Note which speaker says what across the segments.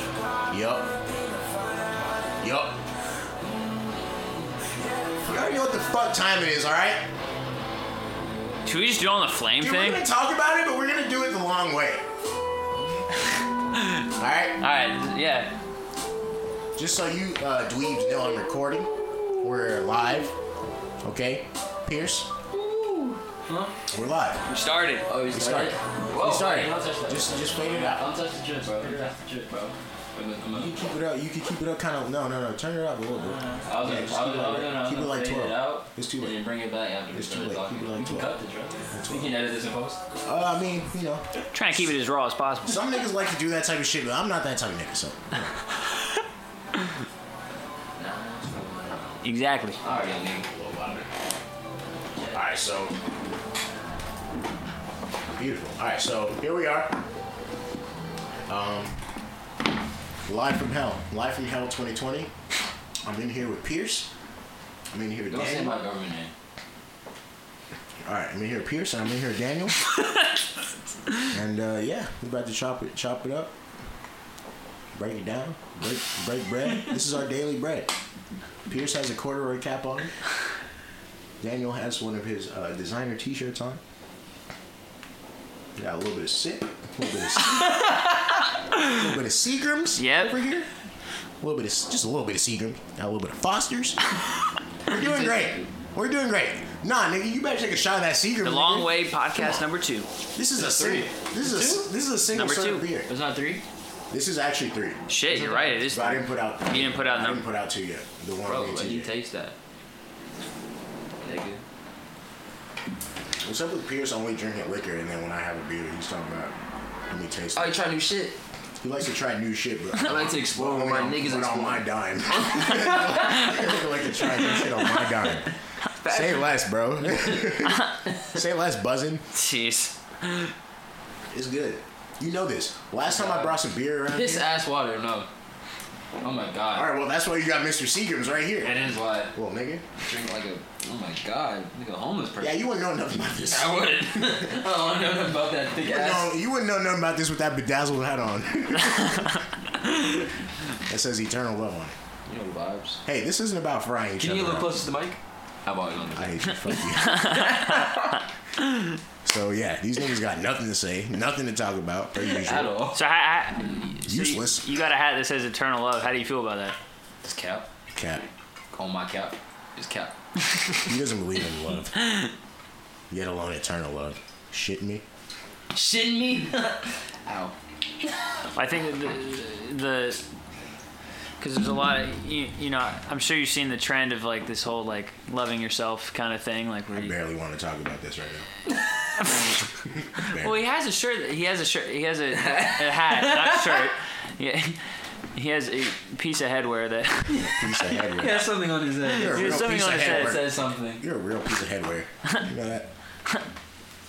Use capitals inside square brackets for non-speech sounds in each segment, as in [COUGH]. Speaker 1: Yup. Yup. You already know what the fuck time it is, alright?
Speaker 2: Should we just do it on the flame
Speaker 1: Dude,
Speaker 2: thing?
Speaker 1: we're gonna talk about it, but we're gonna do it the long way. alright?
Speaker 2: Alright, yeah.
Speaker 1: Just so you uh, dweebs know I'm recording. We're live. Okay? Pierce? We're live.
Speaker 2: We started.
Speaker 3: Oh, you
Speaker 1: We started.
Speaker 3: started?
Speaker 1: We started.
Speaker 3: Don't touch that.
Speaker 1: Just, just fade it out.
Speaker 3: Don't touch the juice, bro. Don't touch the juice, bro. I'm gonna- I'm
Speaker 1: You
Speaker 3: gonna-
Speaker 1: can keep it up. You can keep it up. Kind of. No, no, no. Turn it up a little bit.
Speaker 3: I was
Speaker 1: Yeah,
Speaker 3: gonna- I
Speaker 1: just
Speaker 3: was
Speaker 1: keep it
Speaker 3: gonna- I was
Speaker 1: like-
Speaker 3: gonna-
Speaker 1: keep it like
Speaker 3: fade
Speaker 1: 12.
Speaker 3: out,
Speaker 1: It's too
Speaker 3: and
Speaker 1: late.
Speaker 3: then bring it back after we
Speaker 1: It's
Speaker 3: started
Speaker 1: too late.
Speaker 3: talking.
Speaker 1: Keep it like
Speaker 3: We can
Speaker 1: 12.
Speaker 3: cut this,
Speaker 1: It's
Speaker 3: bro. We can edit this in post.
Speaker 1: Uh, I mean, you know,
Speaker 2: Trying to keep it as raw as possible.
Speaker 1: some niggas like to do that type of shit, but I'm not that type of nigga. So
Speaker 3: Nah, it's fine.
Speaker 2: Exactly.
Speaker 3: I already knew.
Speaker 1: All right, so beautiful. All right, so here we are. Um, live from hell, live from hell, 2020. I'm in here with Pierce. I'm in here with
Speaker 3: Don't say
Speaker 1: Daniel.
Speaker 3: my
Speaker 1: All
Speaker 3: government name.
Speaker 1: right, I'm in here with Pierce. and I'm in here with Daniel. and uh, yeah, we're about to chop it, chop it up, break it down, break, break bread. this is our daily bread. Pierce has a corduroy cap on. Daniel has one of his uh, designer T-shirts on. Got a little bit of sip, a little bit of, a little bit of Seagrams
Speaker 2: Yep.
Speaker 1: over here. A little bit of just a little bit of Seagram. Got a little bit of Fosters. We're doing great. We're doing great. Nah, nigga, you better take a shot of that Seagram.
Speaker 2: The
Speaker 1: nigga.
Speaker 2: Long Way podcast number two.
Speaker 1: This is a single. This is a, this is a single
Speaker 2: Number
Speaker 1: serve
Speaker 2: two.
Speaker 1: beer.
Speaker 3: It's not three?
Speaker 1: This is actually three.
Speaker 2: Shit, you're right. It is.
Speaker 1: But I didn't put out.
Speaker 2: You didn't put out
Speaker 1: I
Speaker 2: number.
Speaker 1: didn't put out two yet. The one
Speaker 3: Bro,
Speaker 1: we did
Speaker 3: let you
Speaker 1: yet.
Speaker 3: taste that. Nigga.
Speaker 1: What's up with Pierce only drinking liquor and then when I have a beer, he's talking about let me taste.
Speaker 3: Oh,
Speaker 1: It.
Speaker 3: you try new shit?
Speaker 1: He likes to try new shit, but
Speaker 3: I like to explore when my niggas
Speaker 1: but on my
Speaker 3: explore.
Speaker 1: dime. I like to try new shit on my dime. Say less, bro. Say less, buzzing.
Speaker 2: Jeez.
Speaker 1: It's good. You know this. Last time I brought some beer around.
Speaker 3: Piss
Speaker 1: Here,
Speaker 3: ass water, no. Oh my
Speaker 1: all
Speaker 3: god.
Speaker 1: right, well that's why you got Mr. Seagrams right
Speaker 3: That
Speaker 1: here.
Speaker 3: is why.
Speaker 1: Well, nigga.
Speaker 3: Drink like a. Oh my god. Like a homeless person.
Speaker 1: Yeah, you wouldn't know nothing about this.
Speaker 3: I wouldn't. [LAUGHS] I don't know nothing about that thick
Speaker 1: No,
Speaker 3: ass.
Speaker 1: you wouldn't know nothing about this with that bedazzled
Speaker 3: [LAUGHS]
Speaker 1: hat on. that says eternal love on it.
Speaker 3: You know vibes.
Speaker 1: Hey, this isn't about frying each
Speaker 3: Can
Speaker 1: other.
Speaker 3: you look
Speaker 1: up.
Speaker 3: closer to the mic? How about you on
Speaker 1: I
Speaker 3: the
Speaker 1: hate you. Fuck
Speaker 3: [LAUGHS]
Speaker 1: you. so yeah, these niggas got nothing to say, nothing to talk
Speaker 3: [LAUGHS]
Speaker 1: about. Per
Speaker 3: At
Speaker 1: usual.
Speaker 3: all.
Speaker 2: So, how, how, so you-
Speaker 1: Useless.
Speaker 2: You, got a hat that says Eternal Love. How do you feel about that?
Speaker 3: It's cap.
Speaker 1: Cap.
Speaker 3: Call my cap. It's cap.
Speaker 1: He doesn't believe in love.
Speaker 3: [LAUGHS]
Speaker 1: Yet alone eternal love. Shit me.
Speaker 3: Shitting me? Ow.
Speaker 2: I think the the because there's a lot of you, you know I'm sure you've seen the trend of like this whole like loving yourself kind of thing like where
Speaker 1: I
Speaker 2: you,
Speaker 1: barely want to talk about this right now.
Speaker 3: [LAUGHS]
Speaker 2: Well, he has a shirt. that- He has a shirt. He [LAUGHS] has a, a hat, not a shirt. Yeah, he has a piece of headwear that.
Speaker 1: Piece of headwear.
Speaker 3: He has something on his head.
Speaker 1: You're a
Speaker 2: There's
Speaker 1: real
Speaker 2: something
Speaker 1: piece of
Speaker 2: on his
Speaker 3: It
Speaker 2: head.
Speaker 1: headwear.
Speaker 3: says something.
Speaker 1: You're a real piece of headwear. You
Speaker 3: [LAUGHS]
Speaker 1: know that?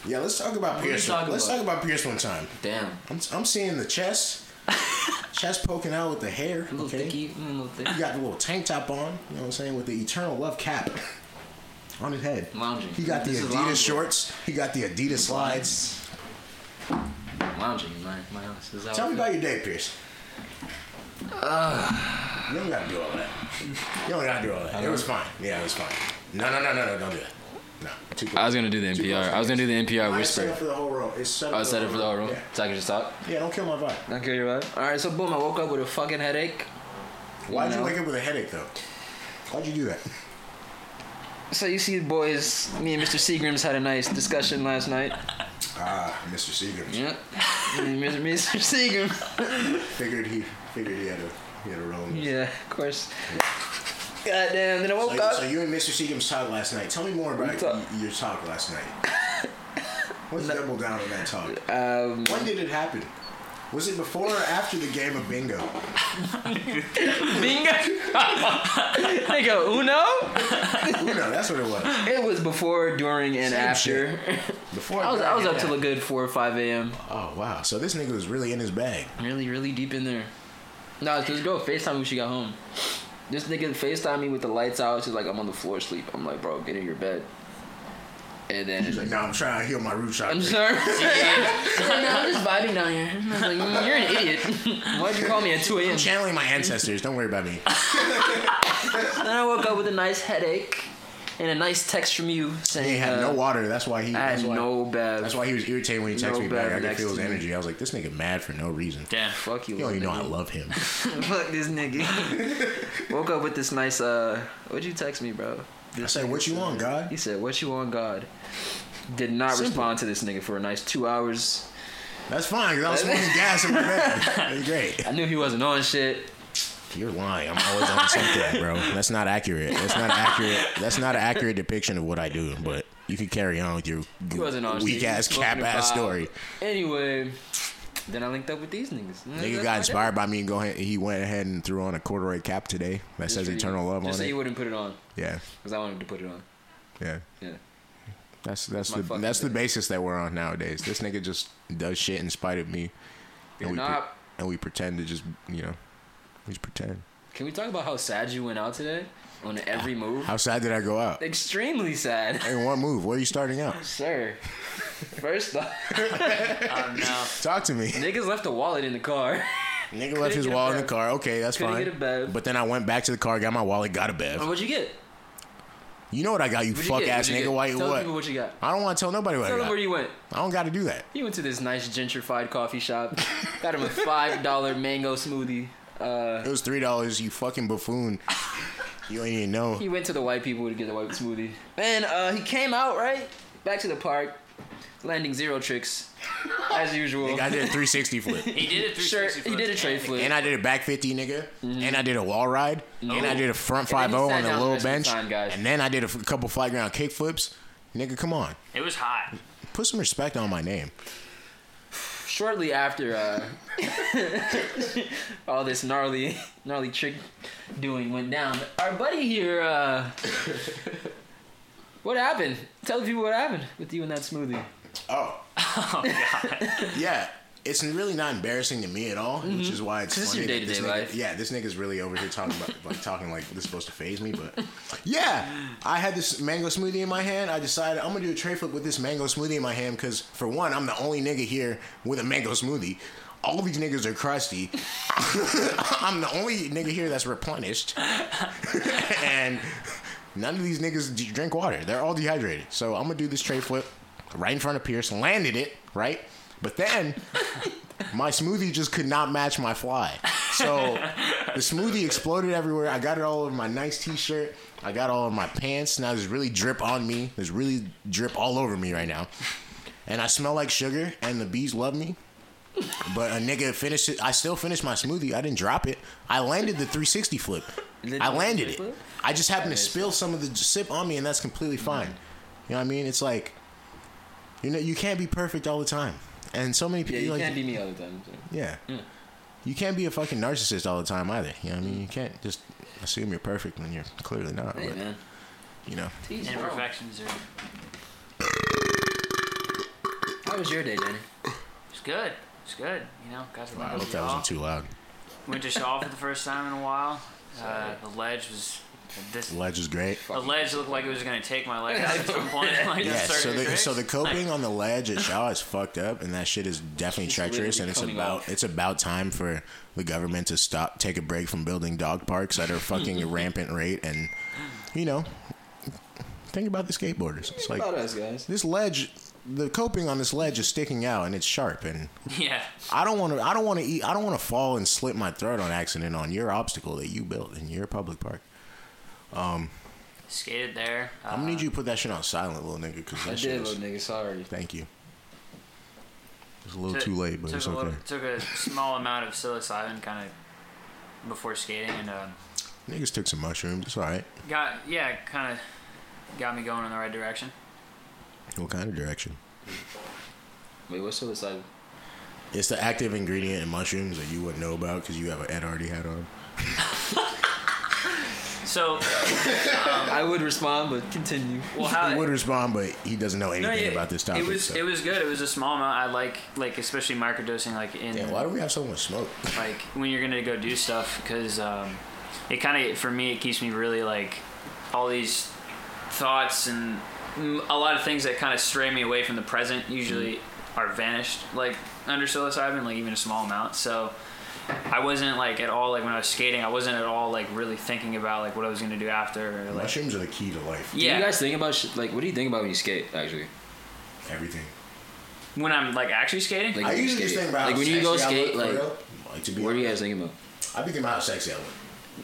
Speaker 1: Yeah, let's talk about
Speaker 3: are you
Speaker 1: Pierce.
Speaker 3: talking
Speaker 1: let's
Speaker 3: about?
Speaker 1: talk about Pierce one time.
Speaker 3: Damn.
Speaker 1: I'm, I'm seeing
Speaker 3: [LAUGHS]
Speaker 1: the chest, chest poking out with the hair.
Speaker 3: Little
Speaker 1: Okay,
Speaker 3: thicky. Mm, little thick.
Speaker 1: he got the little tank top on. You know what I'm saying with the eternal love cap [LAUGHS] on his head.
Speaker 3: Lounging.
Speaker 1: He got the
Speaker 3: This is
Speaker 1: Adidas
Speaker 3: lounging.
Speaker 1: shorts. He got the Adidas slides.
Speaker 3: Lounging in my, my house. This is how
Speaker 1: Tell
Speaker 3: I
Speaker 1: me
Speaker 3: feel.
Speaker 1: about your day, Pierce. you don't gotta do all that. You don't gotta do all that. It was fine. Yeah, it was fine. No, no, no, no, no, don't do that. No, too close.
Speaker 3: I was gonna do the NPR. I was gonna do the NPR
Speaker 1: I set
Speaker 3: whisper.
Speaker 1: it for the whole row. It's set
Speaker 3: I set it for the whole room.
Speaker 1: Yeah.
Speaker 3: So I could just talk.
Speaker 1: Yeah, don't kill my vibe.
Speaker 3: Don't care your vibe. All right, so boom, I woke up with a fucking headache.
Speaker 1: Why'd you
Speaker 3: know?
Speaker 1: wake up with a headache though? Why'd you do that?
Speaker 3: So you see, boys, me and Mr. Seagrams had a nice discussion last night.
Speaker 1: Ah, Mr. Seagrams.
Speaker 3: Yep. Me and Mr. Seagrams.
Speaker 1: Figured he figured he had a he had a role. In this.
Speaker 3: Yeah, of course. Goddamn. Then I woke
Speaker 1: So, so
Speaker 3: up.
Speaker 1: you and Mr. Seagrams talked last night. Tell me more about
Speaker 3: talk-
Speaker 1: y- your talk last night.
Speaker 3: [LAUGHS]
Speaker 1: Let's double down on that talk.
Speaker 3: Um,
Speaker 1: When did it happen? Was it before or after the game of bingo?
Speaker 3: bingo. [LAUGHS] they go Uno.
Speaker 1: Uno, that's what it was.
Speaker 3: It was before, during, and
Speaker 1: Same
Speaker 3: after.
Speaker 1: Before
Speaker 3: I was I was up till
Speaker 1: the.
Speaker 3: a good four or five a.m.
Speaker 1: Oh wow! So this nigga was really in his bag.
Speaker 3: Really, really deep in there. Nah, this girl Facetime me when she got home. This nigga Facetime me with the lights out. She's like, I'm on the floor asleep. I'm like, bro, get in your bed. and then
Speaker 1: He's like, no, I'm trying to heal my root
Speaker 3: [LAUGHS]
Speaker 1: chakra.
Speaker 3: I'm
Speaker 1: [LAUGHS]
Speaker 3: sorry. no, [LAUGHS] I'm just vibing down here. I was like, "Mm, you're an
Speaker 1: [LAUGHS]
Speaker 3: idiot. Why'd you call me at 2 a.m.?
Speaker 1: channeling my ancestors. Don't worry about me.
Speaker 3: Then I woke up with a nice headache and a nice text from you saying,
Speaker 1: He had
Speaker 3: uh,
Speaker 1: no water. That's why he.
Speaker 3: I
Speaker 1: That's
Speaker 3: had
Speaker 1: why,
Speaker 3: no bad.
Speaker 1: that's why he was irritated when he texted
Speaker 3: No
Speaker 1: me back.
Speaker 3: bad
Speaker 1: I could
Speaker 3: next
Speaker 1: feel his
Speaker 3: to me.
Speaker 1: energy. I was like, this nigga mad for no reason.
Speaker 2: Damn.
Speaker 3: Fuck you.
Speaker 1: You don't even know I
Speaker 3: little [LAUGHS]
Speaker 1: love him.
Speaker 3: nigga. Fuck this nigga.
Speaker 1: [LAUGHS]
Speaker 3: Woke up with this nice. uh What'd you text me, bro?
Speaker 1: I said, what you want, God?
Speaker 3: He said, "What you on, God?" Did not
Speaker 1: Simple.
Speaker 3: respond to this nigga for a nice two hours.
Speaker 1: That's fine, because I was smoking gas in
Speaker 3: [LAUGHS]
Speaker 1: my bed. That's great.
Speaker 3: I knew he wasn't on shit.
Speaker 1: You're lying. I'm always on something, bro. That's not accurate. That's not accurate. That's not an accurate depiction of what I do, but you can carry on with your
Speaker 3: He wasn't on shit.
Speaker 1: weak ass,
Speaker 3: He was smoking
Speaker 1: cap
Speaker 3: a
Speaker 1: ass
Speaker 3: vibe.
Speaker 1: story.
Speaker 3: Anyway, then I linked up with these niggas.
Speaker 1: Nigga got inspired by me and go ahead, he went ahead and threw on a corduroy cap today that says eternal love
Speaker 3: Just
Speaker 1: on
Speaker 3: so you
Speaker 1: it.
Speaker 3: wouldn't put it on,
Speaker 1: Yeah,
Speaker 3: because I wanted to put it on.
Speaker 1: yeah.
Speaker 3: Yeah.
Speaker 1: That's that's
Speaker 3: My
Speaker 1: the
Speaker 3: fucking
Speaker 1: that's the
Speaker 3: day.
Speaker 1: basis that we're on nowadays. This nigga just does shit in spite of me,
Speaker 3: You're
Speaker 1: we pre-
Speaker 3: not-
Speaker 1: and we pretend to just you know, we just pretend.
Speaker 3: Can we talk about how sad you went out today on every move?
Speaker 1: How sad did I go out?
Speaker 3: Extremely sad,
Speaker 1: In one move, where are you starting out?
Speaker 3: sir. First
Speaker 1: [LAUGHS]
Speaker 3: off,
Speaker 2: Oh no.
Speaker 1: Talk
Speaker 3: [LAUGHS]
Speaker 1: to me.
Speaker 3: niggas left a wallet in the car.
Speaker 1: Nigga left his
Speaker 3: get a
Speaker 1: wallet in the
Speaker 3: Bev.
Speaker 1: car. Okay, that's
Speaker 3: Couldn't
Speaker 1: fine.
Speaker 3: get a Bev.
Speaker 1: But then I went back to the car, got my wallet, got a bev.
Speaker 3: What'd you get?
Speaker 1: You know what I got? You
Speaker 3: What'd
Speaker 1: fuck
Speaker 3: you get?
Speaker 1: ass
Speaker 3: What'd you
Speaker 1: nigga.
Speaker 3: get?
Speaker 1: Why?
Speaker 3: Tell
Speaker 1: What?
Speaker 3: people what you got.
Speaker 1: I don't want to tell nobody what
Speaker 3: Tell
Speaker 1: I
Speaker 3: them
Speaker 1: got.
Speaker 3: where you went.
Speaker 1: I don't got to do that.
Speaker 3: He went to this nice gentrified coffee
Speaker 1: [LAUGHS]
Speaker 3: shop, got him a five dollar mango smoothie. Uh,
Speaker 1: It was three dollars. You fucking buffoon. You ain't even know.
Speaker 3: [LAUGHS] he went to the white people to get the white smoothie. And uh, he came out right back to the park, landing zero tricks as usual.
Speaker 1: Nigga, I did a 360 flip.
Speaker 2: He did it through
Speaker 3: Sure, he did a trade flip.
Speaker 1: And I did a back 50, nigga. And I did a wall ride. And I did a front 5
Speaker 3: then he
Speaker 1: 0
Speaker 3: sat
Speaker 1: on
Speaker 3: down
Speaker 1: a
Speaker 3: the
Speaker 1: little
Speaker 3: rest of the
Speaker 1: bench.
Speaker 3: time, guys.
Speaker 1: and then I did a f- couple flat ground kick flips. Nigga, come on.
Speaker 2: It was hot.
Speaker 1: Put some respect on my name.
Speaker 3: Shortly after uh, [LAUGHS] all this gnarly, gnarly trick doing went down, our buddy here.
Speaker 1: [LAUGHS]
Speaker 3: Uh, what happened? Tell the people what happened with you and that smoothie. [LAUGHS]
Speaker 1: Oh. yeah. It's really not embarrassing to me at all, which is why it's
Speaker 3: Mm-hmm. 'Cause it's
Speaker 1: funny
Speaker 3: your
Speaker 1: that this
Speaker 3: day-to-day
Speaker 1: nigga,
Speaker 3: life.
Speaker 1: Yeah, this nigga's really over here talking about like talking like this is supposed to phase me, but yeah, I had this mango smoothie in my hand. I decided I'm gonna do a tray flip with this mango smoothie in my hand because for one, I'm the only nigga here with a mango smoothie. All these niggas are crusty. [LAUGHS] I'm the only nigga here that's replenished, [LAUGHS] and none of these niggas d- drink water. They're all dehydrated. So I'm gonna do this tray flip right in front of Pierce. Landed it right, but then my smoothie just could not match my fly. So the smoothie exploded everywhere. I got it all over my nice t-shirt. I got all over my pants. Now there's really drip on me. There's really drip all over me right now. And I smell like sugar and the bees love me. But a nigga finished it. I still finished my smoothie. I didn't drop it. I landed the 360 flip.
Speaker 3: Did
Speaker 1: I
Speaker 3: you
Speaker 1: landed it.
Speaker 3: flip?
Speaker 1: I just happened to spill some of the sip on me and that's
Speaker 3: Mm-hmm.
Speaker 1: completely fine. You know what I mean? It's like you know you can't be perfect all the time. And so many
Speaker 3: Yeah,
Speaker 1: people
Speaker 3: you
Speaker 1: like
Speaker 3: can't be me all the time. so.
Speaker 1: yeah.
Speaker 3: Mm.
Speaker 1: You can't be a fucking narcissist all the time either. You know what I mean? You can't just assume you're perfect when you're clearly not.
Speaker 3: Hey
Speaker 1: but,
Speaker 3: man,
Speaker 1: You know.
Speaker 3: Teach your own.
Speaker 2: Imperfections are. It
Speaker 3: How was your day, Danny?
Speaker 2: was good. It was good. You know, got to
Speaker 1: I
Speaker 2: wow,
Speaker 1: hope that wasn't too loud.
Speaker 2: Went to Shaw for the first time in a [LAUGHS] while. Uh, the ledge was. This
Speaker 1: The ledge is great.
Speaker 2: the ledge looked like it was gonna take my [LAUGHS] leg out at some point. Like,
Speaker 1: Yeah,
Speaker 2: certain
Speaker 1: so the
Speaker 2: tricks.
Speaker 3: [LAUGHS]
Speaker 1: so the coping on the ledge at Shaw is fucked up, and that shit is definitely
Speaker 3: It's
Speaker 1: treacherous.
Speaker 3: literally
Speaker 1: And it's
Speaker 3: coming
Speaker 1: about
Speaker 3: off.
Speaker 1: it's about time for the government to stop, take a break from building dog parks at a
Speaker 3: [LAUGHS]
Speaker 1: fucking rampant rate, and you know, think about the skateboarders. It's like
Speaker 3: about us guys.
Speaker 1: this ledge, the coping on this ledge is sticking out, and it's sharp, and
Speaker 2: yeah,
Speaker 1: I don't want to. I don't want to eat. I don't want to fall and slit my throat on accident on your obstacle that you built in your public park.
Speaker 2: skated there. Uh,
Speaker 1: I'm gonna need you to put that shit on silent, little nigga, because
Speaker 3: I
Speaker 1: that shit
Speaker 3: did,
Speaker 1: is.
Speaker 3: little nigga. Sorry.
Speaker 1: Thank you. It's a little too late, but
Speaker 2: took
Speaker 1: it's
Speaker 2: a
Speaker 1: okay.
Speaker 2: little- took a small amount of psilocybin, kind of before skating, and um,
Speaker 1: Niggas took some mushrooms. It's all right.
Speaker 2: got yeah, kind of got me going in the right direction.
Speaker 1: What kind of direction?
Speaker 3: Wait, what's suicide?
Speaker 1: It's the active ingredient in mushrooms that you wouldn't know about because you have an Ed Hardy hat on.
Speaker 2: So
Speaker 3: I would respond, but continue.
Speaker 2: well,
Speaker 1: he
Speaker 2: how
Speaker 1: would respond, but he doesn't know anything
Speaker 2: yeah,
Speaker 1: about this topic.
Speaker 2: It was
Speaker 1: so.
Speaker 2: it was good. It was a small amount. I like like especially microdosing like in
Speaker 1: Damn, why do we have so much smoke?
Speaker 2: like when you're gonna go do stuff because um, it kind of for me it keeps me really like all these thoughts and m- a lot of things that kind of stray me away from the present usually
Speaker 4: Mm.
Speaker 2: are vanished, like under psilocybin, like even a small amount. So I wasn't like at all like when I was skating, I wasn't at all like really thinking about like what I was gonna do after. Or, like,
Speaker 1: Mushrooms are the key to life.
Speaker 4: Do
Speaker 2: yeah,
Speaker 4: you guys think about sh- like what do you think about when you skate actually?
Speaker 1: Everything.
Speaker 2: when I'm like actually skating,
Speaker 4: Like-
Speaker 1: I
Speaker 4: when you
Speaker 1: usually just
Speaker 4: skate.
Speaker 1: think about
Speaker 4: Like,
Speaker 1: how
Speaker 4: when you go
Speaker 1: sexy I
Speaker 4: skate,
Speaker 1: look, for
Speaker 4: like-
Speaker 1: real. like to be
Speaker 4: What are you
Speaker 1: honest.
Speaker 4: guys thinking about?
Speaker 1: I be thinking about how sexy I look.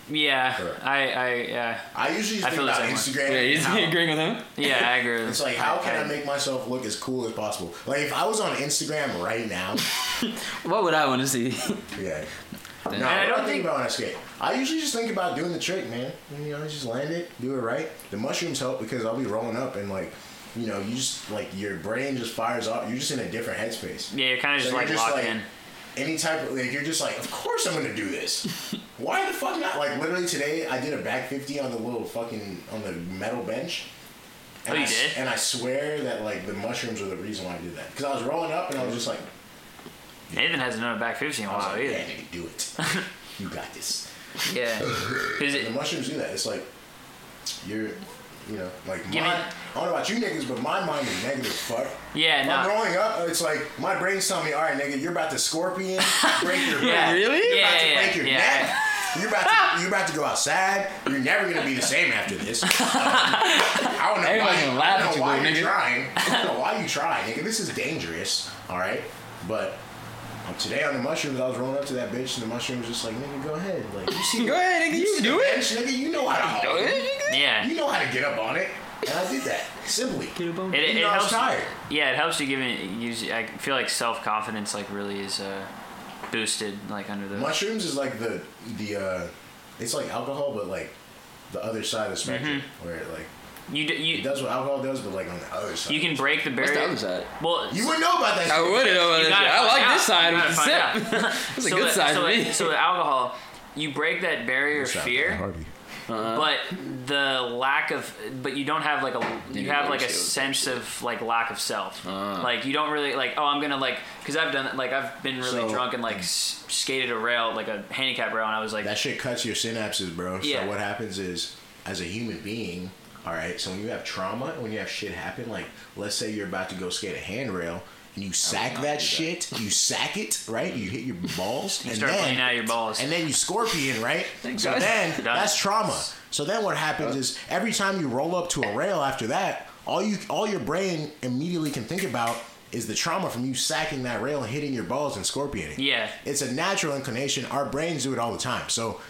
Speaker 2: yeah,
Speaker 1: Correct.
Speaker 2: I, I, yeah,
Speaker 1: I usually just
Speaker 2: I
Speaker 1: think
Speaker 2: feel
Speaker 1: about
Speaker 2: the same
Speaker 1: Instagram.
Speaker 4: Yeah,
Speaker 1: and
Speaker 4: he's
Speaker 1: how-
Speaker 3: [LAUGHS]
Speaker 4: agreeing with him.
Speaker 2: yeah, I agree. with-
Speaker 1: It's like, how can I
Speaker 2: [LAUGHS]
Speaker 1: make myself look as cool as possible? Like, if I was on Instagram right now, [LAUGHS]
Speaker 4: What would I want to [LAUGHS] see?
Speaker 1: yeah. No,
Speaker 4: And
Speaker 2: I
Speaker 1: I don't
Speaker 2: don't
Speaker 1: think
Speaker 2: think-
Speaker 1: about when I skate. I usually just think about doing the trick, man. You know, just land it, do it right. The mushrooms help because I'll be rolling up and like, you know, you just like your brain just fires off. You're just in a different headspace.
Speaker 2: yeah, you're kind of just
Speaker 1: So
Speaker 2: like
Speaker 1: you're
Speaker 2: locked in.
Speaker 1: Any type of like, you're just like, of course I'm gonna do this. Why the fuck not? Like literally today, I did a back fifty on the little fucking on the metal bench. And
Speaker 2: Oh,
Speaker 1: I,
Speaker 2: you
Speaker 1: s-
Speaker 2: did?
Speaker 1: And I swear that like the mushrooms were the reason why I did that because I was rolling up and I was just like,
Speaker 2: Nathan hasn't done a back 15 in a
Speaker 1: I was
Speaker 2: while
Speaker 1: like,
Speaker 2: either.
Speaker 1: yeah, nigga, do
Speaker 2: [LAUGHS]
Speaker 1: it. you got this.
Speaker 2: Yeah. 'Cause
Speaker 1: The
Speaker 2: it-
Speaker 1: mushrooms do that. It's like you're, you know, like
Speaker 2: Give
Speaker 1: mine.
Speaker 2: me-
Speaker 1: I don't know about you niggas, but my mind is negative as fuck.
Speaker 2: yeah,
Speaker 1: When I'm
Speaker 2: no.
Speaker 1: growing up, it's like my brain's telling me, all right, nigga, you're about to scorpion, break
Speaker 2: [LAUGHS]
Speaker 1: your
Speaker 2: Yeah.
Speaker 1: back,
Speaker 4: Really?
Speaker 1: you're about
Speaker 2: Yeah,
Speaker 1: to
Speaker 2: yeah,
Speaker 1: break
Speaker 2: yeah.
Speaker 1: your
Speaker 2: yeah.
Speaker 1: neck. You're about, to, you're about to go outside. You're never gonna be the same
Speaker 4: [LAUGHS]
Speaker 1: after this. Um, I don't know
Speaker 4: Everybody's
Speaker 1: why,
Speaker 4: gonna laugh
Speaker 1: I
Speaker 4: at
Speaker 1: don't
Speaker 4: you,
Speaker 1: know why
Speaker 4: bro,
Speaker 1: you're
Speaker 4: nigga. [LAUGHS]
Speaker 1: trying. I don't know why you trying, nigga. This is dangerous. All right, but um, today on the mushrooms, I was rolling up to that bitch, and the mushroom was just like, nigga, go ahead. Like you see,
Speaker 4: Go ahead, nigga. You
Speaker 1: see
Speaker 4: do
Speaker 1: the
Speaker 4: it.
Speaker 1: bench, nigga. You know how to
Speaker 4: Do
Speaker 1: hold it.
Speaker 4: it.
Speaker 2: Yeah.
Speaker 1: You know how to get up on it, and I did that simply.
Speaker 2: It, it
Speaker 1: Even though I was
Speaker 2: helps.
Speaker 1: tired.
Speaker 2: Yeah, it helps you give it. Use. I feel like self confidence like really is uh, boosted like under the.
Speaker 1: Mushrooms is like the the uh, it's like alcohol, but like the other side of the spectrum,
Speaker 4: Mm-hmm.
Speaker 1: where it like
Speaker 2: You do,
Speaker 1: it
Speaker 2: you
Speaker 1: does what alcohol does, but like on the other side.
Speaker 2: you can break the
Speaker 4: What's
Speaker 2: barrier.
Speaker 4: the other side?
Speaker 2: Well,
Speaker 1: you wouldn't know about that.
Speaker 4: I
Speaker 1: shit.
Speaker 4: would have.
Speaker 2: You gotta
Speaker 4: I
Speaker 2: find
Speaker 4: like
Speaker 2: out.
Speaker 4: this side
Speaker 2: You
Speaker 4: with
Speaker 2: gotta
Speaker 4: the
Speaker 2: find out.
Speaker 4: sip. [LAUGHS] That's a
Speaker 2: so
Speaker 4: good
Speaker 2: the,
Speaker 4: side
Speaker 2: so
Speaker 4: to
Speaker 2: the-
Speaker 4: me.
Speaker 2: so the alcohol, you break that barrier of fear.
Speaker 1: Harvey.
Speaker 2: but the lack of but you don't have like a you
Speaker 4: you
Speaker 2: have
Speaker 4: know
Speaker 2: like a
Speaker 4: shit was
Speaker 2: sense of like lack of self
Speaker 1: Ah.
Speaker 2: like you don't really like oh i'm gonna like because i've done like i've been really
Speaker 1: So-
Speaker 2: drunk and like s- skated a rail like a handicap rail and i was like
Speaker 1: That shit cuts your synapses, bro. So
Speaker 2: Yeah.
Speaker 1: what happens is, as a human being, all right. So when you have trauma, when you have shit happen, like let's say you're about to go skate a handrail. And you sack that shit, you sack it, right? You hit your balls, and
Speaker 2: start
Speaker 1: then
Speaker 2: playing out your balls
Speaker 1: and then you scorpion, right?
Speaker 4: Thanks,
Speaker 1: so
Speaker 4: guys.
Speaker 1: then
Speaker 2: Done.
Speaker 1: that's trauma. So then what happens is every time you roll up to a rail after that, all you all your brain immediately can think about is the trauma from you sacking that rail and hitting your balls and scorpioning.
Speaker 2: Yeah.
Speaker 1: It's a natural inclination. Our brains do it all the time. So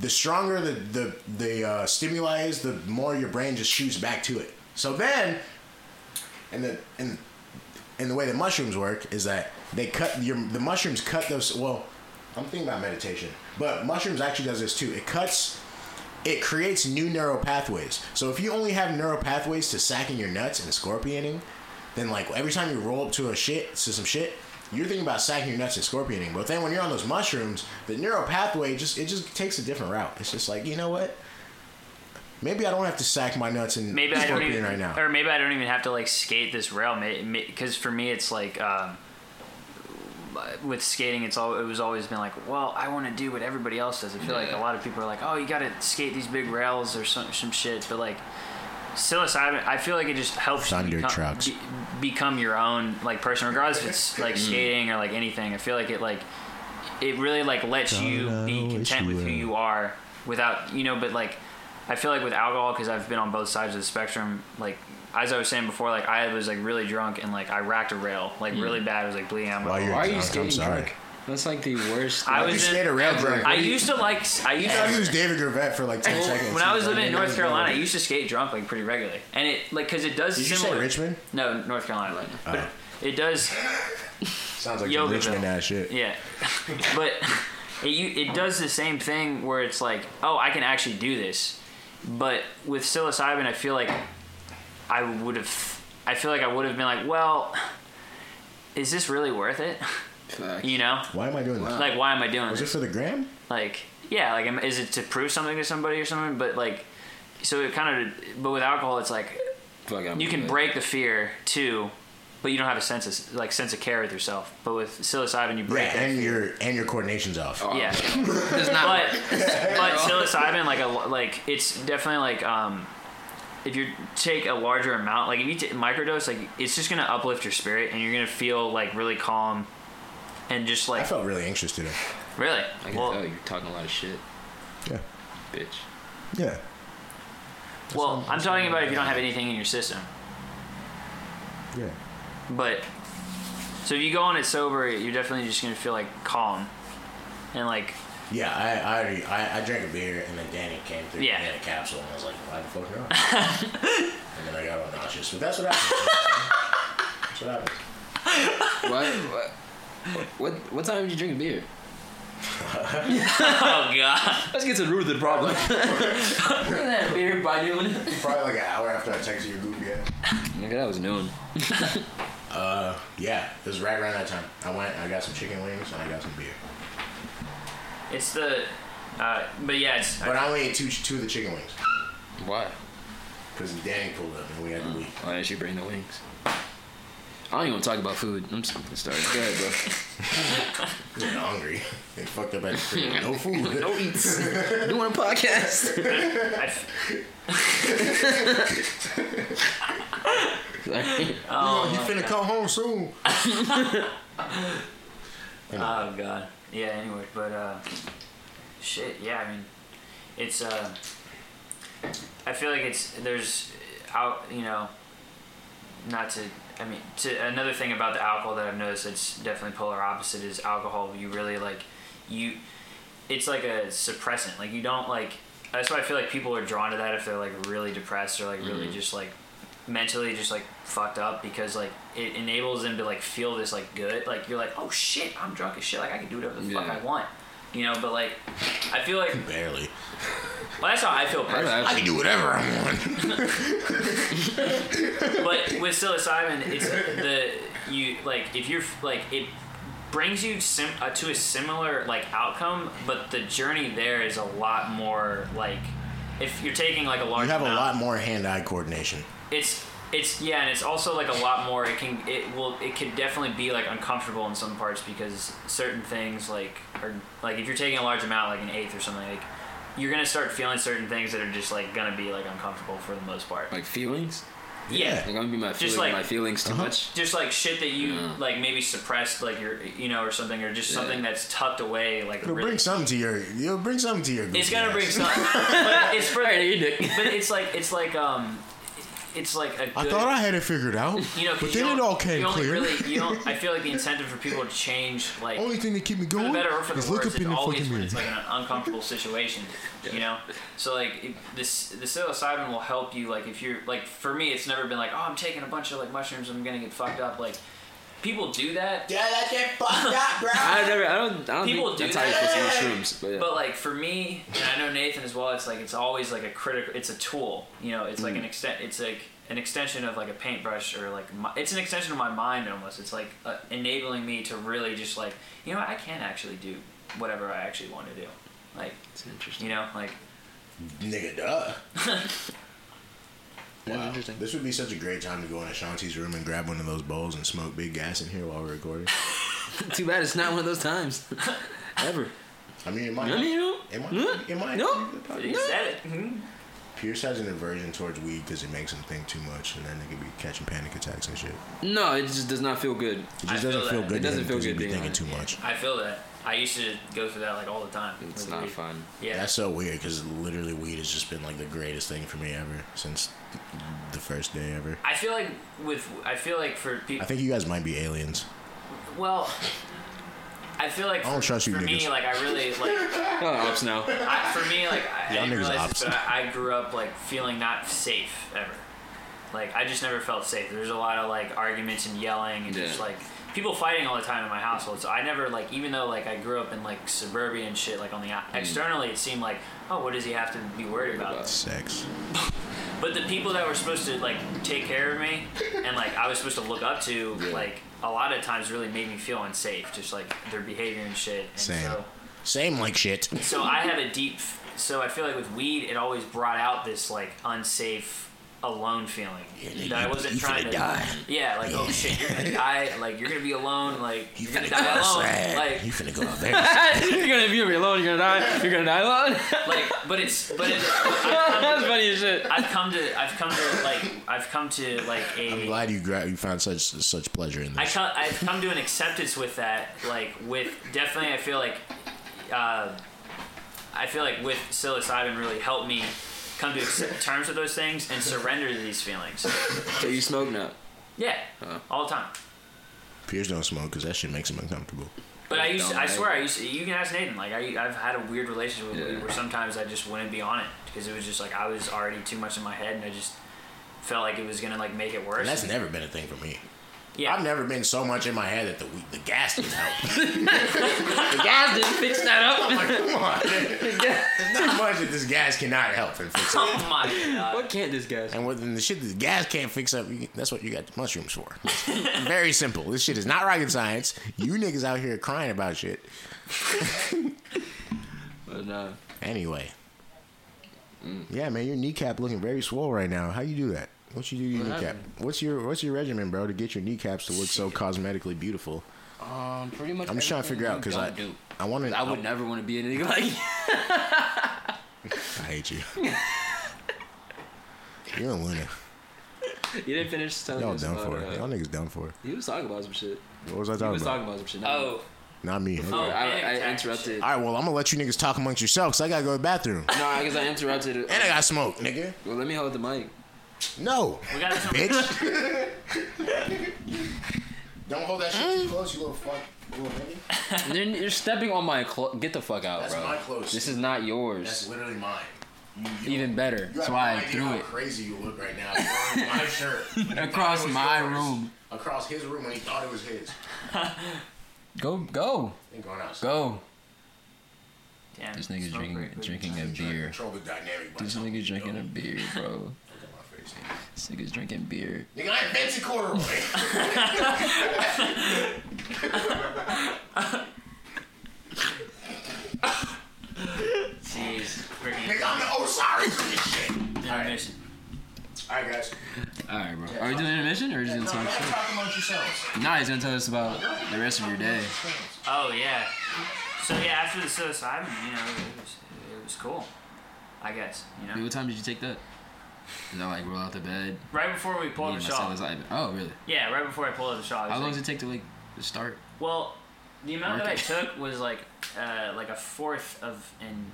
Speaker 1: the stronger the the, the uh, stimuli is, the more your brain just shoots back to it. So then and the and and the way the mushrooms work is that they cut your the mushrooms cut those well i'm thinking about meditation but mushrooms actually does this too it cuts it creates new neural pathways so if you only have neural pathways to sacking your nuts and scorpioning then like every time you roll up to a shit to some shit you're thinking about sacking your nuts and scorpioning but then when you're on those mushrooms the neural pathway just it just takes a different route it's just like you know what maybe i don't have to sack my nuts and
Speaker 2: maybe i don't
Speaker 1: scorpion
Speaker 2: even
Speaker 1: right now
Speaker 2: or maybe i don't even have to like skate this rail because for me it's like um with skating, it's all it was always been like, well, I want to do what everybody else does. I feel like a lot of people are like, oh, you got to skate these big rails or some some shit, but like psilocybin, I feel like it just helps
Speaker 1: Thunder
Speaker 2: you become,
Speaker 1: trucks. Mm.
Speaker 2: be- become your own like person, regardless if it's like skating or like anything. I feel like it like it really like lets you
Speaker 1: Darling, I
Speaker 2: be
Speaker 1: wish
Speaker 2: content
Speaker 1: you
Speaker 2: with who
Speaker 1: were.
Speaker 2: you are without you know, but like I feel like with alcohol because I've been on both sides of the spectrum, like. As I was saying before, like I was like really drunk and like I racked a rail like
Speaker 1: Hmm.
Speaker 2: really bad. I was like bleeding out. my
Speaker 1: While you're
Speaker 4: Why are you
Speaker 1: drunk, I'm
Speaker 4: skating
Speaker 1: sorry.
Speaker 4: drunk? That's like the worst.
Speaker 2: I
Speaker 4: like-
Speaker 1: you
Speaker 2: was in-
Speaker 1: skate a rail drunk.
Speaker 2: I used to like I used
Speaker 1: I
Speaker 2: to
Speaker 1: was David Gravett for like ten seconds.
Speaker 2: when I was
Speaker 1: He's
Speaker 2: living in
Speaker 1: like,
Speaker 2: North Carolina, I used to skate drunk like pretty regularly, and it like because it does
Speaker 1: Did you
Speaker 2: similar.
Speaker 1: say Richmond?
Speaker 2: No, North Carolina, like, but
Speaker 1: Oh.
Speaker 2: it does.
Speaker 1: Sounds like
Speaker 2: Yoga
Speaker 1: Richmond
Speaker 2: Bill.
Speaker 1: ass shit.
Speaker 2: Yeah, [LAUGHS] but it you, it does the same thing where it's like, oh, I can actually do this, but with psilocybin, I feel like I would have. I feel like I would have been like, well, is this really worth it? [LAUGHS]
Speaker 4: Fuck.
Speaker 2: You know,
Speaker 1: Why am I doing this?
Speaker 2: like why am I doing
Speaker 1: Was
Speaker 2: this?
Speaker 1: it for the gram?
Speaker 2: like yeah like am- is it to prove something to somebody or something but like so it kind of but with alcohol it's like
Speaker 4: Fuck, I'm
Speaker 2: you can
Speaker 4: good.
Speaker 2: break the fear too but you don't have a sense of like sense of care with yourself but with psilocybin you
Speaker 1: Yeah,
Speaker 2: break that
Speaker 1: and your and your coordination's off.
Speaker 4: Oh, [LAUGHS]
Speaker 2: yeah
Speaker 4: Does not.
Speaker 2: but but psilocybin like a lo- like it's definitely like um if you take a larger amount, like if you take microdose, like it's just gonna uplift your spirit and you're gonna feel like really calm, and just
Speaker 1: I
Speaker 2: like
Speaker 1: felt really anxious today.
Speaker 2: really.
Speaker 4: I can
Speaker 2: well,
Speaker 4: tell you're talking a lot of shit,
Speaker 1: Yeah.
Speaker 4: bitch.
Speaker 1: Yeah.
Speaker 2: well, I'm talking about if you don't have anything in your system.
Speaker 1: Yeah.
Speaker 2: But so if you go on it sober, you're definitely just gonna feel like calm, and like
Speaker 1: Yeah, I I, already, I I drank a beer and then Danny came through
Speaker 2: Yeah.
Speaker 1: and had a capsule and I was like, why the fuck not?
Speaker 2: [LAUGHS]
Speaker 1: and then I got all nauseous. But that's what happened. [LAUGHS] that's what happened.
Speaker 4: What? what? What, what time did you drink beer?
Speaker 2: oh [LAUGHS] god,
Speaker 4: Let's get to the root of the problem. that beer by noon.
Speaker 1: Probably like an hour after I texted your goofy ass.
Speaker 4: [LAUGHS] Nigga, that was noon.
Speaker 1: Uh, yeah, it was right around that time. I went, I got some chicken wings and I got some beer.
Speaker 2: it's the. Uh, but yeah, it's,
Speaker 1: But I only ate two two of the chicken wings
Speaker 4: Why?
Speaker 1: because Danny pulled up and we had to
Speaker 2: Mm.
Speaker 1: leave.
Speaker 4: Why did she bring the wings? I don't even want to talk about food. I'm just gonna start. Go ahead, bro.
Speaker 1: We were hungry. [LAUGHS] They fucked up at the
Speaker 2: [LAUGHS]
Speaker 1: crib. No [LAUGHS] food.
Speaker 4: No eats. [LAUGHS] Doing a [LAUGHS] podcast.
Speaker 2: I f-
Speaker 4: Sorry.
Speaker 1: you finna come home soon.
Speaker 2: Oh god. Yeah. Anyway, but uh, shit. Yeah. I mean, it's uh, I feel like it's there's out. You know, not to. I mean, to another thing about the alcohol that I've noticed that's definitely polar opposite is alcohol. You really like you. It's like a suppressant. Like you don't like. That's why I feel like people are drawn to that if they're like really depressed or like really just like mentally just like fucked up because like it enables them to like feel this like good like you're like oh shit I'm drunk as shit like I can do whatever the fuck
Speaker 4: Yeah.
Speaker 2: I want you know but like I feel like
Speaker 1: Barely.
Speaker 2: well that's how I feel personally
Speaker 1: I can do whatever I want. [LAUGHS]
Speaker 2: but with psilocybin, it's the you like if you're like it brings you sim- uh, to a similar like outcome, but the journey there is a lot more like if you're taking like a large
Speaker 1: You have a
Speaker 2: amount,
Speaker 1: lot more hand-eye coordination.
Speaker 2: it's it's yeah, and it's also like a lot more. It can it will it could definitely be like uncomfortable in some parts because certain things like are like if you're taking a large amount, like an eighth or something, like you're gonna start feeling certain things that are just like gonna be like uncomfortable for the most part.
Speaker 4: Like feelings?
Speaker 2: yeah.
Speaker 4: Like I'm gonna be my
Speaker 2: Just
Speaker 4: feelings,
Speaker 2: like-
Speaker 4: my feelings too
Speaker 1: Uh-huh.
Speaker 4: much.
Speaker 2: just like shit that you
Speaker 4: Yeah.
Speaker 2: like maybe suppressed like your you know or something or just
Speaker 4: Yeah.
Speaker 2: something that's tucked away like
Speaker 1: It'll
Speaker 2: really-
Speaker 1: bring something to your. It'll bring something to your.
Speaker 2: it's
Speaker 1: goofy
Speaker 2: gonna
Speaker 1: ass.
Speaker 2: bring something but it's
Speaker 3: [LAUGHS]
Speaker 2: for
Speaker 4: Alright, you dick.
Speaker 2: but it's like it's like um it's like a good,
Speaker 1: I thought I had it figured out,
Speaker 2: [LAUGHS] you know 'cause
Speaker 1: but
Speaker 2: you
Speaker 1: then it
Speaker 2: don't-
Speaker 1: all came
Speaker 2: you only
Speaker 1: clear.
Speaker 2: really you don't I feel like the incentive for people to change
Speaker 1: [LAUGHS]
Speaker 2: like
Speaker 1: Only thing that keep me
Speaker 2: for the
Speaker 1: going
Speaker 2: better or for
Speaker 1: is
Speaker 2: the
Speaker 1: look
Speaker 2: worse
Speaker 1: up in
Speaker 2: it's
Speaker 1: the
Speaker 2: always
Speaker 1: fucking
Speaker 2: when
Speaker 1: mirror.
Speaker 2: it's like an uncomfortable situation you know so like it, this the psilocybin will help you like if you're like for me it's never been like oh I'm taking a bunch of like mushrooms I'm gonna get fucked up like people do that
Speaker 1: Yeah, that's it, fucked
Speaker 2: [LAUGHS]
Speaker 1: up, bro.
Speaker 4: I never. I don't. I don't
Speaker 2: People
Speaker 4: think
Speaker 2: do
Speaker 4: that's how you're
Speaker 1: that.
Speaker 4: supposed to eat shrooms. But, yeah.
Speaker 2: But like for me, and I know Nathan as well. It's like it's always like a critical. It's a tool. You know, it's like
Speaker 1: Mm.
Speaker 2: an extent. It's like an extension of like a paintbrush or like my, it's an extension of my mind almost. It's like uh, enabling me to really just like you know what, I can actually do whatever I actually want to do. Like
Speaker 4: it's interesting.
Speaker 2: you know like
Speaker 1: Nigga, duh.
Speaker 4: That's
Speaker 1: Wow.
Speaker 4: interesting.
Speaker 1: This would be such a great time to go into Shanti's room and grab one of those bowls and smoke big gas in here while we're recording.
Speaker 4: Too bad it's not one of those times. Ever.
Speaker 1: I mean, it might.
Speaker 4: I mean, you know.
Speaker 1: It might.
Speaker 4: Hmm?
Speaker 1: It might.
Speaker 4: No.
Speaker 2: you said it. Mhm.
Speaker 1: Mm-hmm. Pierce has an aversion towards weed because it makes him think too much, and then they could be catching panic attacks and shit.
Speaker 4: No, it just does not feel good.
Speaker 1: It
Speaker 2: I
Speaker 1: just
Speaker 2: feel
Speaker 1: doesn't feel
Speaker 2: that.
Speaker 1: good.
Speaker 4: It doesn't
Speaker 1: to him
Speaker 4: feel
Speaker 1: 'cause he'd
Speaker 4: good
Speaker 1: be
Speaker 4: being
Speaker 1: thinking
Speaker 4: on
Speaker 1: too much.
Speaker 2: I feel that. I used to go through that like all the time.
Speaker 4: It's
Speaker 2: with
Speaker 4: not
Speaker 2: weed.
Speaker 4: fun.
Speaker 2: Yeah.
Speaker 1: That's so weird because literally weed has just been like the greatest thing for me ever since the first day ever.
Speaker 2: I feel like with I feel like for people
Speaker 1: I think you guys might be aliens.
Speaker 2: well I feel like
Speaker 1: I don't
Speaker 2: for-
Speaker 1: trust you
Speaker 2: for me
Speaker 1: niggas.
Speaker 2: like I really like
Speaker 4: Oh, ops
Speaker 3: [LAUGHS]
Speaker 4: now.
Speaker 2: I, for me, like I,
Speaker 1: Y'all
Speaker 2: I
Speaker 1: niggas
Speaker 2: didn't realize
Speaker 1: ops.
Speaker 2: this, but I, I grew up like feeling not safe ever. Like I just never felt safe. There's a lot of like arguments and yelling and just
Speaker 4: Yeah.
Speaker 2: like people fighting all the time in my household. So I never like even though like I grew up in like suburbia and shit. Like on the out
Speaker 1: Mm.
Speaker 2: externally, it seemed like oh, what does he have to be worried about?
Speaker 1: Sex.
Speaker 2: But the people that were supposed to like take care of me and like I was supposed to look up to, like a lot of times really made me feel unsafe. Just like their behavior and shit. And
Speaker 1: Same.
Speaker 2: so
Speaker 1: Same like shit.
Speaker 2: so I had a deep. So I feel like with weed, it always brought out this like unsafe alone feeling.
Speaker 1: Yeah, nigga,
Speaker 2: that I
Speaker 1: you-
Speaker 2: wasn't
Speaker 1: you
Speaker 2: trying
Speaker 1: finna
Speaker 2: to
Speaker 1: die.
Speaker 2: Yeah, like oh
Speaker 1: Yeah.
Speaker 2: shit, you're
Speaker 1: [LAUGHS]
Speaker 2: gonna die. Like you're gonna be alone. Like
Speaker 1: You
Speaker 2: you're [LAUGHS] gonna
Speaker 1: finna
Speaker 2: die
Speaker 1: go
Speaker 2: alone.
Speaker 1: outside.
Speaker 2: Oh, Like
Speaker 1: you finna go out
Speaker 3: [LAUGHS]
Speaker 1: there.
Speaker 3: you're gonna be alone. You're gonna die. You're gonna die alone. [LAUGHS]
Speaker 2: like, but it's but it's.
Speaker 3: That's funny as shit.
Speaker 2: I've come to I've come to like I've come to like
Speaker 1: I'm
Speaker 2: a
Speaker 1: glad you gra- you found such such pleasure in
Speaker 2: I
Speaker 1: this.
Speaker 2: come, I've come to an acceptance with that like with definitely I feel like uh, I feel like with psilocybin really helped me come to accept terms with those things and surrender to these feelings.
Speaker 3: So you smoke now?
Speaker 2: Yeah,
Speaker 3: Huh.
Speaker 2: all the time.
Speaker 1: Piers don't smoke because that shit makes him uncomfortable.
Speaker 2: But I used to,
Speaker 3: Don't
Speaker 2: I
Speaker 3: like-
Speaker 2: swear I used to, you can ask Nathan like I I've had a weird relationship with
Speaker 3: Yeah.
Speaker 2: weed where sometimes I just wouldn't be on it because it was just like I was already too much in my head and I just felt like it was gonna like make it worse.
Speaker 1: And that's never been a thing for me.
Speaker 2: yeah.
Speaker 1: I've never been so much in my head that the the gas
Speaker 3: [LAUGHS]
Speaker 1: didn't help.
Speaker 3: The guys didn't fix that up. [LAUGHS]
Speaker 1: like, come on, there's not much that this gas cannot help and fix up.
Speaker 2: [LAUGHS] oh my god.
Speaker 3: What can't this guy?
Speaker 1: And with and the shit that the gas can't fix up, you- that's what you got the
Speaker 3: [LAUGHS]
Speaker 1: mushrooms for. Very simple. This shit is not rocket science. You niggas out here crying about shit.
Speaker 3: But uh, no.
Speaker 1: Anyway.
Speaker 3: Mm.
Speaker 1: Yeah, man, your kneecap looking very swole right now. How you do that? What you do to your
Speaker 3: What
Speaker 1: kneecap?
Speaker 3: happened?
Speaker 1: What's your what's your regimen, bro, to get your kneecaps to look so cosmetically beautiful?
Speaker 3: Um, pretty much.
Speaker 1: I'm just trying to figure out because I
Speaker 3: do.
Speaker 1: I want to.
Speaker 3: I would never want to be anything like. [LAUGHS]
Speaker 1: I hate you. You're a winner.
Speaker 3: you didn't finish telling
Speaker 1: Y'all
Speaker 3: us
Speaker 1: done
Speaker 3: about,
Speaker 1: for it.
Speaker 3: uh,
Speaker 1: Y'all niggas done for it.
Speaker 3: He was talking about some shit.
Speaker 1: What was I
Speaker 3: He
Speaker 1: talking
Speaker 3: was
Speaker 1: about?
Speaker 3: talking about some shit. not me.
Speaker 2: Oh.
Speaker 1: Not me.
Speaker 2: Oh,
Speaker 3: I, I
Speaker 2: yeah,
Speaker 3: interrupted.
Speaker 1: All right, well, I'm gonna let you niggas talk amongst yourselves. 'cause I gotta go to the bathroom,
Speaker 3: No, because I interrupted. it.
Speaker 1: and I got smoke, nigga.
Speaker 3: Well, let me hold the mic.
Speaker 1: No,
Speaker 2: We got some
Speaker 1: bitch. [LAUGHS] Don't hold that shit too close, you little fuck, little nigga.
Speaker 3: You're, you're stepping on my clo- Get the fuck out,
Speaker 1: That's
Speaker 3: bro.
Speaker 1: my clothes.
Speaker 3: This is not yours.
Speaker 1: literally mine.
Speaker 3: Even better. That's why I threw it
Speaker 1: Crazy you look right now. my shirt [LAUGHS]
Speaker 3: across my room.
Speaker 1: Across his room when he thought it was his.
Speaker 3: Go, go,
Speaker 1: Ain't going outside.
Speaker 3: go.
Speaker 2: Damn,
Speaker 3: [LAUGHS] This nigga's
Speaker 2: smoke
Speaker 3: drinking-
Speaker 2: break would be
Speaker 3: drinking
Speaker 2: nice.
Speaker 3: a- beer.
Speaker 1: Control the dynamic by
Speaker 3: This
Speaker 1: something,
Speaker 3: nigga's
Speaker 1: you
Speaker 3: drinking
Speaker 1: know?
Speaker 3: a beer, bro.
Speaker 1: Look at my face.
Speaker 3: This nigga's drinking beer.
Speaker 1: Nigga, I invented corduroy. [LAUGHS]
Speaker 2: Jeez, freaking
Speaker 1: Nigga, I'm the Osiris for this shit.
Speaker 2: intermission.
Speaker 1: Alright, guys.
Speaker 3: All right, bro. Are we doing intermission or are you
Speaker 1: No,
Speaker 3: just gonna talk?
Speaker 1: talk amongst yourselves.
Speaker 3: [LAUGHS] shit? Nah, he's gonna tell us about the rest of your day.
Speaker 2: Oh yeah. So yeah, after the psilocybin, you know, it was, it was cool. I guess you
Speaker 3: Wait,
Speaker 2: know.
Speaker 3: what time did you take that? Did I like roll out the bed?
Speaker 2: Right before we pulled the
Speaker 3: me and myself
Speaker 2: shawl.
Speaker 3: was like, oh, really?
Speaker 2: Yeah, right before I pulled the shawl. I was
Speaker 3: How long
Speaker 2: like-
Speaker 3: does it take to like to start?
Speaker 2: Well, the amount that I
Speaker 3: Working.
Speaker 2: took was like uh, like a fourth of an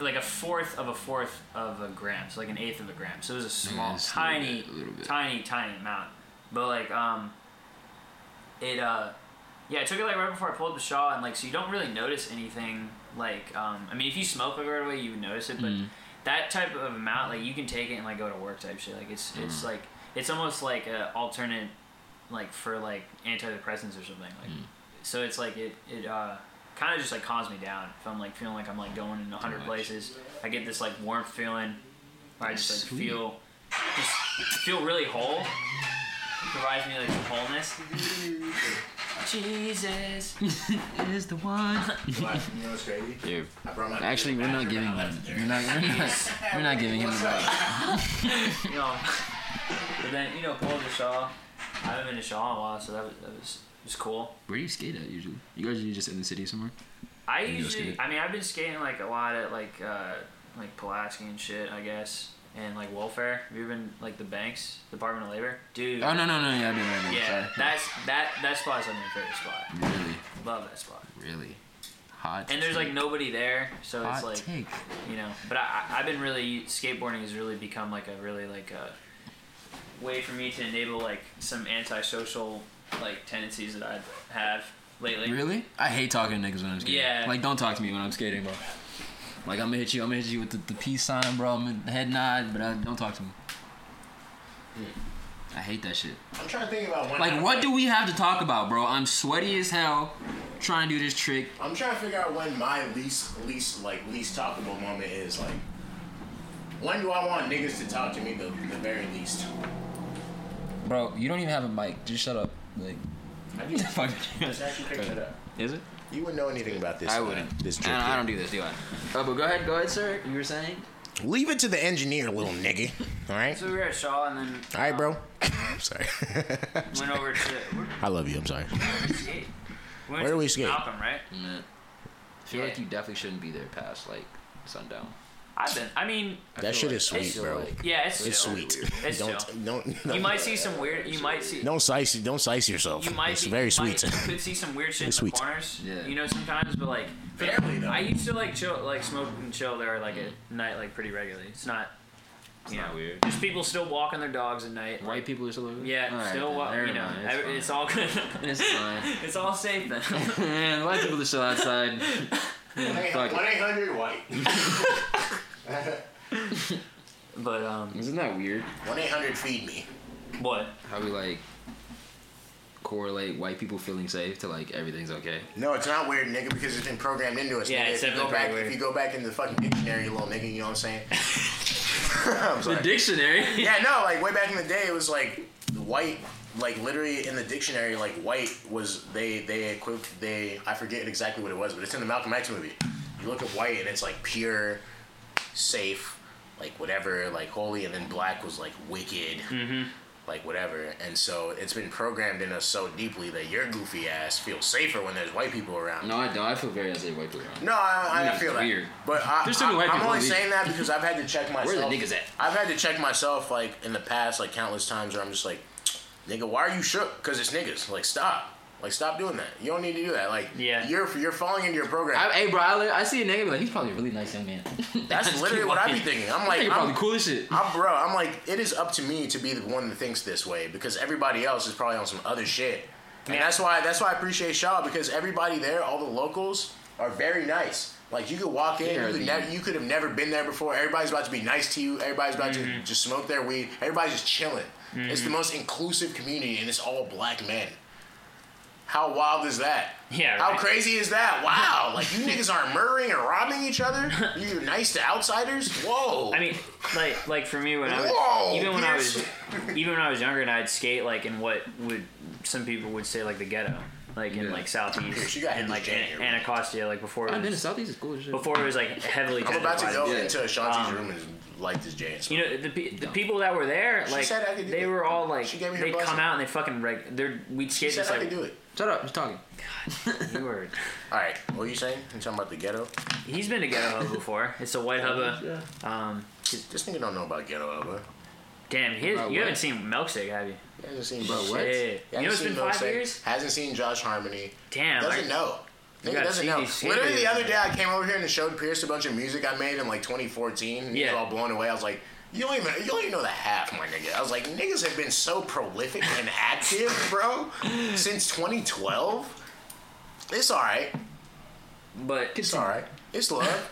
Speaker 2: like a fourth of a fourth of a gram, so like an eighth of a gram. So it was a small,
Speaker 3: it's a little
Speaker 2: tiny,
Speaker 3: bit, a little bit.
Speaker 2: tiny, tiny amount. But like um, it uh, yeah, I took it like right before I pulled the shawl, and like so you don't really notice anything. Like um, I mean, if you smoke like right away, you would notice it, but
Speaker 3: Mm-hmm.
Speaker 2: that type of amount, like you can take it and like go to work type shit. Like it's it's like it's almost like a alternate like for like antidepressants or something like so it's like it it uh kind of just like calms me down if i'm like feeling like i'm like going in a hundred
Speaker 3: Nice.
Speaker 2: places i get this like warm feeling where i just like
Speaker 3: Sweet.
Speaker 2: feel just feel really whole provides me like some wholeness jesus
Speaker 3: Is the one.
Speaker 1: But, you know what's crazy?
Speaker 3: Yeah.
Speaker 1: I brought my
Speaker 3: Actually, we're not giving him. We're not. We're not. We're not giving him the mic.
Speaker 2: you know but then you know pulled the shawl i haven't been to shawl in a while so that was that was it was cool
Speaker 3: Where do you skate at usually? You guys usually just in the city somewhere?
Speaker 2: I
Speaker 3: You go
Speaker 2: usually,
Speaker 3: skate?
Speaker 2: I mean, I've been skating like a lot at like uh, like Pulaski and shit, I guess, and like welfare. Have you been like the banks, Department of Labor, dude?
Speaker 3: Oh no no no yeah I didn't know.
Speaker 2: Yeah,
Speaker 3: Sorry.
Speaker 2: that's that that spot's like my favorite spot.
Speaker 3: really
Speaker 2: Love that spot.
Speaker 3: really hot.
Speaker 2: And there's like
Speaker 3: take.
Speaker 2: nobody there, so
Speaker 3: hot
Speaker 2: it's like
Speaker 3: take.
Speaker 2: you know. But I, I- I've been really skateboarding has really become like a really like a way for me to enable like some antisocial like tendencies that I have lately.
Speaker 3: Really? I hate talking to niggas when I'm skating.
Speaker 2: Yeah.
Speaker 3: Like don't talk to me when I'm skating, bro. Like I'm gonna hit you. I'm gonna hit you with the, the peace sign, bro. I'm gonna head nod, but I, don't talk to me.
Speaker 2: Hmm.
Speaker 3: I hate that shit.
Speaker 1: I'm trying to think about when.
Speaker 3: Like,
Speaker 1: I-
Speaker 3: what do we have to talk about, bro? I'm sweaty as hell, trying to do this trick.
Speaker 1: I'm trying to figure out when my least, least, like least talkable moment is. Like, when do I want niggas to talk to me the, the very least?
Speaker 3: Bro, you don't even have a mic. Just shut up. Like,
Speaker 1: I do.
Speaker 3: fuck.
Speaker 1: Just actually picked it up.
Speaker 3: Is it?
Speaker 1: You wouldn't know anything about this.
Speaker 3: I
Speaker 1: uh,
Speaker 3: wouldn't.
Speaker 1: This
Speaker 3: Uh, I don't, I don't do this, do I? Oh, but go ahead, go ahead, sir. You were saying?
Speaker 1: Leave it to the engineer, little nigga. [LAUGHS] All right.
Speaker 2: So we were at Shaw and then
Speaker 1: All right, bro. [LAUGHS] I'm sorry.
Speaker 2: went over to where
Speaker 1: I love you. I'm sorry.
Speaker 2: did we skate? We
Speaker 1: Where
Speaker 2: went to
Speaker 1: do we skate?
Speaker 2: Malcolm, right?
Speaker 3: Yeah. I feel
Speaker 2: Yeah.
Speaker 3: like you definitely shouldn't be there past like sundown.
Speaker 2: I've been. I mean,
Speaker 3: I
Speaker 1: That
Speaker 3: feel
Speaker 1: shit
Speaker 3: like-
Speaker 1: is
Speaker 3: I
Speaker 1: sweet,
Speaker 3: feel
Speaker 1: bro.
Speaker 3: like-
Speaker 2: yeah, it's
Speaker 1: It's
Speaker 2: chill.
Speaker 1: sweet.
Speaker 2: It's
Speaker 1: don't,
Speaker 2: chill.
Speaker 1: don't
Speaker 2: You
Speaker 1: don't
Speaker 2: might see some weird. You might see.
Speaker 1: don't size don't size yourself.
Speaker 2: You might
Speaker 1: it's
Speaker 2: be,
Speaker 1: very
Speaker 2: you
Speaker 1: sweet. [LAUGHS]
Speaker 2: Might, you [LAUGHS] could see some weird shit
Speaker 1: It's
Speaker 2: in
Speaker 1: sweet.
Speaker 2: the corners.
Speaker 3: Yeah.
Speaker 2: You know, sometimes, but like, for the-
Speaker 1: Barely, though.
Speaker 2: I used to like chill, like smoke and chill there like at night, like pretty regularly. It's not.
Speaker 3: It's
Speaker 2: You
Speaker 3: not
Speaker 2: know,
Speaker 3: weird.
Speaker 2: There's people still walking their dogs at night.
Speaker 4: White people are still over there?
Speaker 2: Yeah,
Speaker 3: All right,
Speaker 2: still
Speaker 3: then,
Speaker 2: wa-
Speaker 3: never
Speaker 2: You know,
Speaker 3: mind, it's
Speaker 2: every-
Speaker 3: fine.
Speaker 2: it's,
Speaker 3: [LAUGHS]
Speaker 2: all good.
Speaker 4: It's fine.
Speaker 2: [LAUGHS] it's all safe then. [LAUGHS]
Speaker 4: Man, white people are still outside. Fuck it.
Speaker 1: eight hundred white.
Speaker 2: but um,
Speaker 3: [LAUGHS]
Speaker 4: Isn't that weird?
Speaker 1: One eight hundred feed me.
Speaker 2: what?
Speaker 3: How we like correlate white people feeling safe to like everything's okay.
Speaker 1: No, it's not weird, nigga, because it's been programmed into us.
Speaker 2: Yeah,
Speaker 1: nigga.
Speaker 2: it's
Speaker 1: if you go
Speaker 2: definitely
Speaker 1: back,
Speaker 2: weird.
Speaker 1: if you go back into the fucking dictionary, you little nigga, you know what I'm saying? [LAUGHS] I'm
Speaker 4: The
Speaker 1: sorry.
Speaker 4: dictionary?
Speaker 1: yeah, no, like way back in the day, it was like white, like literally in the dictionary, like white was they they equipped they I forget exactly what it was, but it's in the Malcolm X movie. You look at white and it's like pure, safe, like whatever, like holy, and then black was like wicked.
Speaker 4: Mm-hmm.
Speaker 1: Like whatever, and so it's been programmed in us so deeply that your goofy ass feels safer when there's white people
Speaker 3: [LAUGHS]
Speaker 1: around.
Speaker 3: No, I don't. I feel very unsafe white people.
Speaker 1: No, I, I, I
Speaker 3: It's
Speaker 1: feel that.
Speaker 3: weird.
Speaker 1: But I,
Speaker 4: There's so many
Speaker 1: I,
Speaker 4: white
Speaker 1: I'm
Speaker 4: people
Speaker 1: only
Speaker 4: in the-
Speaker 1: saying that because I've had to check myself.
Speaker 3: the niggas at?
Speaker 1: I've had to check myself like in the past, like countless times where I'm just like, nigga, why are you shook? Because it's niggas. Like stop. Like stop doing that. You don't need to do that. Like
Speaker 2: Yeah.
Speaker 1: you're you're falling into your program.
Speaker 4: I, hey, bro, I, li- I see a nigga, but like, he's probably a really nice young man. [LAUGHS]
Speaker 1: That's literally what I be thinking. I'm like,
Speaker 4: He's
Speaker 1: I'm,
Speaker 4: probably cool as shit.
Speaker 1: I'm bro. I'm like, it is up to me to be the one that thinks this way because everybody else is probably on some other shit. And
Speaker 2: Yeah.
Speaker 1: that's why that's why I appreciate Shaw because everybody there, all the locals, are very nice. Like you could walk in,
Speaker 3: They
Speaker 1: you
Speaker 3: are
Speaker 1: could,
Speaker 3: the-
Speaker 1: never, you could have never been there before. Everybody's about to be nice to you. Everybody's about to
Speaker 2: Mm-hmm.
Speaker 1: just smoke their weed. Everybody's just chilling. It's the most inclusive community, and it's all black men. How wild is that?
Speaker 2: Yeah,
Speaker 1: How
Speaker 2: right.
Speaker 1: crazy is that?
Speaker 2: [LAUGHS]
Speaker 1: Wow! Like you niggas aren't murdering or robbing each other. You're nice to outsiders. Whoa!
Speaker 2: I mean, like, like for me when I was
Speaker 1: Whoa,
Speaker 2: even when I was
Speaker 1: Pierce.
Speaker 2: even when I was younger and I'd skate like in what would some people would say like the ghetto, like in
Speaker 3: Yeah.
Speaker 2: like southeast
Speaker 1: Pierce, you gotta hit
Speaker 2: and
Speaker 1: this
Speaker 2: like
Speaker 1: jam here,
Speaker 2: An-
Speaker 1: man.
Speaker 2: Anacostia, like before
Speaker 4: I'm
Speaker 2: it
Speaker 4: in the
Speaker 2: was,
Speaker 4: southeast. It's cool as shit.
Speaker 2: before it was like heavily.
Speaker 1: I'm about to
Speaker 2: gentrified.
Speaker 1: go
Speaker 3: Yeah.
Speaker 1: into Ashanti's
Speaker 2: Um,
Speaker 1: room and light this jam.
Speaker 2: You know the, pe- the people that were there,
Speaker 1: She
Speaker 2: like
Speaker 1: said I could do
Speaker 2: they
Speaker 1: it.
Speaker 2: were all like
Speaker 1: She gave me her
Speaker 2: they'd
Speaker 1: blessing.
Speaker 2: come out and they fucking reg- they're we'd
Speaker 1: she
Speaker 2: skate
Speaker 1: said
Speaker 2: just
Speaker 1: I
Speaker 2: like
Speaker 1: could do it.
Speaker 4: Shut up, he's talking.
Speaker 2: you were.
Speaker 1: All right, what are you saying? You talking about the ghetto?
Speaker 2: He's been to Ghetto Hub before. It's a white hubba. Um,
Speaker 1: This nigga don't know about ghetto, bro.
Speaker 2: damn, he, you
Speaker 3: About
Speaker 2: haven't
Speaker 3: what?
Speaker 2: seen Milkshake, have you?
Speaker 1: He hasn't seen
Speaker 3: Bro, what?
Speaker 1: He
Speaker 2: Yeah.
Speaker 1: hasn't
Speaker 2: You know it's
Speaker 1: seen
Speaker 2: been
Speaker 1: no
Speaker 2: five
Speaker 1: sex,
Speaker 2: years.
Speaker 1: Hasn't seen Josh Harmony.
Speaker 2: Damn.
Speaker 1: Doesn't
Speaker 2: I-
Speaker 1: know. Nigga
Speaker 2: gotta
Speaker 1: doesn't
Speaker 2: see
Speaker 1: know.
Speaker 2: these
Speaker 1: Literally the
Speaker 2: videos,
Speaker 1: other day,
Speaker 2: man.
Speaker 1: I came over here and showed Pierce a bunch of music I made in like 2014. And He
Speaker 2: Yeah.
Speaker 1: was all blown away. I was like, you don't even you don't even know the half, my nigga. I was like, niggas have been so prolific and active, bro, since 2012. It's all right.
Speaker 2: But
Speaker 1: It's all right. It's love.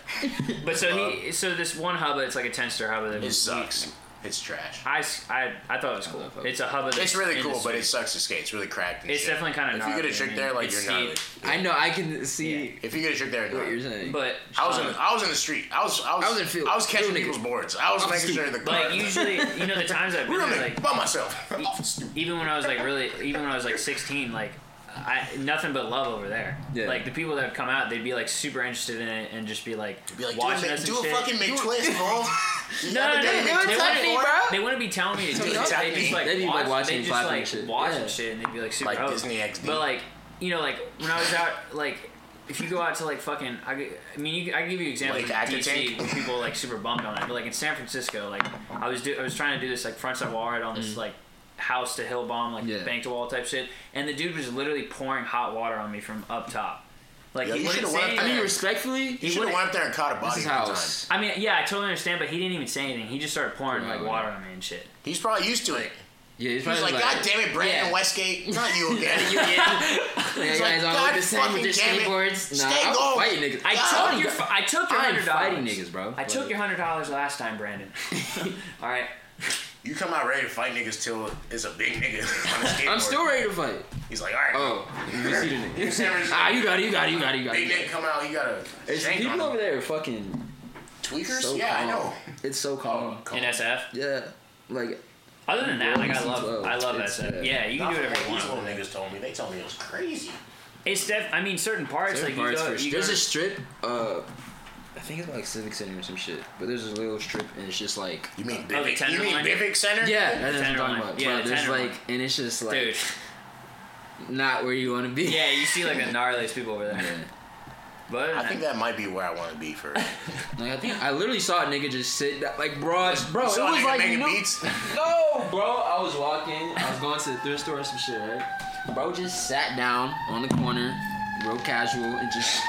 Speaker 2: but so he so this one hubba, it's like a ten star hubba. That
Speaker 1: It
Speaker 2: we-
Speaker 1: sucks. It's uh, trash.
Speaker 2: I, s- I- I thought it was cool.
Speaker 3: love hubba.
Speaker 2: It's a hubba. That's
Speaker 1: It's really
Speaker 2: in the
Speaker 1: cool, but
Speaker 2: city.
Speaker 1: it sucks to skate. It's really cracked. And
Speaker 2: It's
Speaker 1: shit.
Speaker 2: definitely kinda
Speaker 1: If you get
Speaker 2: gnarly,
Speaker 1: a
Speaker 2: I
Speaker 1: trick
Speaker 2: mean,
Speaker 1: there, like
Speaker 2: it's
Speaker 1: you're not.
Speaker 2: steep.
Speaker 4: I know, I can see
Speaker 2: Yeah.
Speaker 1: If you get a trick there,
Speaker 4: what you're
Speaker 1: you're not.
Speaker 4: saying.
Speaker 2: But
Speaker 1: I was in.
Speaker 2: um,
Speaker 1: I was in the street. I was. I was,
Speaker 4: I was in field.
Speaker 1: I was catching
Speaker 4: Real niggas.
Speaker 1: people's boards. I was
Speaker 4: Off the
Speaker 1: making sure
Speaker 4: stoop.
Speaker 1: the car.
Speaker 2: [LAUGHS] like usually you know the times I've been
Speaker 1: real
Speaker 2: there,
Speaker 1: nigga,
Speaker 2: like
Speaker 1: by myself. Off [LAUGHS] the stoop.
Speaker 2: even when I was like really, even when I was like 16, like I nothing but love over there.
Speaker 4: Yeah.
Speaker 2: Like the people that would come out, they'd be like super interested in it and just be like,
Speaker 1: Be like, do
Speaker 2: watching
Speaker 1: a,
Speaker 2: us
Speaker 1: do a
Speaker 2: and shit.
Speaker 1: fucking McTwist, bro. You
Speaker 2: no,
Speaker 1: ever done a
Speaker 2: no, no, they,
Speaker 1: McTwist
Speaker 2: wouldn't- they,
Speaker 1: before?
Speaker 2: wouldn't, they wouldn't be telling me to do it.
Speaker 1: Don't tell
Speaker 2: They
Speaker 1: me.
Speaker 2: just like
Speaker 4: They'd be, like,
Speaker 2: watch,
Speaker 4: watching
Speaker 2: they just
Speaker 4: clapping
Speaker 2: like
Speaker 4: and shit.
Speaker 2: watch and
Speaker 4: Yeah.
Speaker 2: shit, and they'd be like super
Speaker 1: Like
Speaker 2: hooked.
Speaker 1: Disney XD.
Speaker 2: But like you know, like when I was out, like if you go out to like fucking, I, g- I mean, you, I can give you examples
Speaker 1: Like
Speaker 2: like in DC
Speaker 1: Aquatink?
Speaker 2: where people like super bummed on it, but like in San Francisco, like I was do, I was trying to do this like front side wall ride on
Speaker 4: Mm.
Speaker 2: this like house to hill bomb like
Speaker 3: Yeah.
Speaker 2: bank to wall type shit, and the dude was literally pouring hot water on me from up top. Like
Speaker 1: Yo,
Speaker 2: he
Speaker 1: you
Speaker 2: wouldn't
Speaker 1: should've
Speaker 2: say
Speaker 1: went up
Speaker 2: anything.
Speaker 4: I mean,
Speaker 1: there.
Speaker 4: respectfully,
Speaker 1: You should have went up there and caught a
Speaker 4: this
Speaker 1: body.
Speaker 4: is
Speaker 1: one time.
Speaker 4: house.
Speaker 2: I mean, yeah, I totally understand, but he didn't even say anything. He just started pouring like
Speaker 3: Right.
Speaker 2: water on me and
Speaker 1: [LAUGHS]
Speaker 2: shit.
Speaker 1: He's probably used to it.
Speaker 4: Yeah, he's
Speaker 1: He was like, God damn it, Brandon
Speaker 4: Yeah.
Speaker 1: Westgate, not you again. you
Speaker 4: Like,
Speaker 1: He's
Speaker 4: you guys
Speaker 1: like,
Speaker 4: all look
Speaker 1: "God
Speaker 4: the same with
Speaker 1: fucking
Speaker 4: your
Speaker 1: damn it.
Speaker 4: skateboards. Nah,
Speaker 1: Stay
Speaker 4: I'm
Speaker 1: gold."
Speaker 4: fighting niggas.
Speaker 2: I
Speaker 1: God.
Speaker 2: took your f- I took your
Speaker 4: I'm
Speaker 2: hundred dollars.
Speaker 4: fighting niggas, bro.
Speaker 2: I took
Speaker 4: Like-
Speaker 2: your hundred dollars last time, Brandon.
Speaker 3: [LAUGHS]
Speaker 2: All right.
Speaker 1: You come out ready to fight niggas till it's a big nigga on a skateboard.
Speaker 4: I'm still ready to fight.
Speaker 1: He's like, all right.
Speaker 4: Oh, you see the
Speaker 1: You see
Speaker 4: nigga.
Speaker 1: the nigga?
Speaker 4: ah, you got it, you got it, you got it, you got it.
Speaker 1: Big nigga come out, you got a
Speaker 4: It's
Speaker 1: shank on
Speaker 4: people
Speaker 1: him.
Speaker 4: over there are fucking
Speaker 1: Tweakers?
Speaker 4: so
Speaker 1: yeah,
Speaker 4: calm.
Speaker 1: I know.
Speaker 4: It's so calm.
Speaker 2: In SF.
Speaker 4: Yeah, like
Speaker 2: Other than that, like I love,
Speaker 4: Well,
Speaker 2: I love
Speaker 4: it's,
Speaker 2: SF.
Speaker 4: uh,
Speaker 2: Yeah, you can do whatever you
Speaker 1: These little
Speaker 2: want.
Speaker 1: niggas told me. They told me it was crazy.
Speaker 2: It's def. I mean, certain parts,
Speaker 3: Certain
Speaker 2: like
Speaker 3: parts
Speaker 2: you go,
Speaker 3: for
Speaker 2: you go
Speaker 4: there's
Speaker 2: to-
Speaker 4: a strip. Uh,
Speaker 3: think it's by, like Civic Center or some shit. But there's this little strip and it's just like
Speaker 1: You mean
Speaker 2: Oh, the
Speaker 1: Bivic? you mean
Speaker 2: Tenderloin?
Speaker 1: Bivic Center?
Speaker 3: yeah, that's what I'm
Speaker 2: Tenderloin.
Speaker 3: talking about.
Speaker 2: Yeah,
Speaker 3: Yeah,
Speaker 2: the
Speaker 3: there's
Speaker 2: Tenderloin.
Speaker 3: like and it's just like
Speaker 2: Dude. [LAUGHS]
Speaker 3: not where you want to be.
Speaker 2: Yeah, you see like the gnarliest people over there.
Speaker 3: Yeah.
Speaker 2: But
Speaker 1: I think that might be where I want to be [LAUGHS] for.
Speaker 3: Like I think I literally saw a nigga just sit that- like broad, bro.
Speaker 1: so
Speaker 3: it was
Speaker 1: nigga
Speaker 3: like
Speaker 1: making
Speaker 3: no,
Speaker 1: [LAUGHS] beats.
Speaker 3: no, bro. I was walking. I was going to the thrift store or some shit, right? Bro just sat down on the corner, real casual, and just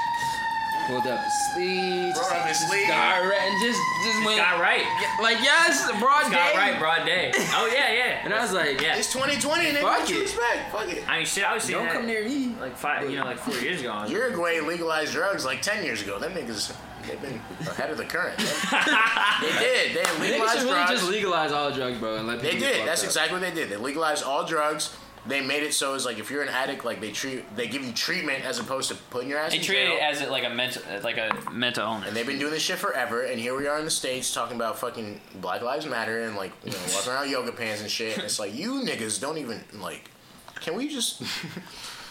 Speaker 3: pulled up his sleeves,
Speaker 1: Rolled up his
Speaker 3: just
Speaker 1: sleeves.
Speaker 3: got right, and just just
Speaker 2: it's
Speaker 3: went
Speaker 2: got right.
Speaker 3: like yes, broad
Speaker 2: It's
Speaker 3: day.
Speaker 2: got right, broad day. Oh yeah, yeah.
Speaker 3: [LAUGHS] And I was like,
Speaker 2: Yeah.
Speaker 1: It's 2020, nigga.
Speaker 3: Fuck
Speaker 1: What you
Speaker 3: it.
Speaker 1: expect? Fuck it.
Speaker 2: I mean, shit, I was seeing
Speaker 3: don't
Speaker 2: that
Speaker 3: come near me.
Speaker 2: like five, you know, like four years ago. I was like,
Speaker 1: Uruguay legalized drugs like 10 years ago. Them niggas, they've been ahead of the current. they did. They
Speaker 3: Niggas
Speaker 1: legalized
Speaker 3: should really
Speaker 1: drugs.
Speaker 3: just legalize all drugs, bro, and let people.
Speaker 1: They
Speaker 3: get
Speaker 1: did.
Speaker 3: fucked
Speaker 1: That's
Speaker 3: up.
Speaker 1: exactly what they did. They legalized all drugs. They made it so it's like if you're an addict, like they treat, they give you treatment as opposed to putting your ass
Speaker 2: They
Speaker 1: in
Speaker 2: treated
Speaker 1: jail.
Speaker 2: it as like a mental, like a mental illness.
Speaker 1: and they've been doing this shit forever. And here we are in the states talking about fucking Black Lives Matter and like you know walking around yoga pants and shit. And it's like you niggas don't even like. Can we just? [LAUGHS]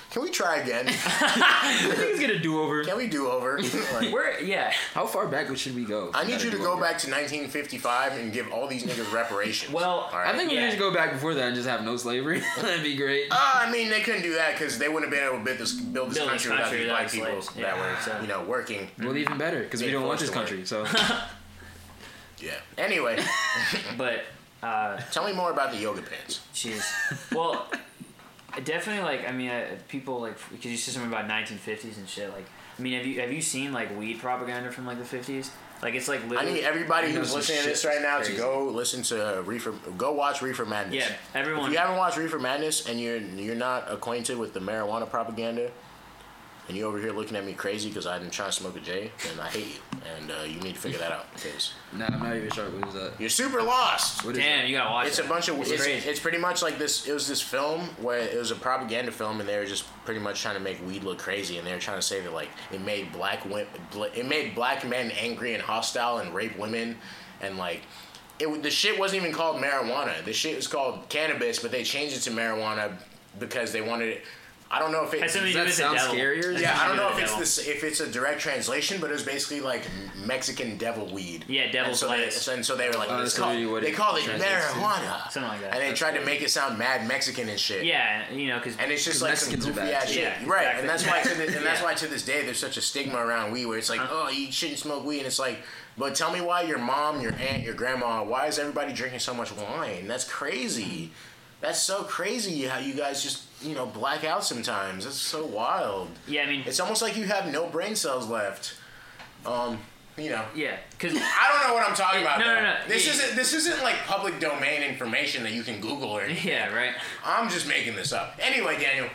Speaker 1: Can we try again?
Speaker 3: I think it's gonna do over.
Speaker 1: Can we do over? Like,
Speaker 2: We're yeah.
Speaker 3: How far back should we go?
Speaker 1: I need
Speaker 3: Gotta
Speaker 1: you to
Speaker 3: do
Speaker 1: go
Speaker 3: over.
Speaker 1: back to 1955 and give all these niggas reparations.
Speaker 2: Well,
Speaker 1: All right?
Speaker 3: I think we
Speaker 2: Yeah.
Speaker 3: need to go back before that and just have no slavery. [LAUGHS] That'd be great.
Speaker 1: Uh, I mean, they couldn't do that because they wouldn't have been able to build this, build this
Speaker 2: Build this
Speaker 1: country, without
Speaker 2: country
Speaker 1: these
Speaker 2: without
Speaker 1: black people
Speaker 2: slaves.
Speaker 1: that
Speaker 2: Yeah. Mm-hmm.
Speaker 1: were,
Speaker 2: So-
Speaker 1: you know, working.
Speaker 3: Well, even better because we
Speaker 1: Yeah,
Speaker 3: don't want
Speaker 1: forced
Speaker 3: this
Speaker 1: to work.
Speaker 3: country. So
Speaker 1: Yeah. Anyway,
Speaker 2: [LAUGHS] But uh,
Speaker 1: tell me more about the yoga pants.
Speaker 2: jeez. Well, I definitely like. I mean, uh, people like because you said something about 1950s and shit. Like, I mean, have you have you seen like weed propaganda from like the 50s? Like, it's like
Speaker 1: I
Speaker 2: literally.
Speaker 1: need everybody
Speaker 3: You know,
Speaker 1: who's
Speaker 3: some
Speaker 1: listening to
Speaker 3: shit
Speaker 1: this right
Speaker 3: is
Speaker 1: now to
Speaker 3: crazy.
Speaker 1: go listen to Reefer. Go watch Reefer Madness.
Speaker 2: yeah, everyone.
Speaker 1: If you haven't watched Reefer Madness and you're you're not acquainted with the marijuana propaganda, and you over here looking at me crazy because I'm trying to smoke a J, then I hate you, and uh, you need to figure that out because
Speaker 3: nah, I'm not even sure what is that.
Speaker 1: you're super lost.
Speaker 3: What is
Speaker 2: Damn, you gotta watch.
Speaker 1: It's a
Speaker 2: that.
Speaker 1: bunch of. It's, it's,
Speaker 2: crazy.
Speaker 1: pretty much like this. It was this film where it was a propaganda film, and they were just pretty much trying to make weed look crazy, and they were trying to say that like it made black women, it made black men angry and hostile and rape women, and like. It, w- the shit wasn't even called marijuana. The shit was called cannabis, but they changed it to marijuana because they wanted it. I don't know if it.
Speaker 2: Has something
Speaker 3: Does
Speaker 2: to do
Speaker 3: that
Speaker 2: with the
Speaker 3: sound
Speaker 2: devil.
Speaker 3: scarier?
Speaker 2: Has
Speaker 1: yeah, I don't
Speaker 2: something to
Speaker 1: know if
Speaker 2: do with
Speaker 1: it's
Speaker 2: the
Speaker 1: this if it's a direct translation, but it was basically like Mexican devil weed.
Speaker 2: Yeah, devil's
Speaker 1: and so they,
Speaker 2: lettuce.
Speaker 1: and so they were like,
Speaker 3: Oh,
Speaker 1: it's
Speaker 3: that's
Speaker 1: called,
Speaker 3: literally what
Speaker 1: they
Speaker 3: it
Speaker 1: called it
Speaker 3: translates to.
Speaker 1: marijuana,
Speaker 2: Something like that.
Speaker 1: And they
Speaker 2: That's
Speaker 1: tried to
Speaker 2: crazy.
Speaker 1: make it sound mad Mexican and shit.
Speaker 2: Yeah, you know, because
Speaker 1: And it's just like
Speaker 3: Mexicans are
Speaker 1: some goofy
Speaker 3: bad,
Speaker 1: ass
Speaker 2: too.
Speaker 1: shit,
Speaker 2: Yeah,
Speaker 1: right?
Speaker 2: exactly.
Speaker 1: And that's why, to
Speaker 2: [LAUGHS]
Speaker 1: the, and that's
Speaker 2: Yeah. Uh-huh.
Speaker 1: why to this day there's such a stigma around weed, where it's like, oh, you shouldn't smoke weed. And it's like, but tell me why your mom, your aunt, your grandma, why is everybody drinking so much wine? That's crazy. That's so crazy how you guys just you know black out sometimes. That's so wild.
Speaker 2: yeah, I mean,
Speaker 1: It's almost like you have no brain cells left. Um, you know.
Speaker 2: yeah, because
Speaker 1: I don't know what I'm talking about.
Speaker 2: No,
Speaker 1: though.
Speaker 2: no, no.
Speaker 1: This
Speaker 2: Yeah.
Speaker 1: isn't this isn't like public domain information that you can Google or anything.
Speaker 2: yeah, right.
Speaker 1: I'm just making this up. Anyway, Daniel,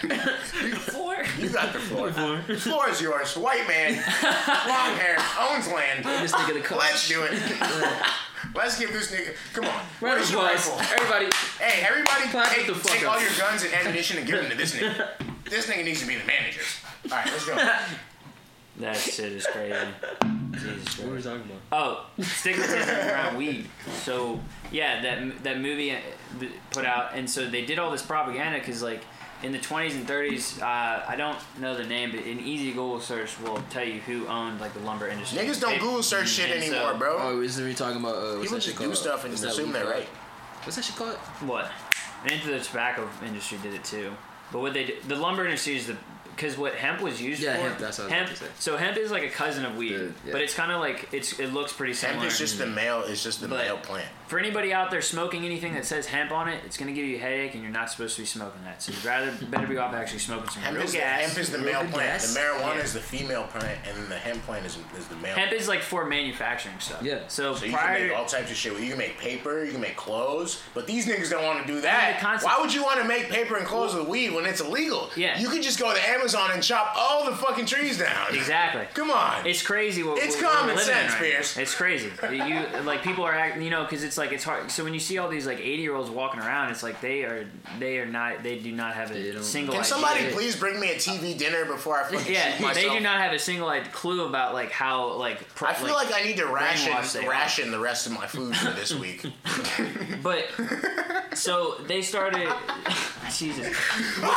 Speaker 2: Four.
Speaker 1: you got the floor. the floor is yours. White man, long hair, owns land.
Speaker 3: This nigga the car.
Speaker 1: Let's do it. Let's give this nigga. Come on.
Speaker 3: Round of
Speaker 1: Where's your
Speaker 3: applause.
Speaker 1: rifle?
Speaker 3: Everybody.
Speaker 1: Hey, everybody,
Speaker 3: Clap
Speaker 1: take,
Speaker 3: the fuck
Speaker 1: take
Speaker 3: up.
Speaker 1: all your guns and ammunition and give them to this nigga. This nigga needs to be the manager. All right, let's go.
Speaker 2: That shit is crazy. Jesus
Speaker 3: What are we
Speaker 2: Christ.
Speaker 3: talking about?
Speaker 2: Oh, stigmatism around weed. So yeah, that that movie uh, th- put out, and so they did all this propaganda because like in the 20s and 30s, uh, I don't know the name, but an easy Google search will tell you who owned like the lumber industry.
Speaker 1: Niggas don't
Speaker 2: They-
Speaker 1: Google search shit
Speaker 2: and so-
Speaker 1: anymore, bro.
Speaker 3: Oh, isn't we talking about? Uh, what's
Speaker 1: People
Speaker 3: that shit
Speaker 1: just
Speaker 3: called?
Speaker 1: do stuff and
Speaker 3: What's
Speaker 1: just
Speaker 3: that
Speaker 1: assume
Speaker 3: weed
Speaker 1: they're
Speaker 3: called?
Speaker 1: right.
Speaker 3: What's that shit called?
Speaker 2: What? And into the tobacco industry did it too. But what they did, the lumber industry is the because what hemp was used
Speaker 3: Yeah,
Speaker 2: for.
Speaker 3: hemp, that's what I was about to say.
Speaker 2: So hemp is like a cousin of weed,
Speaker 3: Good, yeah.
Speaker 2: but it's kind of like it's it looks pretty similar.
Speaker 1: Hemp is just the male. It's just the
Speaker 2: But-
Speaker 1: male plant.
Speaker 2: For anybody out there smoking anything that says hemp on it, it's gonna give you a headache, and you're not supposed to be smoking that. So you'd rather better be off actually smoking some
Speaker 1: Hemp
Speaker 2: real
Speaker 1: is, the,
Speaker 2: gas.
Speaker 1: hemp is the
Speaker 3: Real
Speaker 1: male
Speaker 3: good
Speaker 1: plant.
Speaker 3: gas.
Speaker 1: The marijuana
Speaker 2: Yeah.
Speaker 1: is the female plant, and then the hemp plant is, is the male.
Speaker 2: Hemp is like for manufacturing stuff.
Speaker 3: Yeah.
Speaker 2: So,
Speaker 1: so you can
Speaker 2: prior,
Speaker 1: make all types of shit. You can make paper. You can make clothes. But these niggas don't want to do that.
Speaker 2: the concept-
Speaker 1: Why would you want to make paper and clothes with weed when it's illegal?
Speaker 2: Yeah.
Speaker 1: You could just go to Amazon and chop all the fucking trees down.
Speaker 2: exactly.
Speaker 1: Come on.
Speaker 2: It's crazy. What
Speaker 1: It's
Speaker 2: what we're
Speaker 1: common
Speaker 2: living in
Speaker 1: sense,
Speaker 2: right now.
Speaker 1: Pierce.
Speaker 2: It's crazy. You like people are act, you know because it's like it's hard. So when you see all these like eighty year olds walking around, it's like they are they are not they do not have
Speaker 3: They
Speaker 2: a
Speaker 3: don't-
Speaker 2: single.
Speaker 1: can
Speaker 2: idea.
Speaker 1: somebody please bring me a TV dinner before I fucking shoot
Speaker 2: Yeah,
Speaker 1: myself?
Speaker 2: they do not have a single like, clue about like how like. pro-
Speaker 1: I feel like I need to
Speaker 2: brainwash they
Speaker 1: ration
Speaker 2: are.
Speaker 1: ration the rest of my food for this
Speaker 2: [LAUGHS]
Speaker 1: week. [LAUGHS]
Speaker 2: but so they started. [LAUGHS] Jesus.
Speaker 1: All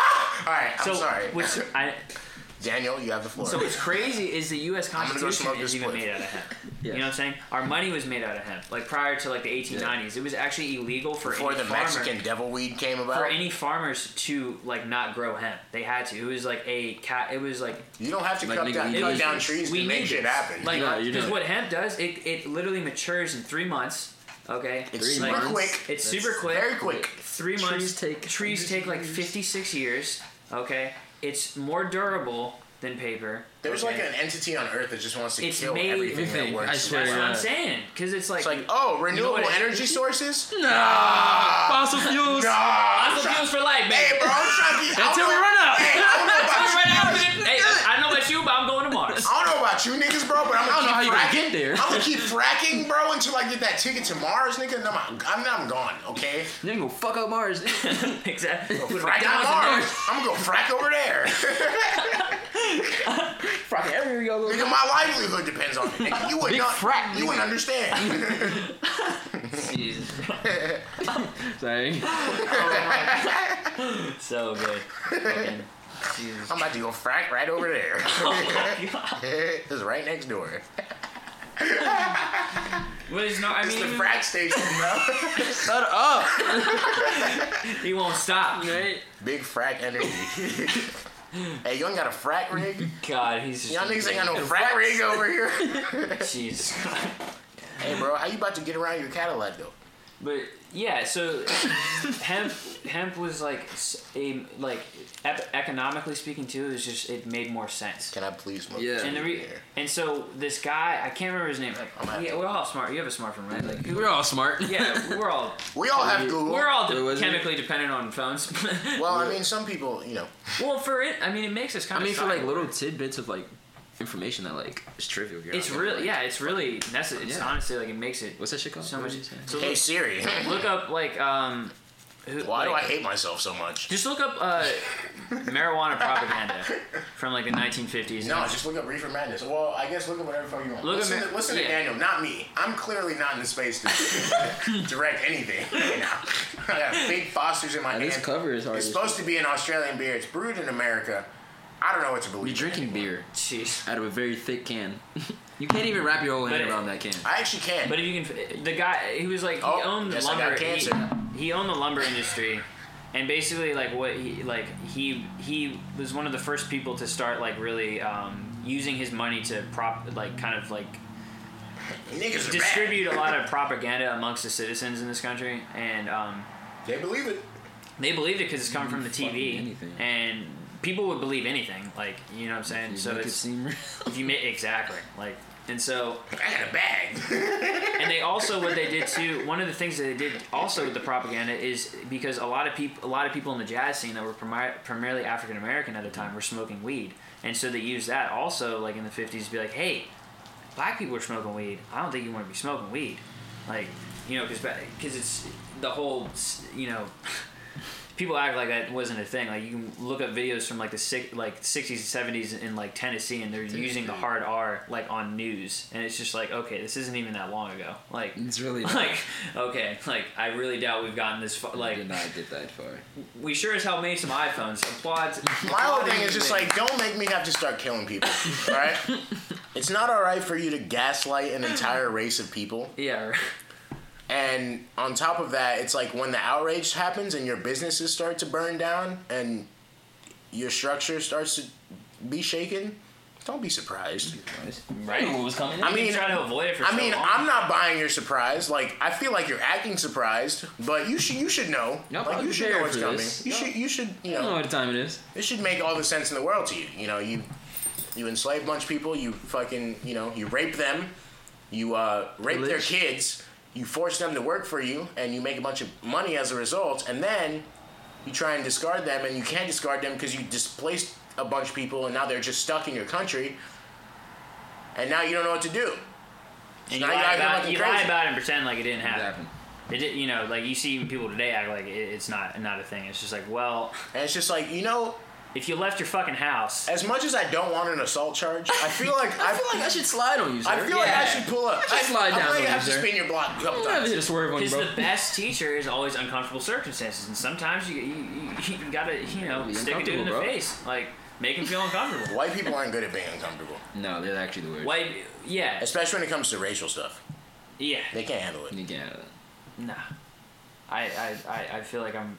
Speaker 1: right, I'm
Speaker 2: so
Speaker 1: sorry.
Speaker 2: Which I
Speaker 1: Daniel, you have the floor.
Speaker 2: So what's crazy is the U.S.
Speaker 1: gonna go
Speaker 2: Constitution
Speaker 1: smoke
Speaker 2: is
Speaker 1: this
Speaker 2: even
Speaker 1: wood.
Speaker 2: made out of hemp.
Speaker 3: Yeah.
Speaker 2: You know what I'm saying? Our money was made out of hemp. Like prior to like the 1890s, it was actually illegal for
Speaker 1: Before
Speaker 2: any
Speaker 1: the
Speaker 2: farmer,
Speaker 1: Mexican devil weed came about,
Speaker 2: for any farmers to like not grow hemp. They had to. It was like a cat. It was like
Speaker 1: you don't have to
Speaker 3: Like,
Speaker 1: cut
Speaker 3: nigga,
Speaker 1: down,
Speaker 3: you
Speaker 1: cut
Speaker 3: need
Speaker 1: down
Speaker 3: this.
Speaker 1: trees
Speaker 2: we
Speaker 1: to
Speaker 2: need
Speaker 1: make shit
Speaker 2: this.
Speaker 1: happen.
Speaker 2: Like
Speaker 3: No, you
Speaker 2: because
Speaker 3: don't.
Speaker 2: what hemp does, it it literally matures in three months. Okay,
Speaker 1: it's
Speaker 3: Three
Speaker 1: super
Speaker 3: months.
Speaker 1: quick.
Speaker 2: It's super quick.
Speaker 1: Very quick.
Speaker 2: Three
Speaker 3: Trees
Speaker 2: months.
Speaker 3: take
Speaker 2: trees
Speaker 3: hundreds
Speaker 2: take
Speaker 3: of
Speaker 2: like
Speaker 3: years.
Speaker 2: 56 years. Okay, it's more durable than paper.
Speaker 1: There's
Speaker 2: okay?
Speaker 1: like an entity on Earth that just wants to
Speaker 2: It's
Speaker 1: kill
Speaker 2: made-
Speaker 1: everything that
Speaker 3: everything.
Speaker 1: works.
Speaker 3: I swear to
Speaker 2: That's what I'm
Speaker 3: God.
Speaker 2: saying. Because it's like,
Speaker 1: It's like, oh, renewable
Speaker 2: what it-
Speaker 1: energy
Speaker 2: [LAUGHS]
Speaker 1: sources? No.
Speaker 4: Fossil
Speaker 1: [LAUGHS]
Speaker 4: fuels.
Speaker 2: fossil fuels for life,
Speaker 1: Hey,
Speaker 2: baby.
Speaker 1: bro, I'm trying to be. I
Speaker 4: Until
Speaker 1: don't
Speaker 4: we
Speaker 1: know-
Speaker 4: run out.
Speaker 1: Hey, I don't know about you.
Speaker 2: Right now, man. Hey, I know about you, but I'm going to
Speaker 1: [LAUGHS]
Speaker 2: Mars.
Speaker 1: I
Speaker 2: [LAUGHS]
Speaker 1: don't know about you niggas, bro, but I'm gonna
Speaker 4: don't know how
Speaker 1: keep
Speaker 4: you
Speaker 1: fracking.
Speaker 4: gonna get there.
Speaker 1: I'm gonna keep fracking, bro, until I get that ticket to Mars, nigga. And I'm, I'm, I'm gone, okay?
Speaker 4: You're gonna go fuck up
Speaker 3: [LAUGHS]
Speaker 4: Mars.
Speaker 2: exactly. Put
Speaker 1: Frack
Speaker 2: McDonald's
Speaker 1: on
Speaker 2: in
Speaker 1: Mars.
Speaker 2: there.
Speaker 1: I'm gonna go frack over there.
Speaker 4: Fuck everywhere you go.
Speaker 1: [LAUGHS] nigga, my livelihood depends on it. Nigga, you would
Speaker 4: Big
Speaker 1: not.
Speaker 4: frack,
Speaker 1: you
Speaker 4: nigga.
Speaker 1: wouldn't understand. [LAUGHS]
Speaker 2: Jesus.
Speaker 3: [LAUGHS]
Speaker 4: Sorry.
Speaker 2: So good. Fucking Jesus.
Speaker 1: I'm about to go frack right over there. [LAUGHS] it's right next door.
Speaker 2: Well, it's not, I
Speaker 1: It's the
Speaker 2: mean,
Speaker 1: frack station, bro. [LAUGHS]
Speaker 4: Shut
Speaker 3: [LAUGHS]
Speaker 4: up.
Speaker 2: he won't stop.
Speaker 4: Right?
Speaker 1: Big frack energy. [LAUGHS] hey, you ain't got a frack rig?
Speaker 2: God, he's just.
Speaker 1: Y'all niggas ain't got no frack rig over here.
Speaker 2: Jesus. [LAUGHS]
Speaker 1: hey, bro, how you about to get around your Cadillac though?
Speaker 2: But yeah, so [LAUGHS] hemp hemp was like s- a like ep- economically speaking too. It was just it made more sense.
Speaker 1: Can I please smoke?
Speaker 3: Yeah.
Speaker 1: this
Speaker 2: And the
Speaker 1: weed
Speaker 2: re-
Speaker 1: here?
Speaker 2: and so this guy I can't remember his name.
Speaker 1: I'm
Speaker 2: Like,
Speaker 1: happy.
Speaker 2: yeah, we're all smart. You have a smartphone,
Speaker 3: [LAUGHS]
Speaker 2: right? Like
Speaker 4: We're all smart.
Speaker 2: yeah, we're all
Speaker 1: we all have Google.
Speaker 2: we're all
Speaker 3: It
Speaker 2: de-
Speaker 3: wasn't-
Speaker 2: chemically dependent on phones. [LAUGHS]
Speaker 1: well, I mean, some people, you know,
Speaker 2: well, for it, I mean, it makes us
Speaker 3: [LAUGHS]
Speaker 2: kind
Speaker 3: I
Speaker 2: of.
Speaker 3: mean, for like little tidbits of like information that like is trivial. you're not
Speaker 2: It's
Speaker 3: gonna,
Speaker 2: really
Speaker 3: like-
Speaker 2: yeah, it's really necessary. It's
Speaker 3: Yeah.
Speaker 2: honestly like it makes it
Speaker 3: What's that shit called?
Speaker 2: so
Speaker 3: What
Speaker 2: much.
Speaker 3: did you say?
Speaker 2: So
Speaker 1: hey
Speaker 2: look,
Speaker 1: Siri, [LAUGHS]
Speaker 2: look up like um. Who,
Speaker 1: why do I
Speaker 2: like-
Speaker 1: hate myself so much?
Speaker 2: Just look up
Speaker 3: [LAUGHS]
Speaker 2: uh, marijuana propaganda from like the 1950s.
Speaker 1: No, just look up Reefer Madness. Well, I guess look up whatever fuck you want.
Speaker 2: Look
Speaker 1: listen
Speaker 2: up-
Speaker 1: to, listen to
Speaker 2: yeah.
Speaker 1: Daniel, not me. I'm clearly not in the space to [LAUGHS] direct anything. You know, [LAUGHS] I got big Fosters in my
Speaker 3: This
Speaker 1: hand.
Speaker 3: cover is hard.
Speaker 1: It's
Speaker 3: as
Speaker 1: supposed to be an Australian beer. It's brewed in America. I don't know what to
Speaker 3: fuck.
Speaker 1: believe.
Speaker 3: You're drinking beer
Speaker 2: Jeez.
Speaker 3: out of a very thick can. you can't even wrap your whole hand
Speaker 2: But it-
Speaker 3: around that [LAUGHS] can.
Speaker 1: I actually can.
Speaker 2: But if you can, the guy he was like he
Speaker 1: Oh,
Speaker 2: owned the
Speaker 1: yes, I got
Speaker 2: lumber. he-
Speaker 1: cancer.
Speaker 2: He, owned the lumber industry, and basically like what he like he he was one of the first people to start like really um, using his money to prop like kind of like
Speaker 1: Niggas are
Speaker 2: distribute a lot of propaganda amongst the citizens in this country, and um,
Speaker 1: bad. They believe it.
Speaker 2: they believed it because it's coming from the
Speaker 3: Fucking
Speaker 2: TV,
Speaker 3: anything.
Speaker 2: and people would believe anything. Like you know what I'm saying?
Speaker 3: You
Speaker 2: so
Speaker 3: make it
Speaker 2: it's
Speaker 3: seem real.
Speaker 2: If you ma- exactly like, and so
Speaker 1: I had a
Speaker 2: [LAUGHS]
Speaker 1: bag.
Speaker 2: and they also what they did too. One of the things that they did also with the propaganda is because a lot of people, a lot of people in the jazz scene that were primi- primarily African American at the time were smoking weed, and so they used that also like in the fifties to be like, hey, black people are smoking weed. I don't think you want to be smoking weed, like you know, because it's the whole s- you know. [LAUGHS] People act like that wasn't a thing. Like you can look up videos from like the six, like sixties and seventies in like Tennessee, and they're using the hard R like on news, and it's just like, okay, this isn't even that long ago.
Speaker 1: [LAUGHS]
Speaker 2: Like
Speaker 3: It's really not.
Speaker 2: [LAUGHS] like okay, like I really doubt we've gotten this far.
Speaker 3: I
Speaker 2: Like
Speaker 3: did not get that far.
Speaker 2: we sure as hell made some iPhones. Applauds.
Speaker 1: [LAUGHS] My whole thing is just like, don't make me have to start killing people. All right. It's not all right for you to gaslight an entire race of people.
Speaker 2: [LAUGHS] yeah, right.
Speaker 1: And on top of that, it's like when the outrage happens and your businesses start to burn down and your structure starts to be shaken, don't be surprised.
Speaker 4: I knew what was coming.
Speaker 1: I
Speaker 2: I mean,
Speaker 1: mean,
Speaker 2: trying to avoid it for
Speaker 1: I
Speaker 2: so
Speaker 1: mean,
Speaker 2: long.
Speaker 1: I'm not buying your surprise. Like, I feel like you're acting surprised, but you should you should know.
Speaker 3: No,
Speaker 1: like,
Speaker 3: I'm
Speaker 1: you should
Speaker 3: prepared
Speaker 1: know what's
Speaker 3: for
Speaker 1: coming.
Speaker 3: this.
Speaker 1: You should you should you
Speaker 3: I don't know
Speaker 1: know.
Speaker 3: what time it is.
Speaker 1: This should make all the sense in the world to you. You know, you you enslave a bunch of people. You fucking you know you rape them. You uh, rape their
Speaker 3: Lynch.
Speaker 1: kids. You force them to work for you, and you make a bunch of money as a result. And then you try and discard them, and you can't discard them because you displaced a bunch of people, and now they're just stuck in your country. And now you don't know what to do.
Speaker 2: and you
Speaker 1: now you
Speaker 2: lie
Speaker 1: acting
Speaker 2: about
Speaker 1: like
Speaker 2: it, you
Speaker 1: you're
Speaker 2: lie
Speaker 1: crazy.
Speaker 2: about it and pretend like it didn't
Speaker 3: It
Speaker 2: happen.
Speaker 3: happened.
Speaker 2: It did, you know, like you see even people today act like it, it's not not a thing. It's just like, well,
Speaker 1: And it's just like you know,
Speaker 2: if you left your fucking house,
Speaker 1: as much as I don't want an assault charge, I feel like
Speaker 3: [LAUGHS] I feel like I should slide on you, sir.
Speaker 1: I feel like I
Speaker 2: Yeah.
Speaker 1: should pull up. I,
Speaker 3: Just slide
Speaker 1: I
Speaker 3: down
Speaker 1: feel like
Speaker 3: on
Speaker 1: I
Speaker 3: me,
Speaker 1: have to
Speaker 3: sir.
Speaker 1: spin your block a couple
Speaker 3: I'm gonna
Speaker 1: times.
Speaker 3: hit a swerve on you,
Speaker 2: because
Speaker 3: bro.
Speaker 2: the best teacher is always uncomfortable circumstances, and sometimes you [LAUGHS] you, you, you gotta you know
Speaker 3: be
Speaker 2: stick a dude in the
Speaker 3: uncomfortable, bro.
Speaker 2: face. Like Make him
Speaker 3: [LAUGHS]
Speaker 2: feel uncomfortable.
Speaker 5: White people aren't good at being uncomfortable,
Speaker 3: No, they're actually the worst.
Speaker 2: White, yeah,
Speaker 5: especially when it comes to racial stuff.
Speaker 2: yeah,
Speaker 5: They can't handle it.
Speaker 3: You get out of that.
Speaker 2: nah. I, I, I, I feel like I'm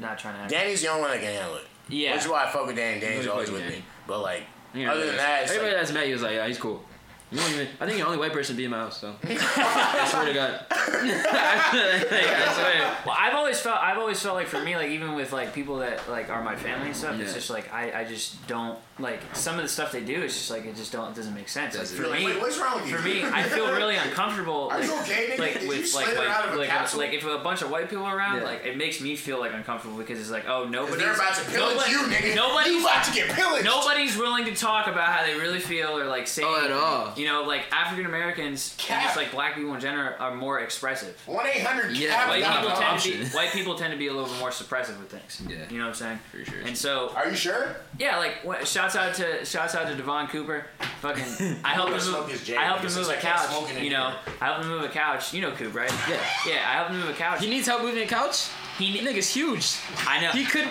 Speaker 2: not trying to. Act.
Speaker 5: Danny's the only one that can handle it.
Speaker 2: Yeah.
Speaker 5: Which is why I fuck with Danny. Danny's
Speaker 3: Really
Speaker 5: always
Speaker 3: fucking
Speaker 5: with me.
Speaker 3: Danny.
Speaker 5: But like,
Speaker 3: You know,
Speaker 5: other than that, it's
Speaker 3: everybody
Speaker 5: like,
Speaker 3: that's met you was like, yeah, he's cool. You won't even, I think you're the only white person to be in my house,
Speaker 2: [LAUGHS]
Speaker 3: so. I swear to God. I swear.
Speaker 2: Well, I've always felt I've always felt like for me, like even with like people that like are my family and stuff, it's
Speaker 3: Yeah.
Speaker 2: just like I, I just don't like some of the stuff they do. It's just like it just don't it doesn't make sense. Like,
Speaker 3: Doesn't.
Speaker 2: for
Speaker 5: Like,
Speaker 2: me,
Speaker 5: wait, what's wrong with
Speaker 2: for
Speaker 5: you? [LAUGHS]
Speaker 2: me, I feel really uncomfortable.
Speaker 5: Are
Speaker 2: like,
Speaker 5: you okay, nigga?
Speaker 2: Like
Speaker 5: Did you
Speaker 2: with like
Speaker 5: slither
Speaker 2: like
Speaker 5: out of a
Speaker 2: like,
Speaker 5: capsule?
Speaker 2: like if a bunch of white people are around,
Speaker 3: Yeah.
Speaker 2: like it makes me feel like uncomfortable because it's like oh nobody's
Speaker 5: they're about to pillage
Speaker 2: nobody,
Speaker 5: you, nigga.
Speaker 2: Nobody's
Speaker 5: you about to get pillaged.
Speaker 2: nobody's willing to talk about how they really feel or like say
Speaker 3: Oh, at
Speaker 2: anything.
Speaker 3: all.
Speaker 2: You know, like African Americans and
Speaker 5: Cap.
Speaker 2: just like black people in general are more expressive.
Speaker 5: One eight hundred.
Speaker 3: Yeah,
Speaker 2: White
Speaker 3: Not
Speaker 2: people
Speaker 3: an
Speaker 2: tend to be
Speaker 3: option.
Speaker 2: white people tend to be a little bit more suppressive with things.
Speaker 3: Yeah.
Speaker 2: you know what I'm saying.
Speaker 3: For sure.
Speaker 2: And so
Speaker 5: Are you sure?
Speaker 2: yeah, like what, shouts out to shouts out to Devon Cooper. Fucking, I helped
Speaker 5: gonna
Speaker 2: him
Speaker 5: smoke his
Speaker 2: move.
Speaker 5: jam
Speaker 2: I helped him
Speaker 5: because
Speaker 2: move
Speaker 5: I
Speaker 2: a
Speaker 5: can't
Speaker 2: couch.
Speaker 5: smoke in
Speaker 2: You
Speaker 5: here.
Speaker 2: know, I helped him move a couch. You know, Coop, right?
Speaker 3: Yeah.
Speaker 2: Yeah, I helped him move a couch.
Speaker 3: He needs help moving a couch.
Speaker 2: He
Speaker 3: That
Speaker 2: ne-
Speaker 3: nigga's huge.
Speaker 2: I know.
Speaker 3: He could.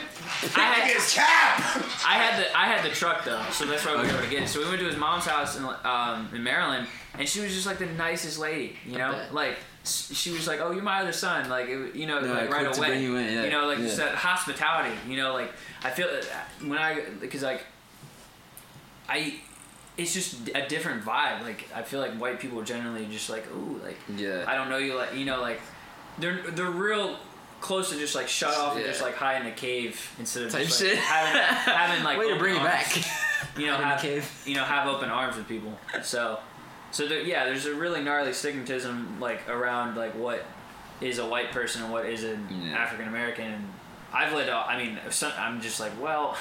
Speaker 2: I had,
Speaker 5: Nigga's cap.
Speaker 2: I had the I had the truck though, so that's why we were able to get it. So we went to his mom's house in um, in Maryland, and she was just like the nicest lady, you know,
Speaker 3: bet.
Speaker 2: like s- she was like, "Oh, you're my other son," like it, you know,
Speaker 3: No,
Speaker 2: like
Speaker 3: like,
Speaker 2: right
Speaker 3: quick to
Speaker 2: away,
Speaker 3: bring you in, yeah.
Speaker 2: know, like
Speaker 3: Yeah.
Speaker 2: just that hospitality, you know, like I feel uh, when I because like I. It's just a different vibe. Like I feel like white people generally just like, ooh, like
Speaker 3: Yeah.
Speaker 2: I don't know you, like you know, like they're they're real close to just like shut off and
Speaker 3: Yeah.
Speaker 2: just like hide in a cave instead of
Speaker 3: Type
Speaker 2: just,
Speaker 3: shit.
Speaker 2: Like, having having
Speaker 3: [LAUGHS]
Speaker 2: like
Speaker 3: Way to
Speaker 2: open
Speaker 3: bring it
Speaker 2: arms. [LAUGHS]
Speaker 3: back.
Speaker 2: You know,
Speaker 3: in the
Speaker 2: have
Speaker 3: cave.
Speaker 2: you know have open arms with people. So, so there, yeah, there's a really gnarly stigmatism like around like what is a white person and what is an
Speaker 3: Yeah.
Speaker 2: African American. I've lived. all- I mean, some, I'm just like, well,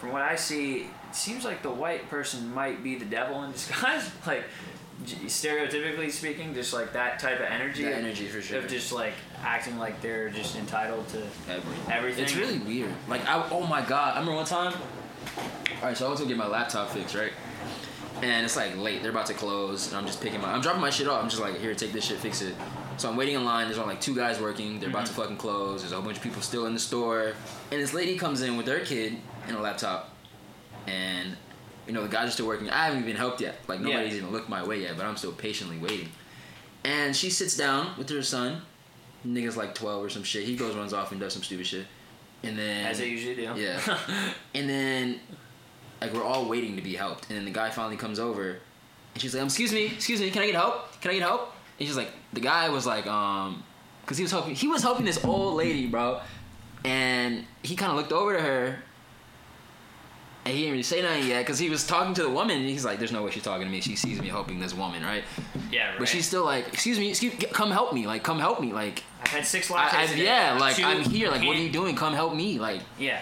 Speaker 2: from what I see, it seems like the white person might be the devil in disguise. [LAUGHS] like. j- Stereotypically speaking, just like that type of energy,
Speaker 3: That energy, for sure.
Speaker 2: of just like acting like they're just entitled to
Speaker 3: Everything.
Speaker 2: everything.
Speaker 3: It's really weird. Like, I, oh my god, I remember one time. All right, so I went to get my laptop fixed, right? And it's like late. They're about to close, and I'm just picking my. I'm dropping my shit off. I'm just like, here, take this shit, fix it. So I'm waiting in line. There's only like two guys working. They're about
Speaker 2: Mm-hmm.
Speaker 3: to fucking close. There's a whole bunch of people still in the store, and this lady comes in with her kid and a laptop, and you know the guys are still working. I haven't even helped yet. Like
Speaker 2: Yeah.
Speaker 3: nobody's even looked my way yet, but I'm still patiently waiting. And she sits down with her son. Nigga's like 12 or some shit. He goes, runs off, and does some stupid shit. And then.
Speaker 2: as they usually do.
Speaker 3: Yeah. and then, like, we're all waiting to be helped. And then the guy finally comes over, and she's like, um, "Excuse me, excuse me, can I get help? Can I get help?" And she's like, "The guy was like, um, because he was helping, he was helping this old lady, bro." And he kind of looked over to her, and he didn't really say nothing yet because he was talking to the woman. And he's like, "There's no way she's talking to me. She sees me helping this woman, right?"
Speaker 2: [LAUGHS] yeah. Right.
Speaker 3: But she's still like, "Excuse me, excuse, come help me, like, come help me, like."
Speaker 2: I've had six lattes.
Speaker 3: I, I,
Speaker 2: today.
Speaker 3: yeah, like
Speaker 2: Two
Speaker 3: I'm here. Like, what are
Speaker 2: hand-
Speaker 3: you doing? Come help me. Like,
Speaker 2: Yeah,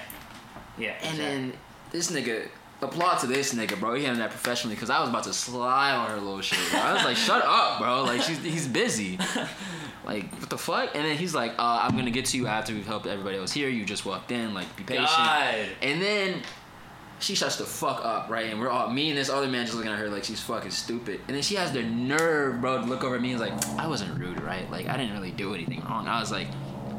Speaker 2: yeah.
Speaker 3: and then this nigga, applaud to this nigga, bro. He handled that professionally because I was about to slide on her little shit. Bro. I was like, shut up, bro. Like she's he's busy. Like what the fuck? And then he's like, uh, I'm gonna get to you after we've helped everybody else here. You just walked in, like be patient.
Speaker 2: God.
Speaker 3: And then she shuts the fuck up, right? And we're all me and this other man just looking at her like she's fucking stupid. And then she has the nerve, bro, to look over at me and is like, I wasn't rude, right? Like I didn't really do anything wrong. I was like,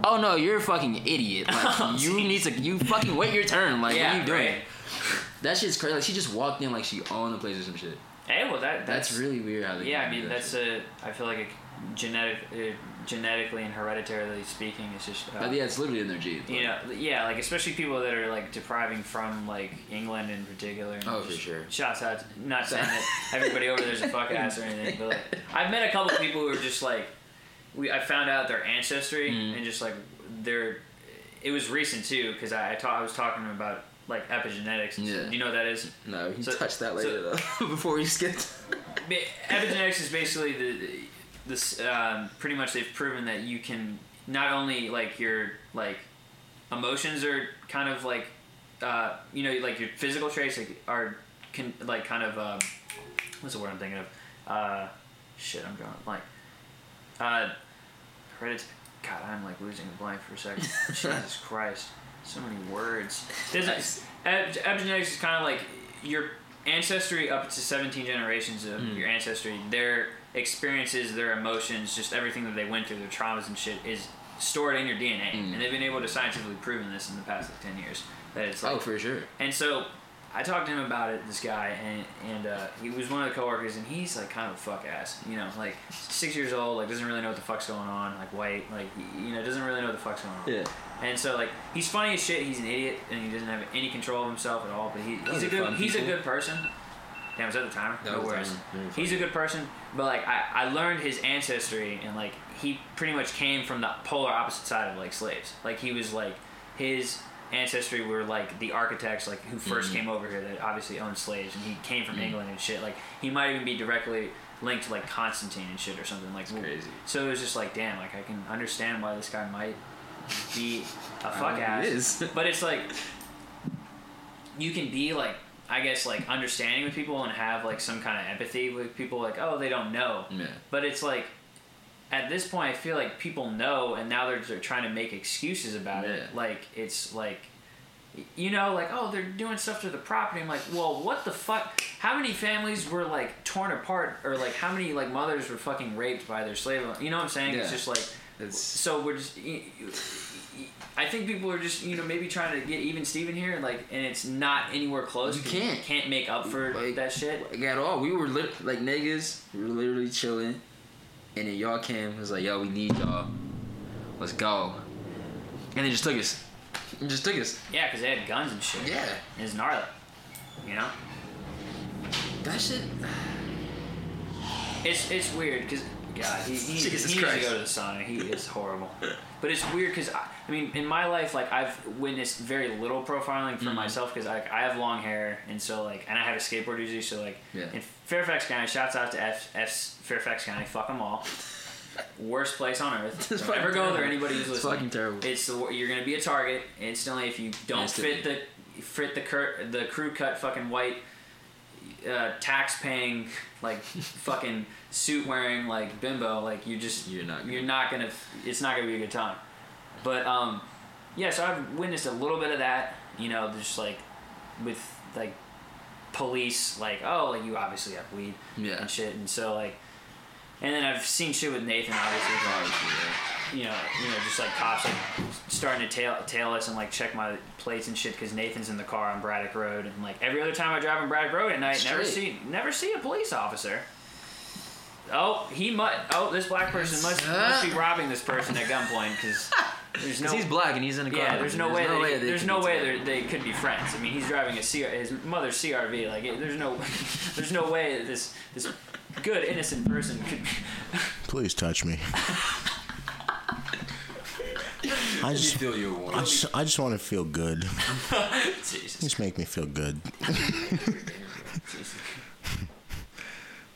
Speaker 3: Oh no, you're a fucking idiot.
Speaker 2: [LAUGHS]
Speaker 3: Like you need to you fucking wait your turn. Like
Speaker 2: yeah,
Speaker 3: what are you doing?
Speaker 2: right.
Speaker 3: That shit's crazy. Like she just walked in like she owned the place or some shit.
Speaker 2: Hey, well that
Speaker 3: That's,
Speaker 2: that's,
Speaker 3: really weird how they
Speaker 2: yeah. I
Speaker 3: do
Speaker 2: mean
Speaker 3: that
Speaker 2: that's
Speaker 3: shit.
Speaker 2: a I feel like a genetic uh, genetically and hereditarily speaking, it's just uh,
Speaker 3: But yeah, it's literally in their genes.
Speaker 2: you know yeah like especially people that are like depriving from like England in particular. and
Speaker 3: Oh, for
Speaker 2: just-
Speaker 3: sure.
Speaker 2: Shouts out.
Speaker 3: [LAUGHS]
Speaker 2: Not saying that everybody over there's a fuck ass or anything, but like, I've met a couple of people who are just like we I found out their ancestry
Speaker 3: Mm-hmm.
Speaker 2: and just like their it was recent too because I I, ta- I was talking about like epigenetics. and-
Speaker 3: Yeah.
Speaker 2: Do you know what that is?
Speaker 3: No, he
Speaker 2: So-
Speaker 3: touched that
Speaker 2: so-
Speaker 3: later though. [LAUGHS] before we skipped.
Speaker 2: Ba- epigenetics is basically the this um, pretty much they've proven that you can not only like your like emotions are kind of like uh, you know like your physical traits like, are can like kind of um, what's the word I'm thinking of uh, shit I'm drawing a blank uh, heredit God I'm like losing the blank for a second Jesus Christ so many words There's
Speaker 3: Nice.
Speaker 2: a, ep- epigenetics is kind of like your ancestry up to 17 generations of your ancestry their experiences their emotions just everything that they went through their traumas and shit is stored in your DNA, and they've been able to scientifically proven this in the past like, ten years. That it's like
Speaker 3: [LAUGHS] Oh, for sure.
Speaker 2: and so I talked to him about it, this guy, and, and uh, he was one of the coworkers, and he's like kind of a fuck ass, you know, like six years old, like doesn't really know what the fuck's going on, like white, like y- you know, doesn't really know what the fuck's going on.
Speaker 4: Yeah.
Speaker 2: And so like he's funny as shit, he's an idiot, and he doesn't have any control of himself at all. But he, he's
Speaker 3: Those
Speaker 2: a
Speaker 3: are
Speaker 2: good
Speaker 3: fun
Speaker 2: he's a
Speaker 3: people.
Speaker 2: good person. Damn, is that the timer?
Speaker 3: That
Speaker 2: no
Speaker 3: was the
Speaker 2: worries.
Speaker 3: timer. Very
Speaker 2: He's a good person, but like I, I learned his ancestry, and like he pretty much came from the polar opposite side of like slaves. Like he was like his ancestry were like the architects like who 1st
Speaker 3: Mm-hmm.
Speaker 2: came over here that obviously owned slaves and he came from england and shit like he might even be directly linked to like constantine and shit or something like w-
Speaker 3: crazy.
Speaker 2: so it was just like damn like i can understand why this guy might be a
Speaker 3: don't
Speaker 2: fuck
Speaker 3: know
Speaker 2: ass
Speaker 3: who he is. [LAUGHS]
Speaker 2: but it's like you can be like I guess like understanding with people and have like some kind of empathy with people like oh they don't know
Speaker 3: Yeah.
Speaker 2: but it's like at this point I feel like people know and now they're, they're trying to make excuses about it
Speaker 3: Yeah.
Speaker 2: like it's like you know like oh they're doing stuff to the property I'm like well what the fuck how many families were like torn apart or like how many like mothers were fucking raped by their slave you know what I'm saying it's
Speaker 3: Yeah.
Speaker 2: just like
Speaker 3: It's
Speaker 2: so we're just y- y- I think people are just you know maybe trying to get even Steven here like and it's not anywhere close
Speaker 3: You
Speaker 2: 'cause
Speaker 3: can't.
Speaker 2: can't make up for
Speaker 3: Like-
Speaker 2: that shit
Speaker 3: like at all. We were lit like niggas. We were literally chilling, and then y'all came. It was like, yo, we need y'all. Let's go. And they just took us. They just took us.
Speaker 2: yeah because they had guns and shit
Speaker 3: Yeah.
Speaker 2: And it's gnarly you know
Speaker 3: That shit.
Speaker 2: It's it's weird because God, he, he, he
Speaker 3: [LAUGHS] Jesus
Speaker 2: needs to
Speaker 3: Christ.
Speaker 2: go to the sauna.
Speaker 3: [LAUGHS]
Speaker 2: He is horrible. But it's weird because I, I mean, in my life, like I've witnessed very little profiling for
Speaker 3: Mm-hmm.
Speaker 2: myself because I, I have long hair and so like, and I have a skateboard usually. So like,
Speaker 3: Yeah.
Speaker 2: in Fairfax County, shouts out to F, F Fairfax County. Fuck them
Speaker 3: [LAUGHS]
Speaker 2: all. Worst place on earth.
Speaker 3: It's
Speaker 2: Don't ever
Speaker 3: fucking
Speaker 2: go there.
Speaker 3: terrible.
Speaker 2: Anybody who's
Speaker 3: It's
Speaker 2: listening,
Speaker 3: fucking terrible.
Speaker 2: It's the, wor- you're gonna be a target instantly if you don't
Speaker 3: Instantly.
Speaker 2: fit the fit the cur- the crew cut fucking white uh, tax paying
Speaker 3: [LAUGHS]
Speaker 2: like fucking suit wearing like bimbo like you just
Speaker 3: You're not gonna-
Speaker 2: you're not gonna it's not gonna be a good time but um yeah so I've witnessed a little bit of that you know just like with like police like oh like you obviously have weed
Speaker 3: Yeah.
Speaker 2: and shit and so like and then I've seen shit with Nathan obviously like, you know, you know, just like cops like starting to tail tail us and like check my plates and shit because Nathan's in the car on Braddock Road and like every other time I drive on Braddock Road at night, never see
Speaker 3: Straight.
Speaker 2: never see a police officer. Oh, he must. Oh, this black person must, must be robbing this person at gunpoint [LAUGHS] because there's no.
Speaker 3: He's black and he's in a car.
Speaker 2: Yeah, there's no way. they,
Speaker 3: they
Speaker 2: there's
Speaker 3: could
Speaker 2: no
Speaker 3: be
Speaker 2: way
Speaker 3: together.
Speaker 2: they're- they could be friends. I mean, he's driving a CR, his mother's CRV. Like, it, there's no, [LAUGHS] there's no way that this this good innocent person could.
Speaker 1: Please touch me. I just,
Speaker 5: Still your
Speaker 1: I
Speaker 5: one.
Speaker 1: just, I just want to feel good.
Speaker 2: [LAUGHS] Jesus
Speaker 1: Just make me feel good. [LAUGHS]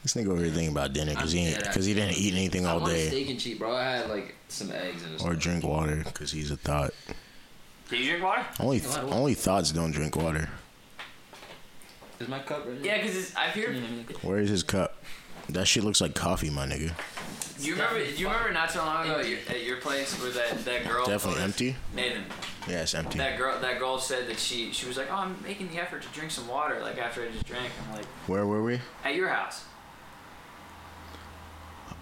Speaker 1: this nigga over here thinking about dinner because he ain't, because he didn't eat anything
Speaker 3: I
Speaker 1: all
Speaker 3: wanted
Speaker 1: day
Speaker 3: steak and cheese, bro. I had like some eggs and
Speaker 1: or
Speaker 3: stuff.
Speaker 1: drink water because he's a thought.
Speaker 2: Did you drink water?
Speaker 1: Only, th- only thoughts don't drink water.
Speaker 3: Is my cup right
Speaker 2: Yeah, because I've heard.
Speaker 1: Where is his cup? That shit looks like coffee, my nigga.
Speaker 2: Do you remember? Do you remember not so long ago at your, at your place where that that girl
Speaker 1: Definitely empty.
Speaker 2: Nathan,
Speaker 1: Yeah, it's empty.
Speaker 2: that girl that girl said that she she was like, oh, I'm making the effort to drink some water. Like after I just drank, I'm like,
Speaker 1: Where were we?
Speaker 2: at your house.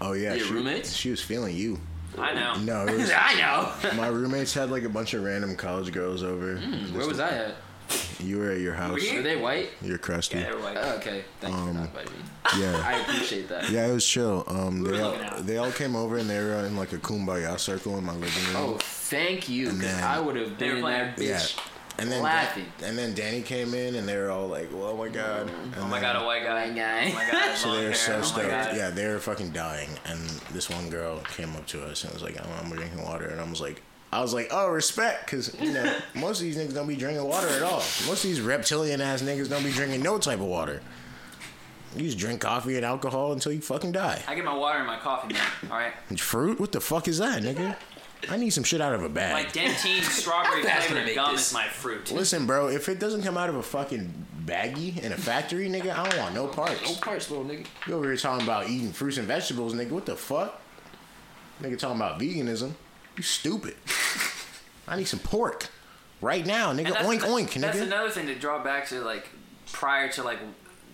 Speaker 1: Oh yeah,
Speaker 3: Your
Speaker 1: she,
Speaker 3: roommates?
Speaker 1: She was feeling you.
Speaker 2: I know.
Speaker 1: No, it was,
Speaker 3: I know.
Speaker 1: my roommates had like a bunch of random college girls over. Just-
Speaker 3: Hmm, Where was I at?
Speaker 1: You were at your house.
Speaker 2: you?
Speaker 3: Were they white?
Speaker 1: You're crusty.
Speaker 2: Yeah,
Speaker 1: Yeah.
Speaker 2: they're like,
Speaker 3: Oh, okay. Thank you for not inviting me.
Speaker 1: yeah.
Speaker 3: I appreciate that.
Speaker 1: it was chill. Um, they
Speaker 2: were
Speaker 1: all,
Speaker 2: looking out.
Speaker 1: they all came over and they were in like a kumbaya circle in my living room.
Speaker 3: Oh, thank you. 'cause
Speaker 1: Man.
Speaker 3: I would have
Speaker 2: They were
Speaker 3: been in that
Speaker 1: yeah.
Speaker 3: bitch.
Speaker 1: And then
Speaker 3: laughing.
Speaker 1: and then Danny came in and they were all like, "Oh my god!" And
Speaker 2: oh my
Speaker 1: then-
Speaker 2: god, a white guy.
Speaker 3: White guy.
Speaker 2: Oh my god,
Speaker 1: So
Speaker 2: long
Speaker 1: they were
Speaker 2: hair.
Speaker 1: so
Speaker 2: oh my
Speaker 1: stoked.
Speaker 2: god.
Speaker 1: Yeah, they were fucking dying. And this one girl came up to us and was like, "I'm, I'm drinking water," and I was like. I was like, oh, respect, because you
Speaker 2: [LAUGHS]
Speaker 1: know most of these niggas don't be drinking water at all. Most of these reptilian ass niggas don't be drinking no type of water. You just drink coffee and alcohol until you fucking die.
Speaker 2: I get my water and my coffee, man. All right.
Speaker 1: Fruit? What the fuck is that, nigga? I need some shit out of a
Speaker 2: My
Speaker 1: bag.
Speaker 3: [LAUGHS]
Speaker 2: dentine strawberry
Speaker 3: fast can I
Speaker 2: flavored
Speaker 3: make
Speaker 2: gum
Speaker 3: this?
Speaker 2: is my fruit.
Speaker 1: Listen, bro, if it doesn't come out of a fucking baggie in a factory, nigga, I don't want no
Speaker 3: No
Speaker 1: parts.
Speaker 3: parts, little nigga.
Speaker 1: You over here talking about eating fruits and vegetables, nigga. What the fuck? Nigga talking about veganism. You stupid. I need some pork. Right now, nigga.
Speaker 2: And that's
Speaker 1: Oink
Speaker 2: ano-
Speaker 1: oink,
Speaker 2: That's
Speaker 1: nigga.
Speaker 2: another thing to draw back to, like, prior to like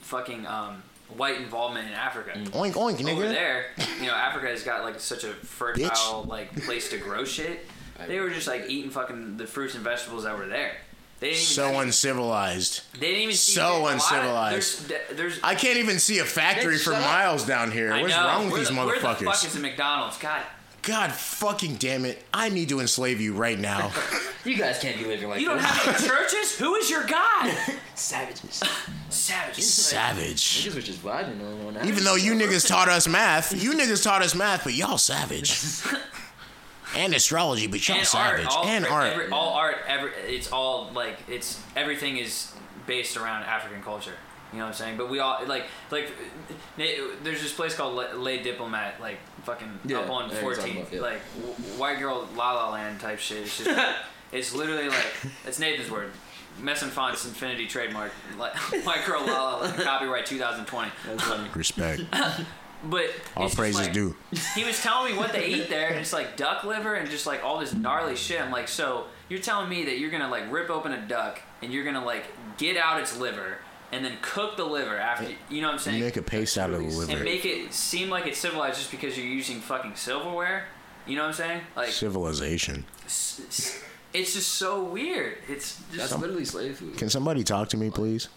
Speaker 2: fucking um, white involvement in Africa.
Speaker 3: Mm.
Speaker 1: Oink oink, nigga.
Speaker 2: Over there, you know, Africa has got like such a fertile
Speaker 1: Bitch.
Speaker 2: like place to grow shit. They were just like eating fucking the fruits and vegetables that were there. They didn't even
Speaker 1: So uncivilized.
Speaker 2: they didn't even see
Speaker 1: so
Speaker 2: a lot of-
Speaker 1: uncivilized.
Speaker 2: There's, there's
Speaker 1: I can't even see a factory
Speaker 4: Bitch,
Speaker 1: for
Speaker 4: shut up.
Speaker 1: miles down here.
Speaker 2: I
Speaker 1: What's
Speaker 2: know.
Speaker 1: wrong with
Speaker 2: Where
Speaker 1: these
Speaker 2: the- Where the
Speaker 1: motherfuckers?
Speaker 2: fuck is the McDonald's? God,
Speaker 1: God fucking damn it. I need to enslave you right now.
Speaker 3: You guys can't be living like
Speaker 2: you don't
Speaker 3: this.
Speaker 2: have
Speaker 1: [LAUGHS]
Speaker 2: any churches. Who is your God? [LAUGHS]
Speaker 3: savages.
Speaker 2: Savage.
Speaker 1: savage.
Speaker 3: Niggas was just vibing on, on
Speaker 1: Even
Speaker 3: Africa.
Speaker 1: though you niggas taught us math, you niggas taught us math, but y'all savage. And astrology, but y'all
Speaker 2: and
Speaker 1: savage.
Speaker 2: art, all,
Speaker 1: and
Speaker 2: every-
Speaker 1: art.
Speaker 2: every- all art, every, it's all like it's everything is based around African culture. You know what I'm saying? But we all like like na- there's this place called Le- Les Diplomat, like fucking
Speaker 3: Yeah,
Speaker 2: up on
Speaker 3: I know what you're
Speaker 2: 14th,
Speaker 3: talking about, yeah.
Speaker 2: like w- white girl La La Land type shit. It's just like, it's literally like it's Nathan's word. Messenfont's Infinity trademark, like [LAUGHS] white girl La La Land, copyright 2020. [LAUGHS]
Speaker 1: Respect.
Speaker 2: But
Speaker 1: All
Speaker 2: it's just
Speaker 1: praises
Speaker 2: like-
Speaker 1: due.
Speaker 2: He was telling me what they eat there, and it's like duck liver and just like all this gnarly shit. I'm like, so you're telling me that you're gonna like rip open a duck and you're gonna like get out its liver and then cook the liver after you know what I'm saying?
Speaker 1: Make a paste out of the
Speaker 2: and
Speaker 1: liver.
Speaker 2: make it seem like it's civilized just because you're using fucking silverware. You know what I'm saying? Like,
Speaker 1: Civilization.
Speaker 2: s- s- it's just so weird. It's just
Speaker 3: That's literally slave food.
Speaker 1: Can somebody talk to me, please?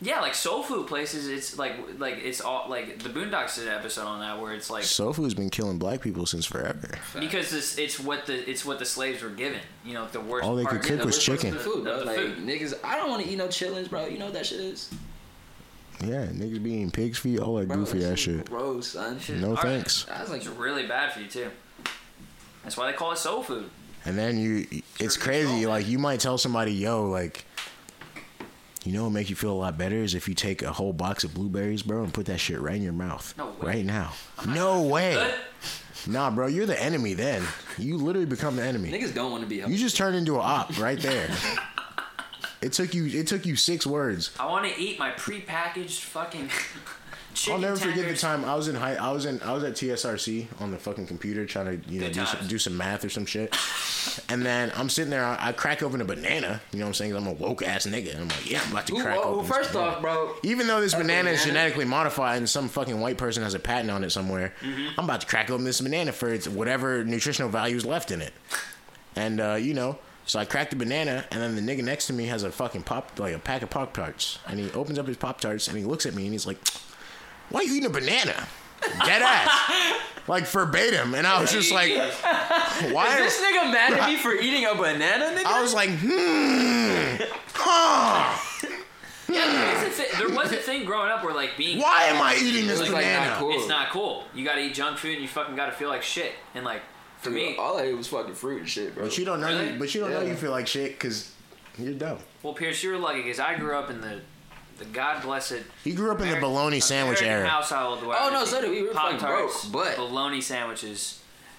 Speaker 2: yeah, like soul food places. It's like like it's all like the Boondocks did an episode on that where it's like
Speaker 1: Sofu's been killing black people since forever.
Speaker 2: because this, it's what the it's what the slaves were given. You know, the worst.
Speaker 1: All they could
Speaker 2: part-
Speaker 1: cook
Speaker 2: the
Speaker 1: was
Speaker 2: worst
Speaker 1: chicken.
Speaker 2: part of
Speaker 3: Food,
Speaker 2: the-
Speaker 3: bro.
Speaker 2: of the
Speaker 3: Like
Speaker 2: food.
Speaker 3: niggas, I don't want to eat no chillins, bro. You know what that shit is?
Speaker 1: Yeah, niggas be eating pig's feet, all that
Speaker 3: Bro,
Speaker 1: goofy
Speaker 3: that
Speaker 1: ass shit. Mm.
Speaker 3: Gross, son.
Speaker 1: No
Speaker 2: Alright.
Speaker 1: thanks.
Speaker 3: I was like,
Speaker 2: It's really bad for you too. That's why they call it soul food.
Speaker 1: And then you, it's
Speaker 2: Sure,
Speaker 1: crazy.
Speaker 2: control.
Speaker 1: Like you might tell somebody, "Yo, like, you know, what make you feel a lot better is if you take a whole box of blueberries, bro, and put that shit right in your mouth,
Speaker 2: No way.
Speaker 1: right now. No way.
Speaker 2: Good?
Speaker 1: Nah, bro, you're the enemy. Then you literally become the enemy.
Speaker 3: niggas don't want to be
Speaker 1: You
Speaker 3: healthy.
Speaker 1: just turned into an op right
Speaker 2: [LAUGHS]
Speaker 1: there. It took you. It took you six words.
Speaker 2: I want to eat my prepackaged fucking [LAUGHS] chicken
Speaker 1: I'll never forget the
Speaker 2: tenders.
Speaker 1: time I was in high. I was in. I was at TSRC on the fucking computer trying to you know
Speaker 2: Good
Speaker 1: do some,
Speaker 2: times.
Speaker 1: do some math or some shit. and then I'm sitting there. I, I crack open a banana. You know what I'm saying? 'Cause I'm a woke ass nigga. And I'm like, yeah, I'm about to
Speaker 4: Ooh,
Speaker 1: crack
Speaker 4: oh,
Speaker 1: open. this
Speaker 4: first
Speaker 1: banana.
Speaker 4: off, bro,
Speaker 1: Even though this banana is
Speaker 4: banana.
Speaker 1: genetically modified and some fucking white person has a patent on it somewhere, I'm about to crack open this banana for its whatever nutritional value is left in it. And uh, you know, so I cracked the banana, and then the nigga next to me has a fucking pop, like a pack of pop tarts, and he opens up his pop tarts and he looks at me and he's like, "Why you eating a banana?" Dead ass, like verbatim, and I was just like, "Why?"
Speaker 4: this nigga mad at me for eating a banana, nigga.
Speaker 1: I was like, "Hmm, huh?
Speaker 2: That's the thi- there was a thing growing up where like being
Speaker 1: Why am I eating this
Speaker 3: It's like
Speaker 1: banana?"
Speaker 3: not cool.
Speaker 2: it's not cool. You got to eat junk food and you fucking got to feel like shit. And like for
Speaker 3: Dude, uh,
Speaker 2: me,
Speaker 3: all I ate was fucking fruit and shit, bro.
Speaker 1: But you don't know.
Speaker 2: Really?
Speaker 1: You, but you don't know
Speaker 3: Yeah.
Speaker 1: you feel like shit because you're dumb.
Speaker 2: well, Pierce, you were lucky because I grew up in the the God blessed
Speaker 1: He grew up in the
Speaker 2: Ameri-
Speaker 1: bologna sandwich
Speaker 2: American
Speaker 1: era.
Speaker 2: Household where
Speaker 3: Oh, no, so did we. We were fucking
Speaker 2: Pop-Tarts,
Speaker 3: broke, but-
Speaker 2: bologna sandwiches.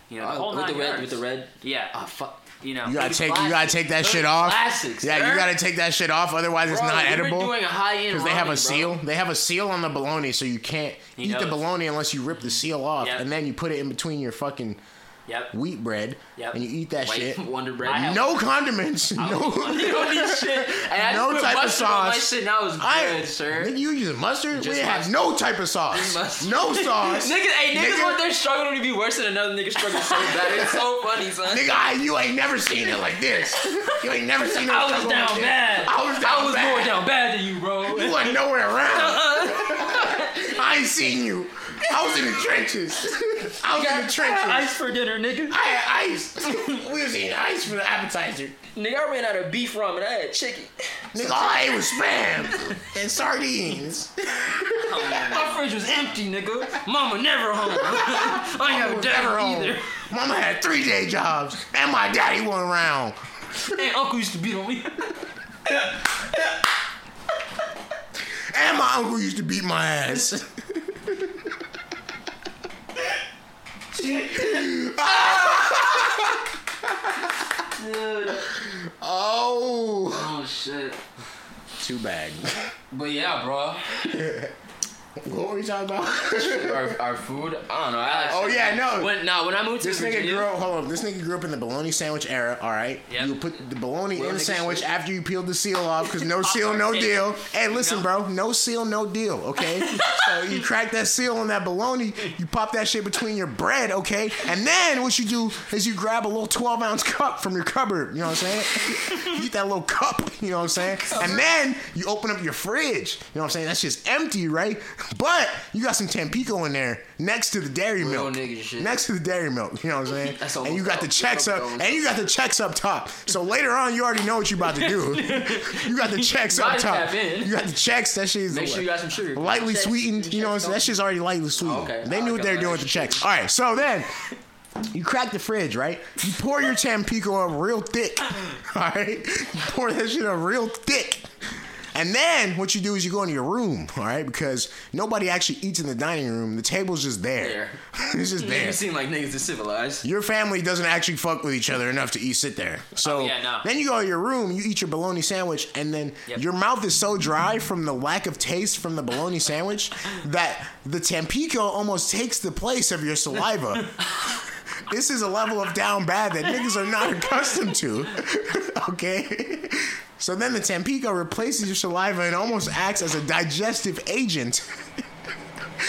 Speaker 2: You know, the
Speaker 3: Oh,
Speaker 2: whole
Speaker 3: with
Speaker 2: nine
Speaker 3: the red-
Speaker 2: yards.
Speaker 3: with the red-
Speaker 2: Yeah,
Speaker 3: Ah, fuck.
Speaker 2: you know.
Speaker 1: You gotta
Speaker 3: Those
Speaker 1: take. You gotta
Speaker 3: classics.
Speaker 1: take that
Speaker 3: Those
Speaker 1: shit off.
Speaker 3: classics,
Speaker 1: Yeah,
Speaker 3: sir.
Speaker 1: you gotta take that shit off. Otherwise, it's
Speaker 3: Bro,
Speaker 1: not
Speaker 3: we were
Speaker 1: edible.
Speaker 3: doing a high end
Speaker 1: Because they have a
Speaker 3: ramen,
Speaker 1: seal.
Speaker 3: bro.
Speaker 4: [LAUGHS]
Speaker 1: They have a seal on the bologna, so you can't
Speaker 2: You
Speaker 1: eat
Speaker 2: know
Speaker 1: the
Speaker 2: it.
Speaker 1: bologna unless you rip the seal off,
Speaker 2: Yep.
Speaker 1: and then you put it in between your fucking
Speaker 2: yep.
Speaker 1: wheat bread,
Speaker 2: Yep.
Speaker 1: and you eat that
Speaker 3: White
Speaker 1: shit.
Speaker 3: Wonder Bread.
Speaker 2: I have-
Speaker 1: No condiments. No.
Speaker 4: You don't need shit. And I
Speaker 1: No
Speaker 4: just put
Speaker 1: type of
Speaker 4: mustard on My
Speaker 1: sauce.
Speaker 4: shit now is good,
Speaker 1: [LAUGHS] I,
Speaker 4: sir.
Speaker 1: Nigga, you using mustard? We
Speaker 3: Just
Speaker 1: have
Speaker 3: mustard.
Speaker 1: no type
Speaker 3: [LAUGHS]
Speaker 1: of sauce.
Speaker 4: [LAUGHS]
Speaker 3: mustard. [LAUGHS]
Speaker 1: No sauce.
Speaker 4: Niggas, hey, niggas
Speaker 1: Nigga.
Speaker 4: want their struggle to be worse than another nigga's struggle so bad. It's
Speaker 1: [LAUGHS]
Speaker 4: so funny, son.
Speaker 1: Nigga, I, you ain't never seen it like this. You ain't never seen no
Speaker 4: I was
Speaker 1: struggle
Speaker 4: down
Speaker 1: like this.
Speaker 4: bad.
Speaker 1: I was down
Speaker 4: I was
Speaker 1: bad.
Speaker 4: more down bad than you, bro.
Speaker 1: You wasn't nowhere
Speaker 4: [LAUGHS]
Speaker 1: around. I ain't seen you. I was in the trenches. I was in the
Speaker 4: [LAUGHS]
Speaker 1: trenches.
Speaker 4: Ice for dinner, nigga.
Speaker 1: I had ice. [LAUGHS] We was eating ice for the appetizer.
Speaker 4: Nigga, I ran out of beef ramen. I had chicken.
Speaker 1: Nigga, all I ate was
Speaker 4: [LAUGHS]
Speaker 1: spam and sardines.
Speaker 4: My fridge was empty, nigga. Mama never home. [LAUGHS] I ain't have
Speaker 1: Never
Speaker 4: dad
Speaker 1: home.
Speaker 4: either.
Speaker 1: um, Mama had three day jobs, and my daddy wasn't around.
Speaker 4: And uncle used to beat on
Speaker 3: [LAUGHS]
Speaker 4: me.
Speaker 1: And my uncle used to beat my ass. [LAUGHS] oh.
Speaker 3: Oh, shit.
Speaker 1: Too bad. Oh.
Speaker 3: But yeah, bro.
Speaker 1: [LAUGHS] What were you talking about? [LAUGHS]
Speaker 3: our, our food. I don't know. I like
Speaker 1: oh yeah, no.
Speaker 3: When no, when I moved to
Speaker 1: this nigga
Speaker 3: Virginia,
Speaker 1: grew up. Hold on. This nigga grew up in the bologna sandwich era. All right.
Speaker 3: Yep.
Speaker 1: You put the bologna
Speaker 3: Well,
Speaker 1: in the
Speaker 3: nigga,
Speaker 1: sandwich
Speaker 3: shit.
Speaker 1: after you peeled the seal off because
Speaker 3: [LAUGHS]
Speaker 1: no seal, no
Speaker 3: Hey,
Speaker 1: deal. Hey, listen,
Speaker 3: know.
Speaker 1: bro. No seal, no deal.
Speaker 3: [LAUGHS]
Speaker 1: Okay. so you crack that seal on that bologna. You pop that shit between your bread. Okay. And then what you do is you grab a little twelve ounce cup from your cupboard. You know what I'm saying? you get that little cup. You know what I'm saying? And then you open up your fridge. You know what I'm saying? That's just empty, right? But you got some Tampico in there next to the dairy
Speaker 3: Real
Speaker 1: milk.
Speaker 3: nigga shit.
Speaker 1: Next to the dairy milk, you know what I'm saying?
Speaker 3: That's
Speaker 1: and you
Speaker 3: almost
Speaker 1: got the
Speaker 3: dope.
Speaker 1: checks up,
Speaker 3: Dope.
Speaker 1: and you got the checks up top. So later on, you already know what you about to
Speaker 3: [LAUGHS]
Speaker 1: do. you got the checks up
Speaker 3: Gotta
Speaker 1: top.
Speaker 3: tap in.
Speaker 1: You got the checks. That shit is
Speaker 3: make sure you got some sugar.
Speaker 1: lightly
Speaker 3: Check-
Speaker 1: sweetened. You know,
Speaker 3: check-
Speaker 1: that shit's already lightly sweetened.
Speaker 3: okay.
Speaker 1: They
Speaker 3: I
Speaker 1: knew
Speaker 3: like
Speaker 1: what they
Speaker 3: all
Speaker 1: were
Speaker 3: that
Speaker 1: doing with the
Speaker 3: extra
Speaker 1: checks. All right, so then you crack the fridge, right? You pour your Tampico up real thick. [LAUGHS] All right, you pour that shit up real thick. And then what you do is you go into your room, all right? Because nobody actually eats in the dining room. The table's just there. [LAUGHS] it's just
Speaker 3: Make
Speaker 1: there
Speaker 3: it seem like niggas are civilized.
Speaker 1: your family doesn't actually fuck with each other enough to eat sit there. So
Speaker 2: Oh, yeah, no.
Speaker 1: then you go to your room, you eat your bologna sandwich, and then
Speaker 2: Yep.
Speaker 1: your mouth is so dry from the lack of taste from the bologna
Speaker 2: [LAUGHS]
Speaker 1: sandwich that the Tampico almost takes the place of your
Speaker 2: [LAUGHS]
Speaker 1: saliva. this is a level of down bad that niggas are not accustomed to. [LAUGHS] okay? So then the Tampico replaces your saliva and almost acts as a digestive agent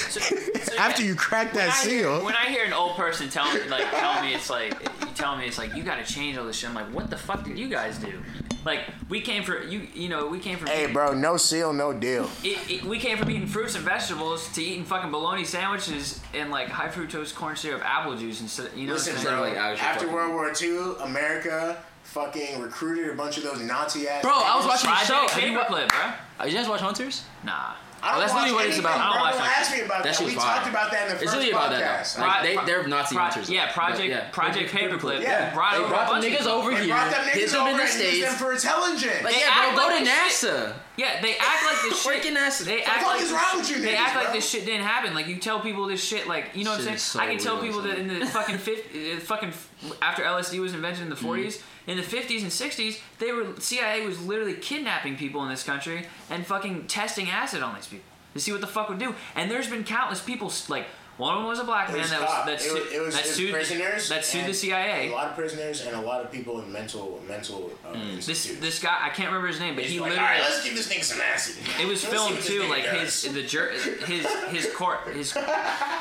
Speaker 2: So- so
Speaker 1: after
Speaker 2: yeah.
Speaker 1: you crack that
Speaker 2: When I hear-
Speaker 1: seal.
Speaker 2: when I hear an old person tell me, like, tell me it's like, you tell me it's like, you got to change all this shit. I'm like, what the fuck did you guys do? Like, we came for you, you know, we came from.
Speaker 1: Hey, bro, no seal, no deal.
Speaker 2: It, it, we came from eating fruits and vegetables to eating fucking bologna sandwiches and like high fructose corn syrup, apple juice, and so, you know.
Speaker 1: Listen,
Speaker 2: what I'm saying?
Speaker 1: bro.
Speaker 3: Like, I was just
Speaker 1: after
Speaker 3: fucking-
Speaker 1: World War II, America fucking recruited a bunch of those Nazi ass.
Speaker 3: Bro, I was watching the
Speaker 2: Fried
Speaker 3: show.
Speaker 2: chicken
Speaker 3: Have you wa-
Speaker 2: paperclip, bro.
Speaker 3: Uh, you guys watch Hunters?
Speaker 2: Nah.
Speaker 1: I don't
Speaker 3: that's
Speaker 1: watch
Speaker 3: literally what it's
Speaker 1: anything,
Speaker 3: about.
Speaker 1: bro.
Speaker 2: I don't watch
Speaker 1: Don't
Speaker 2: that.
Speaker 1: ask me about
Speaker 3: That
Speaker 1: that.
Speaker 3: shit's
Speaker 1: We
Speaker 3: fire.
Speaker 1: talked about that in the
Speaker 3: It's
Speaker 1: first
Speaker 3: really about that
Speaker 1: podcast.
Speaker 3: though. Like, they, they're Nazi
Speaker 2: Pro-
Speaker 3: hunters.
Speaker 2: Yeah, Project
Speaker 3: yeah.
Speaker 2: Project Paperclip.
Speaker 1: Yeah.
Speaker 2: They brought,
Speaker 3: They
Speaker 2: over
Speaker 3: brought
Speaker 2: a
Speaker 3: them
Speaker 2: bunch of
Speaker 3: niggas
Speaker 2: people.
Speaker 3: over
Speaker 1: They
Speaker 3: here,
Speaker 1: brought them
Speaker 3: hid
Speaker 1: niggas
Speaker 3: them
Speaker 1: over
Speaker 3: in
Speaker 1: and
Speaker 3: the
Speaker 1: used them
Speaker 3: states.
Speaker 1: for intelligence.
Speaker 3: Like,
Speaker 2: They
Speaker 3: yeah,
Speaker 2: act
Speaker 3: bro, go
Speaker 2: like
Speaker 3: to
Speaker 2: this shit.
Speaker 3: NASA.
Speaker 2: Yeah, they act
Speaker 1: [LAUGHS]
Speaker 2: like this shit.
Speaker 3: Freaking NASA.
Speaker 2: They
Speaker 1: What
Speaker 2: act
Speaker 1: the fuck
Speaker 2: like
Speaker 1: is wrong with you
Speaker 2: They
Speaker 1: niggas,
Speaker 2: act like
Speaker 1: bro?
Speaker 2: this shit didn't happen. Like you tell people this shit, like you know what
Speaker 3: Shit
Speaker 2: I'm
Speaker 3: is
Speaker 2: saying.
Speaker 3: so
Speaker 2: I can tell
Speaker 3: weird,
Speaker 2: people that in
Speaker 3: son.
Speaker 2: the fucking fifth, uh, fucking f- after LSD was invented
Speaker 3: Mm-hmm.
Speaker 2: in the 40s, in the 50s and 60s, they were CIA was literally kidnapping people in this country and fucking testing acid on these people to see what the fuck would do. And there's been countless people s- like. One of them was a black
Speaker 1: It
Speaker 2: man
Speaker 1: was
Speaker 2: that was
Speaker 1: cop.
Speaker 2: that,
Speaker 1: It was-
Speaker 2: sued-
Speaker 1: it was-
Speaker 2: that
Speaker 1: it was
Speaker 2: sued
Speaker 1: prisoners
Speaker 2: that sued the
Speaker 1: and
Speaker 2: CIA.
Speaker 1: A lot of prisoners and a lot of people in mental mental. Uh,
Speaker 3: Mm.
Speaker 2: This
Speaker 1: institutes.
Speaker 2: this guy I can't remember his name, but
Speaker 1: It's
Speaker 2: he
Speaker 1: like,
Speaker 2: literally
Speaker 1: all right, let's give this nigga some acid.
Speaker 2: It was
Speaker 1: Let's
Speaker 2: filmed
Speaker 1: see
Speaker 2: too,
Speaker 1: what this nigga
Speaker 2: like his
Speaker 1: does.
Speaker 2: the jur- his his court his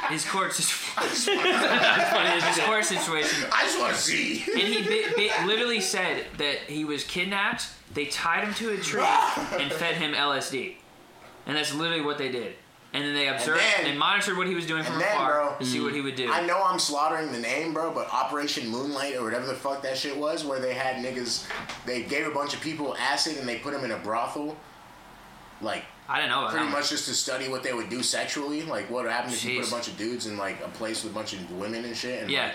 Speaker 2: his court [LAUGHS] situation. That's funny, his court situation,
Speaker 1: I just want to see. [LAUGHS]
Speaker 2: and he bi- bi- literally said that he was kidnapped. They tied him to
Speaker 1: [LAUGHS]
Speaker 2: a tree and fed him LSD, and that's literally what they did. And then they observed
Speaker 1: then-
Speaker 2: and, monitored what he was doing from
Speaker 1: and then,
Speaker 2: afar
Speaker 1: bro,
Speaker 2: to see what he would do.
Speaker 1: I know I'm slaughtering the name, bro, but Operation Moonlight or whatever the fuck that shit was, where they had niggas, they gave a bunch of people acid and they put them in a brothel, like
Speaker 2: I didn't know about
Speaker 1: pretty
Speaker 2: that. one.
Speaker 1: much just to study what they would do sexually, like what would happen if you put
Speaker 2: Jeez.
Speaker 1: a bunch of dudes in like a place with a bunch of women and shit. And,
Speaker 2: Yeah,
Speaker 1: like,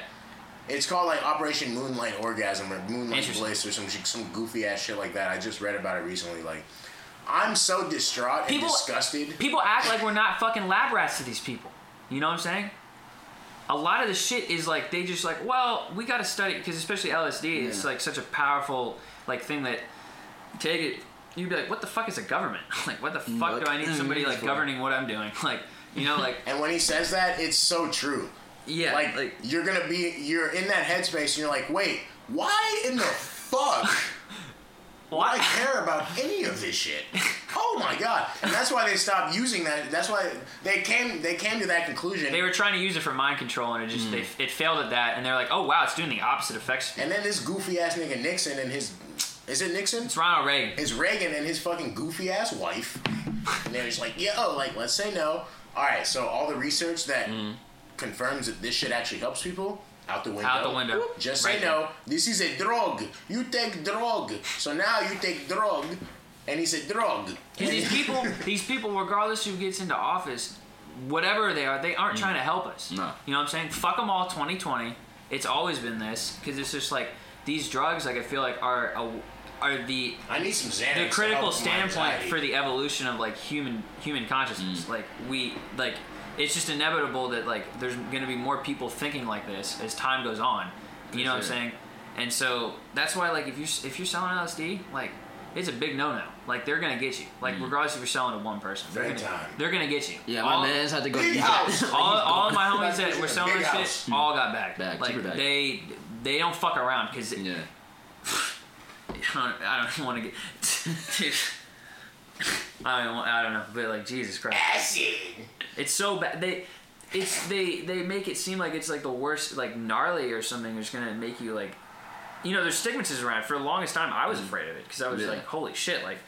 Speaker 1: it's called like Operation Moonlight Orgasm or Moonlight
Speaker 2: Interesting.
Speaker 1: Bliss or some sh- some goofy ass shit like that. I just read about it recently. Like, I'm so distraught and
Speaker 2: People-
Speaker 1: disgusted.
Speaker 2: people act like we're not fucking lab rats to these people. You know what I'm saying? A lot of the shit is like they just like, well, we got to study because especially LSD, it's like such a powerful like thing that take it. You'd be like, what the fuck is a government? [LAUGHS] like, Mm, what the fuck
Speaker 3: What
Speaker 2: do I need
Speaker 3: is
Speaker 2: somebody
Speaker 3: this
Speaker 2: like
Speaker 3: for?
Speaker 2: governing what I'm doing? [LAUGHS] Like, you know, like
Speaker 1: and when he says that, it's so true.
Speaker 2: yeah,
Speaker 1: like,
Speaker 2: like,
Speaker 1: you're gonna be you're in that headspace and you're like wait why in the fuck
Speaker 2: [LAUGHS]
Speaker 1: do i
Speaker 2: why?
Speaker 1: care about any of this shit oh my god and that's why they stopped using that that's why they came they came to that conclusion
Speaker 2: They were trying to use it for mind control, and it just they, it failed at that. And they're like, oh wow, it's doing the opposite effects.
Speaker 1: and then this goofy ass nigga nixon and his is it nixon
Speaker 2: It's Ronald Reagan.
Speaker 1: it's reagan and his fucking goofy ass wife and they're just like yo like let's say no all right so all the research that
Speaker 2: Mm-hmm.
Speaker 1: confirms that this shit actually helps people out the window
Speaker 2: Out the window.
Speaker 1: Just
Speaker 2: Right
Speaker 1: say no. This is a drug. You take drug. So now you take drug, and he said drug.
Speaker 2: Because these people, these people, regardless who gets into office, whatever they are, they aren't trying to help us.
Speaker 3: No.
Speaker 2: You know what I'm saying? Fuck them all. 2020. It's always been this because it's just like these drugs. Like I feel like are a, are the
Speaker 1: I need some Xanax. to
Speaker 2: the critical
Speaker 1: help with my
Speaker 2: standpoint
Speaker 1: anxiety.
Speaker 2: for the evolution of like human human
Speaker 3: Mm.
Speaker 2: consciousness. Like we like it's just inevitable that like there's going to be more people thinking like this as time goes on. You know what I'm
Speaker 3: sure.
Speaker 2: saying? And so that's why like if you are if you're selling LSD, like It's a big no no. Like they're gonna get you. Like regardless if you're selling to one person, they're
Speaker 1: Big
Speaker 2: gonna,
Speaker 1: time.
Speaker 2: they're gonna get you.
Speaker 3: Mm. Yeah,
Speaker 2: All-
Speaker 3: my man's had to go.
Speaker 1: Big
Speaker 3: to
Speaker 1: house.
Speaker 2: all, all of my
Speaker 3: [LAUGHS]
Speaker 2: homies
Speaker 1: Like,
Speaker 2: that were selling
Speaker 1: big
Speaker 2: this
Speaker 1: house.
Speaker 2: shit all got back.
Speaker 3: Back,
Speaker 2: like
Speaker 3: super back.
Speaker 2: they they don't fuck around because
Speaker 3: Yeah.
Speaker 2: I don't [LAUGHS] want to get. Dude. I don't, I don't know, but like Jesus Christ,
Speaker 1: Acid.
Speaker 2: it's so bad. They, it's they they make it seem like it's like the worst, like gnarly or something. That's gonna make you like, you know, there's stigmatism around. it. For the longest time, I was
Speaker 1: Mm-hmm.
Speaker 2: afraid of it because I was
Speaker 3: Yeah.
Speaker 2: like, holy shit, like.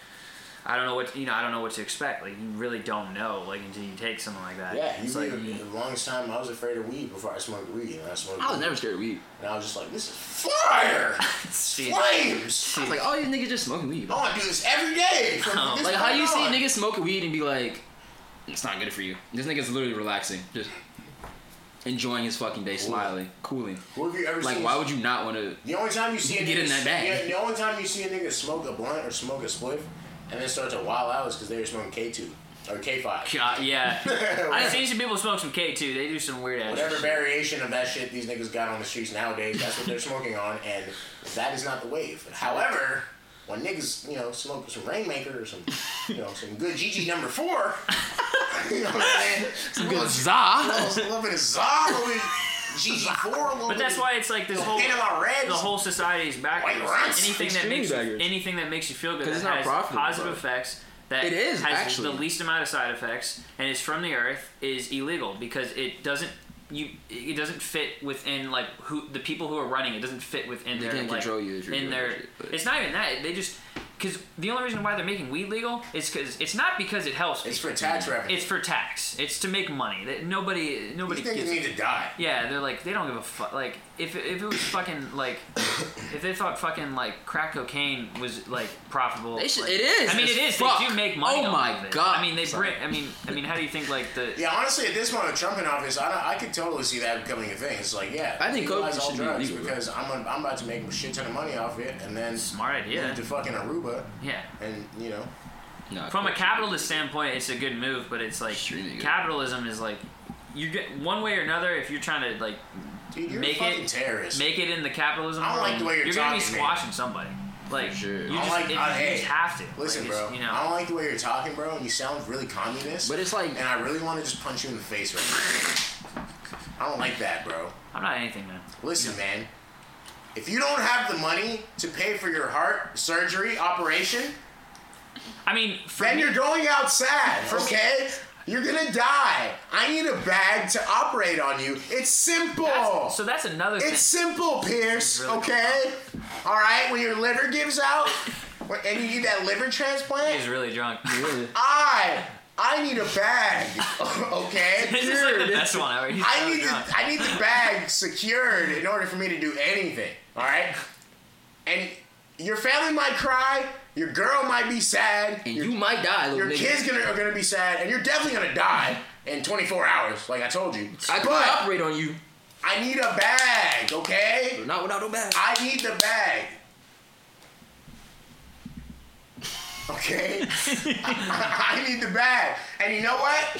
Speaker 2: I don't know what you know. I don't know what to expect. Like you really don't know. Like until you take something like that.
Speaker 1: Yeah,
Speaker 2: it's
Speaker 1: you
Speaker 2: like
Speaker 1: like, the longest time I was afraid of weed before I smoked weed, and I smoked.
Speaker 3: I was
Speaker 1: weed.
Speaker 3: never scared of weed.
Speaker 1: And I was just like, this is fire,
Speaker 2: [LAUGHS] see,
Speaker 1: flames.
Speaker 3: I was like, oh, you niggas just smoking weed.
Speaker 1: I want to do this every day. from
Speaker 2: Oh,
Speaker 1: this
Speaker 3: Like how
Speaker 1: point
Speaker 3: you see
Speaker 1: on.
Speaker 3: niggas smoking weed and be like, it's not good for you. This nigga's literally relaxing, just enjoying his fucking day, smiling, cooling.
Speaker 1: Who have you ever
Speaker 3: Like
Speaker 1: seen?
Speaker 3: why would you not want to?
Speaker 1: The only time you see a
Speaker 3: Get
Speaker 1: nigga,
Speaker 3: in that bag.
Speaker 1: Yeah, the only time you see a nigga smoke a blunt or smoke a spliff, and then start to wild out is because they were smoking K two or
Speaker 3: [LAUGHS]
Speaker 1: K five. [LAUGHS]
Speaker 2: God, yeah. I've seen some people smoke some K too. They do some weird ass.
Speaker 1: Whatever
Speaker 2: shit.
Speaker 1: variation of that shit these niggas got on the streets nowadays, that's what they're smoking on, and that is not the wave. However, when niggas, you know, smoke some Rainmaker or some, you know, some good GG number four, [LAUGHS] you know what I'm saying?
Speaker 3: Some good za.
Speaker 1: A little bit of Zah, a little bit of GG four, a little
Speaker 2: But
Speaker 1: bit
Speaker 2: that's
Speaker 1: of
Speaker 2: why it's like this whole
Speaker 1: Panama Reds.
Speaker 2: the whole society is backwards.
Speaker 1: White rats.
Speaker 2: Anything that
Speaker 3: Extremely
Speaker 2: makes you,
Speaker 3: backwards.
Speaker 2: anything that makes you feel good that
Speaker 3: it's not
Speaker 2: has
Speaker 3: profitable,
Speaker 2: positive
Speaker 3: bro.
Speaker 2: effects that
Speaker 3: It is,
Speaker 2: has
Speaker 3: actually.
Speaker 2: the least amount of side effects and is from the earth is illegal because it doesn't you it doesn't fit within like who the people who are running it doesn't fit within
Speaker 3: They
Speaker 2: their
Speaker 3: can't
Speaker 2: like
Speaker 3: control you if you're
Speaker 2: in
Speaker 3: doing
Speaker 2: their
Speaker 3: that shit, but-
Speaker 2: it's not even that they just because the only reason why they're making weed legal is because it's not because it helps
Speaker 1: It's
Speaker 2: people.
Speaker 1: for tax revenue.
Speaker 2: it's for tax it's to make money that nobody nobody
Speaker 1: These niggas
Speaker 2: gives a
Speaker 1: need to die.
Speaker 2: yeah, they're like they don't give a fuck. Like if if it was fucking like if they thought fucking like crack cocaine was like profitable.
Speaker 3: They should-
Speaker 2: like-
Speaker 3: it is,
Speaker 2: I mean,
Speaker 3: as
Speaker 2: it is.
Speaker 3: fuck.
Speaker 2: They do make money.
Speaker 3: Oh
Speaker 2: off
Speaker 3: my
Speaker 2: of it.
Speaker 3: God.
Speaker 2: I mean, they
Speaker 3: Sorry.
Speaker 2: bring. I mean, I mean, how do you think like the?
Speaker 1: Yeah, honestly, at this point with Trump in office, I, don't, I could totally see that becoming a thing. It's like, yeah,
Speaker 3: I think
Speaker 1: legalize
Speaker 3: coke
Speaker 1: all
Speaker 3: should be
Speaker 1: drugs
Speaker 3: legal, bro.
Speaker 1: because I'm, gonna- I'm about to make a shit ton of money off it, and then
Speaker 2: Smart idea.
Speaker 1: move to fucking Aruba,
Speaker 2: Yeah.
Speaker 1: and you know,
Speaker 3: Nah,
Speaker 2: From a
Speaker 3: coke.
Speaker 2: capitalist standpoint, it's a good move, but it's like
Speaker 3: Extremely good.
Speaker 2: capitalism is like you get one way or another. If you're trying to like
Speaker 1: dude, you're
Speaker 2: Make
Speaker 1: a fucking
Speaker 2: it-
Speaker 1: terrorist.
Speaker 2: make it in the capitalism,
Speaker 1: I don't like
Speaker 2: world,
Speaker 1: the way you're
Speaker 2: gonna
Speaker 1: talking, man.
Speaker 2: be squashing somebody. Like
Speaker 3: For sure.
Speaker 2: you
Speaker 1: I
Speaker 2: just,
Speaker 1: like-
Speaker 2: it- you
Speaker 1: I-
Speaker 2: just
Speaker 1: hey,
Speaker 2: have to.
Speaker 1: Listen,
Speaker 2: Like, it's-
Speaker 1: bro,
Speaker 2: You know,
Speaker 1: I don't like the way you're talking, bro, and you sound really communist.
Speaker 3: But it's like
Speaker 1: and I really want to just punch you in the face right now. I don't like that, bro.
Speaker 2: I'm not anything, man.
Speaker 1: Listen, man. If you don't have the money to pay for your heart surgery operation,
Speaker 2: I mean, for
Speaker 1: Then
Speaker 2: me-
Speaker 1: you're going outside,
Speaker 2: [LAUGHS]
Speaker 1: okay? You're gonna die. I need a bag to operate on you. It's simple.
Speaker 2: That's, so that's another
Speaker 1: Oh. It's
Speaker 2: thing.
Speaker 1: simple, Pierce,
Speaker 2: Really
Speaker 1: okay? All right, when your liver gives out when- and you need that liver
Speaker 2: He's
Speaker 1: transplant,
Speaker 2: really
Speaker 1: [LAUGHS]
Speaker 2: drunk.
Speaker 3: really,
Speaker 1: I I need a bag, [LAUGHS] okay?
Speaker 2: [LAUGHS] [LAUGHS] this is like the best one ever. He's
Speaker 1: I
Speaker 2: so
Speaker 1: need
Speaker 2: drunk.
Speaker 1: the, I need the bag secured in order for me to do anything. All right, and your family might cry, your girl might be sad,
Speaker 3: and
Speaker 1: your
Speaker 3: you might die, little
Speaker 1: your
Speaker 3: nigga.
Speaker 1: kids gonna, are gonna be sad, and you're definitely gonna die in 24 hours, like I told you.
Speaker 3: I could
Speaker 1: but
Speaker 3: operate on you,
Speaker 1: I need a bag, okay?
Speaker 3: not without no bag.
Speaker 1: I need the bag. Okay? [LAUGHS] I, I need the bag. And you know what?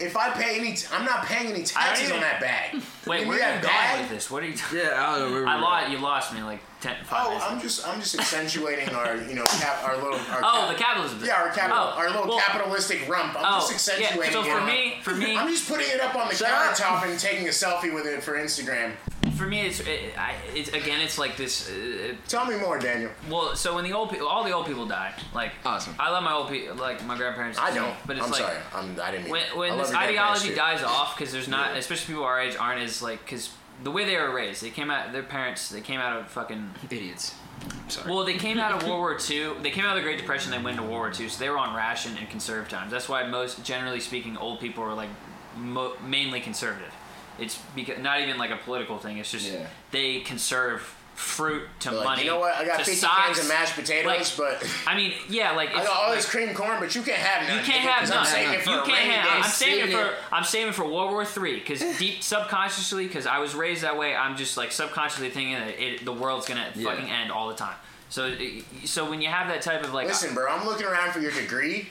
Speaker 1: If I pay any, t- I'm not paying any taxes
Speaker 2: even-
Speaker 1: on that bag.
Speaker 2: Wait,
Speaker 1: Give
Speaker 2: where
Speaker 1: me
Speaker 2: are
Speaker 1: that
Speaker 2: you
Speaker 1: bag.
Speaker 2: going with this? What are you? T-
Speaker 3: yeah, I don't know. Where
Speaker 2: [LAUGHS] I
Speaker 3: we
Speaker 2: lied. You lost me like 10, 5
Speaker 1: Oh,
Speaker 2: minutes.
Speaker 1: [LAUGHS] I'm just, I'm just accentuating our, you know, cap, our little, our
Speaker 2: oh, the
Speaker 1: cap-
Speaker 2: capitalism. thing.
Speaker 1: yeah, our capital,
Speaker 2: Oh,
Speaker 1: our little
Speaker 2: well,
Speaker 1: capitalistic rump. I'm
Speaker 2: Oh,
Speaker 1: just accentuating
Speaker 2: yeah. So
Speaker 1: it.
Speaker 2: for me, for me,
Speaker 1: I'm just putting it up on the
Speaker 3: Shut up.
Speaker 1: countertop and taking a selfie with it for Instagram.
Speaker 2: for me, it's it, I, it's again, it's like this. Uh,
Speaker 1: Tell me more, Daniel.
Speaker 2: well, so when the old people, all the old people die, like
Speaker 3: Awesome.
Speaker 2: I love my old people, like my grandparents.
Speaker 1: I
Speaker 2: too,
Speaker 1: don't.
Speaker 2: But it's
Speaker 1: I'm
Speaker 2: like
Speaker 1: sorry. I'm, I didn't mean.
Speaker 2: when,
Speaker 1: I
Speaker 2: when
Speaker 1: love
Speaker 2: this
Speaker 1: your grandparents,
Speaker 2: ideology
Speaker 1: too.
Speaker 2: dies off because there's not
Speaker 1: Yeah.
Speaker 2: especially people our age aren't as like because the way they were raised they came out their parents they came out of fucking
Speaker 3: idiots. I'm sorry.
Speaker 2: well they came out of world war ii they came out of the great depression they went into world war ii so they were on ration and conserve times that's why most generally speaking old people are like mo- mainly conservative it's because not even like a political thing it's just
Speaker 3: Yeah.
Speaker 2: they conserve fruit to
Speaker 1: Like,
Speaker 2: money
Speaker 1: you know what? I got
Speaker 2: to
Speaker 1: 50
Speaker 2: socks.
Speaker 1: cans of mashed potatoes, but
Speaker 2: i mean yeah like
Speaker 1: I
Speaker 2: it's-
Speaker 1: got all
Speaker 2: like-
Speaker 1: this cream corn, but you can't have none.
Speaker 2: you can't
Speaker 1: nigga,
Speaker 2: have
Speaker 1: 'cause
Speaker 2: none.
Speaker 1: I'm saving it for
Speaker 2: you
Speaker 1: a
Speaker 2: can't
Speaker 1: rainy
Speaker 2: have.
Speaker 1: day.
Speaker 2: I'm saving it
Speaker 3: Saving
Speaker 2: for.
Speaker 3: it.
Speaker 2: I'm saving for World War
Speaker 1: [LAUGHS]
Speaker 2: Three because deep subconsciously, because I was raised that way. I'm just like subconsciously thinking that it, the world's gonna
Speaker 3: Yeah.
Speaker 2: fucking end all the time. So, it- so when you have that type of like,
Speaker 1: Listen, bro. I'm looking around for your degree,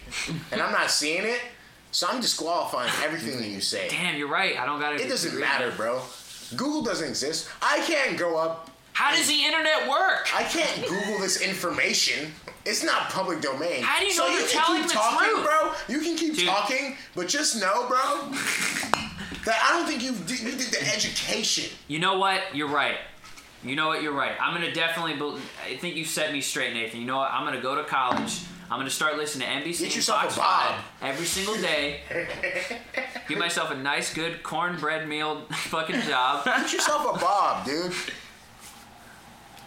Speaker 1: and I'm not seeing it, so I'm disqualifying everything that you say.
Speaker 2: damn, you're right. I don't got
Speaker 1: It doesn't matter, bro. Google doesn't exist. I can't go up
Speaker 3: How does the internet work?
Speaker 1: I can't Google this information. It's not public domain.
Speaker 3: How do you know you're
Speaker 1: can
Speaker 3: telling
Speaker 1: keep
Speaker 3: the
Speaker 1: talking,
Speaker 3: truth?
Speaker 1: bro? You can keep
Speaker 3: Dude.
Speaker 1: talking, but just know, bro, that I don't think you did, you did the education.
Speaker 2: You know what? You're right. You know what? You're right. I'm gonna definitely. bel I think you set me straight, Nathan. You know what? I'm gonna go to college. I'm gonna start listening to NBC and
Speaker 1: yourself a
Speaker 2: Fox
Speaker 1: Bob.
Speaker 2: Five every single
Speaker 1: [LAUGHS]
Speaker 2: day. Give myself a nice, good cornbread meal [LAUGHS] fucking job.
Speaker 1: Get yourself a bob, dude.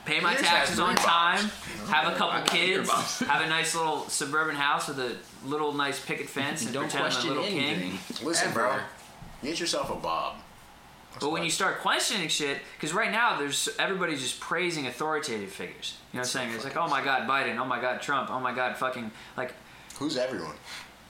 Speaker 2: Pay my
Speaker 1: Yours has
Speaker 2: taxes
Speaker 1: three
Speaker 2: on
Speaker 1: bombs.
Speaker 2: time. Have a couple kids.
Speaker 3: bombs.
Speaker 2: Have a nice little suburban house with a little nice picket fence and
Speaker 3: Don't
Speaker 2: pretend I'm a
Speaker 3: question
Speaker 2: little
Speaker 3: anything.
Speaker 2: king.
Speaker 1: Listen, bro.
Speaker 3: Ever.
Speaker 1: Get yourself a bob.
Speaker 2: But when you start questioning shit, because right now there's everybody's just praising authoritative figures. You know what I'm saying? It's like, oh my god, Biden. Oh my god, Trump. Oh my god, fucking like.
Speaker 1: Who's everyone?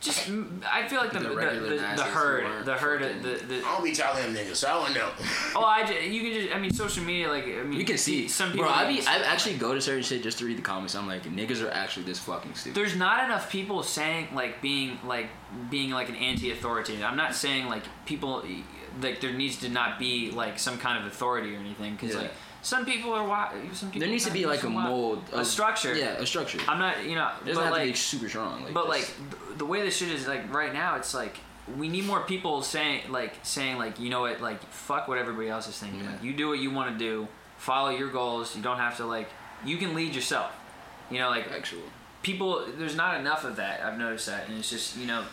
Speaker 2: Just, I feel like the
Speaker 3: The
Speaker 2: the, the,
Speaker 3: regular
Speaker 2: the,
Speaker 3: masses who
Speaker 2: herd,
Speaker 3: aren't
Speaker 2: the herd,
Speaker 3: fucking-
Speaker 2: the, the
Speaker 1: I don't be telling them niggas, so I don't know.
Speaker 2: oh, I ju- you can just I mean social media like I mean
Speaker 3: You can see.
Speaker 2: some people
Speaker 3: Bro, I
Speaker 2: can
Speaker 3: be,
Speaker 2: see,
Speaker 3: I
Speaker 2: like,
Speaker 3: actually go to certain shit just to read the comments. I'm like, niggas are actually this fucking stupid.
Speaker 2: there's not enough people saying like being like being like an anti-authority. I'm not saying like people like there needs to not be like some kind of authority or anything because
Speaker 3: Yeah.
Speaker 2: like some people are wild. Some people
Speaker 3: There needs to
Speaker 2: kinda
Speaker 3: be
Speaker 2: do
Speaker 3: like a
Speaker 2: some wild-
Speaker 3: mold,
Speaker 2: a structure.
Speaker 3: Yeah, a structure. It
Speaker 2: I'm not you know
Speaker 3: doesn't
Speaker 2: but
Speaker 3: have
Speaker 2: like
Speaker 3: to be super strong. Like
Speaker 2: But
Speaker 3: this.
Speaker 2: like th- the way this shit is like right now, it's like we need more people saying like saying like you know what like fuck what everybody else is thinking.
Speaker 3: Yeah.
Speaker 2: Like, you do what you want to do, follow your goals. You don't have to like you can lead yourself. You know like
Speaker 3: actual.
Speaker 2: people there's not enough of that. I've noticed that, and it's just you know
Speaker 1: [LAUGHS]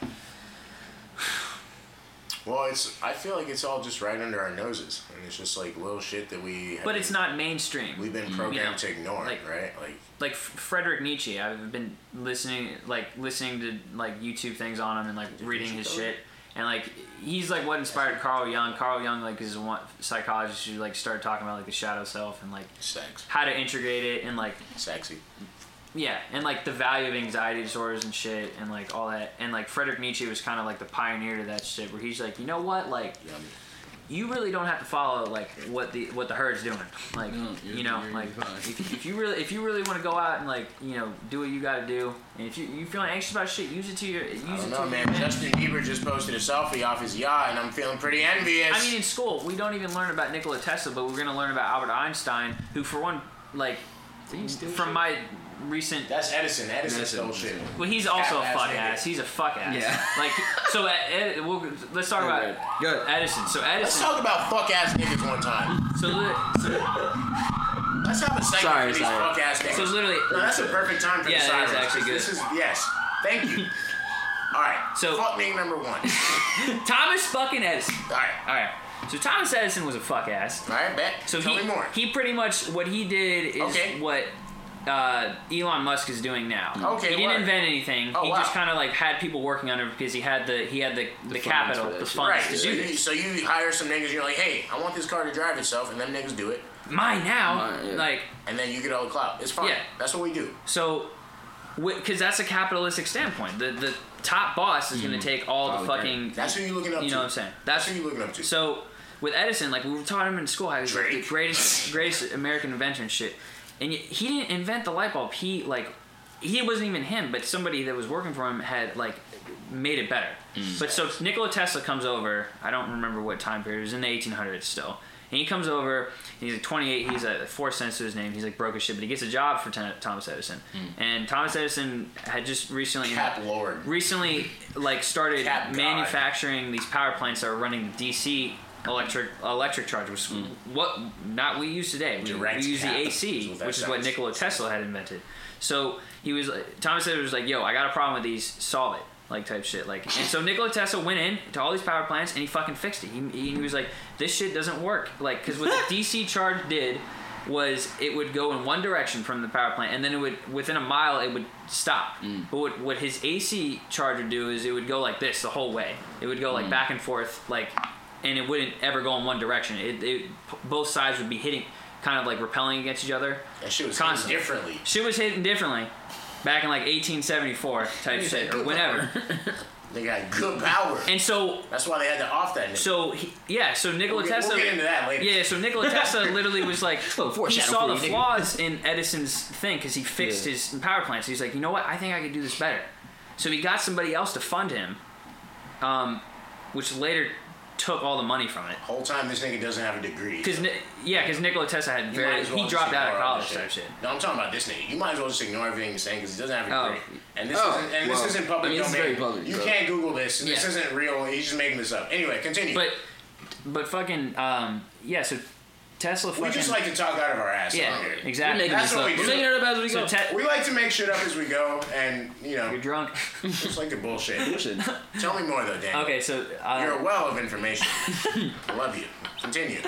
Speaker 1: well, it's. I feel like it's all just right under our noses, and it's just like little shit that we. have
Speaker 2: but it's
Speaker 1: been-
Speaker 2: not mainstream.
Speaker 1: We've been
Speaker 2: you know,
Speaker 1: programmed to ignore,
Speaker 2: like-
Speaker 1: right? Like
Speaker 2: like F- Frederick Nietzsche. I've been listening, like listening to like YouTube things on him and like reading his shit. And like he's like what inspired Carl Jung. Carl Jung like is one psychologist who like started talking about like the shadow self and like
Speaker 1: sex,
Speaker 2: how to integrate it and like
Speaker 1: sexy.
Speaker 2: yeah and like the value of anxiety disorders and shit and like all that. And like Frederick Nietzsche was kind of like the pioneer to that shit where he's like you know what like
Speaker 1: Yummy.
Speaker 2: you really don't have to follow like what the what the herd's doing. Like
Speaker 3: No, you're-
Speaker 2: you know,
Speaker 3: you're-
Speaker 2: like
Speaker 3: you're fine.
Speaker 2: if, if you really if you really want to go out and like you know do what you got to do, and if you you feeling anxious about shit, use it to your use
Speaker 1: I
Speaker 2: it
Speaker 1: don't
Speaker 2: to
Speaker 1: know,
Speaker 2: your
Speaker 1: man.
Speaker 2: advantage.
Speaker 1: Justin Bieber just posted a selfie off his yacht, and I'm feeling pretty envious.
Speaker 2: I mean, in school we don't even learn about Nikola Tesla, but we're gonna learn about Albert Einstein, who for one like from my recent.
Speaker 1: that's Edison. Edison
Speaker 3: Edison,
Speaker 1: stole shit.
Speaker 2: Well, he's also a
Speaker 1: half-ass
Speaker 2: fuck
Speaker 1: nigga.
Speaker 2: ass. He's a fuck ass.
Speaker 3: Yeah.
Speaker 2: Like so, uh, Ed, we'll, let's talk about
Speaker 3: Good.
Speaker 2: Edison. So
Speaker 1: Let's
Speaker 2: Edison.
Speaker 1: talk about fuck ass niggas one time.
Speaker 2: So, li- so
Speaker 1: Let's have a segment
Speaker 3: Sorry,
Speaker 1: for these
Speaker 3: sorry.
Speaker 1: fuck ass niggas.
Speaker 2: so literally.
Speaker 1: no, that's a perfect time for
Speaker 2: Yeah,
Speaker 1: the
Speaker 2: that is
Speaker 1: sirens.
Speaker 2: actually good.
Speaker 1: This is yes. Thank you. All right.
Speaker 2: So-
Speaker 1: fuck nigga number one.
Speaker 2: Thomas fucking Edison.
Speaker 1: All right.
Speaker 2: All right. So Thomas Edison was a fuck ass.
Speaker 1: All right, bet.
Speaker 2: So
Speaker 1: Tell
Speaker 2: he
Speaker 1: me more.
Speaker 2: he pretty much what he did is
Speaker 1: Okay.
Speaker 2: what uh, Elon Musk is doing
Speaker 3: Mm.
Speaker 2: now.
Speaker 1: Okay,
Speaker 2: He didn't
Speaker 1: word.
Speaker 2: invent anything.
Speaker 1: Oh,
Speaker 2: he
Speaker 1: wow.
Speaker 2: just kind of like had people working on it because he had the he had the the,
Speaker 3: funds
Speaker 2: capital,
Speaker 3: for that
Speaker 2: the
Speaker 3: shit.
Speaker 2: funds
Speaker 1: right.
Speaker 2: to
Speaker 1: So
Speaker 2: do
Speaker 1: you,
Speaker 2: this.
Speaker 1: so you hire some niggas. You're like, hey, I want this car to drive itself, and them niggas do it,
Speaker 2: Mine now,
Speaker 3: Mine, yeah.
Speaker 2: like
Speaker 1: and then you get all the clout. It's fine.
Speaker 2: Yeah.
Speaker 1: That's what we do.
Speaker 2: so, because that's a capitalistic standpoint. The the top boss is going to take all the
Speaker 3: Mm. Probably right.
Speaker 2: fucking.
Speaker 1: That's who you looking up
Speaker 2: You
Speaker 1: to.
Speaker 2: know what I'm saying? That's
Speaker 1: who you looking up to.
Speaker 2: So with Edison, like we were taught him in school how he's like, the
Speaker 1: Drake.
Speaker 2: greatest greatest American inventor and shit. And yet, he didn't invent the light bulb. He like he wasn't even him, but somebody that was working for him had like made it better.
Speaker 1: Mm.
Speaker 2: But so Nikola Tesla comes over. I don't remember what time period. It was in the 1800s still. And he comes over. And he's like 28. He's at four cents to his name. He's like broke as shit, but he gets a job for Ten- Thomas Edison.
Speaker 1: Mm.
Speaker 2: And Thomas Edison had just recently
Speaker 1: Cap Lord.
Speaker 2: recently like started
Speaker 1: Cap God.
Speaker 2: manufacturing these power plants that are running the DC electric electric charge, which what not we use today. We,
Speaker 1: Mm. Direct
Speaker 2: we use
Speaker 1: cap
Speaker 2: the
Speaker 1: is
Speaker 2: AC,
Speaker 1: what that
Speaker 2: which is what
Speaker 1: sounds.
Speaker 2: Nikola Tesla had invented. So he was like- Thomas Edison was like, "Yo, I got a problem with these. Solve it." Like type shit, like and so Nikola Tesla went in to all these power plants and he fucking fixed it. He, he, he was like, "This shit doesn't work." Like, because what the DC charge did was it would go in one direction from the power plant and then it would within a mile it would stop but what, what his ac charge would do is it would go like this the whole way it would go like back and forth like and it wouldn't ever go in one direction it, it both sides would be hitting kind of like repelling against each other
Speaker 1: That shit was
Speaker 2: Constantly.
Speaker 1: differently.
Speaker 2: shit was hitting differently back in like 1874 type shit or whenever
Speaker 1: They got good power.
Speaker 2: and so
Speaker 1: That's why they had to off that nigga.
Speaker 2: so he, yeah so nikola
Speaker 1: we'll, get,
Speaker 2: tesla
Speaker 1: we'll get into that later.
Speaker 2: Yeah, so
Speaker 1: [LAUGHS]
Speaker 2: Nikola Tesla literally was like,
Speaker 3: little
Speaker 2: he
Speaker 3: foreshadow
Speaker 2: saw
Speaker 3: for
Speaker 2: the
Speaker 3: you, nigga.
Speaker 2: flaws in Edison's thing because he fixed
Speaker 3: Yeah.
Speaker 2: his power plants. He's like, you know what? I think I could do this better. So he got somebody else to fund him, um, which later t- took all the money from it.
Speaker 1: Whole time this nigga doesn't have a degree.
Speaker 2: Cause Ni- yeah, because Nikola Tesla had
Speaker 1: You
Speaker 2: very
Speaker 1: might as well
Speaker 2: he
Speaker 1: just
Speaker 2: dropped out of
Speaker 1: ignore all
Speaker 2: college
Speaker 1: this
Speaker 2: type shit.
Speaker 1: No, I'm talking about this nigga. You might as well just ignore everything he's saying because he doesn't have a
Speaker 2: Oh.
Speaker 1: degree. And this
Speaker 3: Oh,
Speaker 1: isn't and
Speaker 3: well,
Speaker 1: this isn't public
Speaker 3: I mean, this is very
Speaker 1: domain.
Speaker 3: public,
Speaker 1: you
Speaker 3: so-
Speaker 1: can't Google this. This
Speaker 2: Yeah.
Speaker 1: isn't real. He's just making this up. Anyway, continue.
Speaker 2: But but fucking um yeah, so Tesla fucking
Speaker 1: we just like to talk out of our ass.
Speaker 2: yeah
Speaker 1: around here.
Speaker 2: exactly.
Speaker 3: making
Speaker 1: That's
Speaker 3: this up.
Speaker 1: what we
Speaker 3: We're
Speaker 1: do.
Speaker 3: making it up as we
Speaker 2: So
Speaker 3: go.
Speaker 2: te-
Speaker 1: We like to make shit up as we go, and you know,
Speaker 2: you're drunk.
Speaker 1: just like to bullshit.
Speaker 2: [LAUGHS]
Speaker 3: Bullshit.
Speaker 1: Tell me more though, Dan.
Speaker 2: Okay, so uh,
Speaker 1: You're a well of information. I love you. Continue.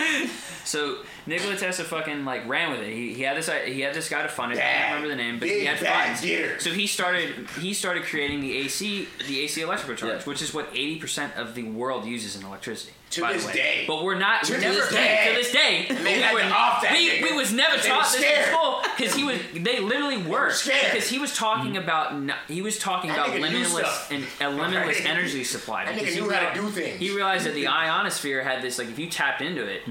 Speaker 2: So Nikola Tesla fucking like ran with it. He, he had this uh, he had this guy to fund it. I
Speaker 1: Bad.
Speaker 2: can't remember the name, but
Speaker 1: Big
Speaker 2: he had
Speaker 1: bad
Speaker 2: funds.
Speaker 1: getter.
Speaker 2: So he started he started creating the AC the AC electrical charge,
Speaker 3: Yeah.
Speaker 2: which is what eighty percent of the world uses in electricity.
Speaker 1: To
Speaker 2: by the
Speaker 1: this
Speaker 2: way.
Speaker 1: day.
Speaker 2: But we're not
Speaker 1: To
Speaker 2: we're
Speaker 1: this
Speaker 2: never
Speaker 1: day.
Speaker 2: to this day. but we,
Speaker 1: had
Speaker 2: were,
Speaker 1: to off that
Speaker 2: we,
Speaker 1: nigga.
Speaker 2: we was never
Speaker 1: They were
Speaker 2: taught this in
Speaker 1: scared.
Speaker 2: school because he was they literally were
Speaker 1: scared.
Speaker 2: because he was talking about n- he was talking
Speaker 1: That nigga
Speaker 2: about
Speaker 1: knew
Speaker 2: limitless
Speaker 1: stuff.
Speaker 2: and a limitless
Speaker 1: That nigga-
Speaker 2: energy supply.
Speaker 1: that
Speaker 2: because
Speaker 1: nigga
Speaker 2: he
Speaker 1: knew how to
Speaker 2: real-
Speaker 1: do things. Mm-hmm.
Speaker 2: He realized that the ionosphere had this like if you tapped into it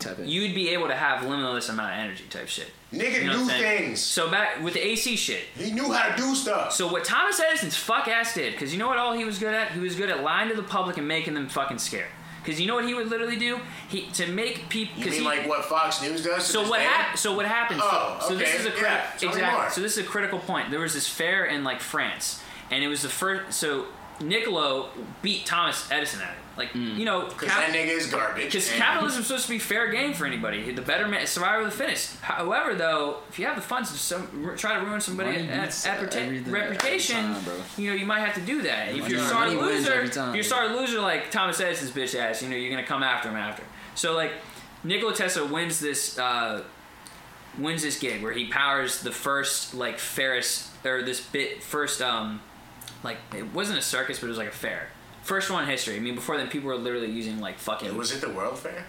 Speaker 3: Tap in.
Speaker 2: you'd be able to have limitless amount of energy type shit.
Speaker 1: Nigga
Speaker 2: You know what
Speaker 1: knew
Speaker 2: I'm saying?
Speaker 1: things.
Speaker 2: So back with the AC shit.
Speaker 1: He knew how to do stuff.
Speaker 2: So what Thomas Edison's fuck ass did, because you know what all he was good at? He was good at lying to the public and making them fucking scared. Because you know what he would literally do? He to make people.
Speaker 1: You
Speaker 2: Cause
Speaker 1: mean
Speaker 2: he,
Speaker 1: like what Fox News does? to
Speaker 2: so
Speaker 1: this
Speaker 2: what
Speaker 1: day?
Speaker 2: hap- So what happens?
Speaker 1: Oh,
Speaker 2: so this
Speaker 1: okay,
Speaker 2: is a
Speaker 1: yeah, tell me more.
Speaker 2: exactly. So this is a critical point. There was this fair in like France, and it was the first. So Niccolo beat Thomas Edison at it. Like you know,
Speaker 1: Mm. Because that nigga is garbage.
Speaker 2: Because
Speaker 1: and-
Speaker 2: capitalism's supposed to be fair game for anybody. The better man, survival of the fittest. However, though, if you have the funds to some, r- try to ruin somebody's
Speaker 3: Money beats
Speaker 2: at, at, prota-
Speaker 3: everything
Speaker 2: reputation,
Speaker 3: every time, bro.
Speaker 2: you know, you might have to do that. if
Speaker 3: Money-
Speaker 2: you're a sore
Speaker 3: money wins
Speaker 2: loser,
Speaker 3: every
Speaker 2: if
Speaker 3: time.
Speaker 2: you're a sore loser like Thomas Edison's bitch ass, you know, you're gonna come after him after. So like, Nikola Tesla wins this. Uh, wins this gig where he powers the first like Ferris or this bit first um like it wasn't a circus but it was like a fair first one in history. I mean before then people were literally using like fucking
Speaker 1: Was it the World Fair?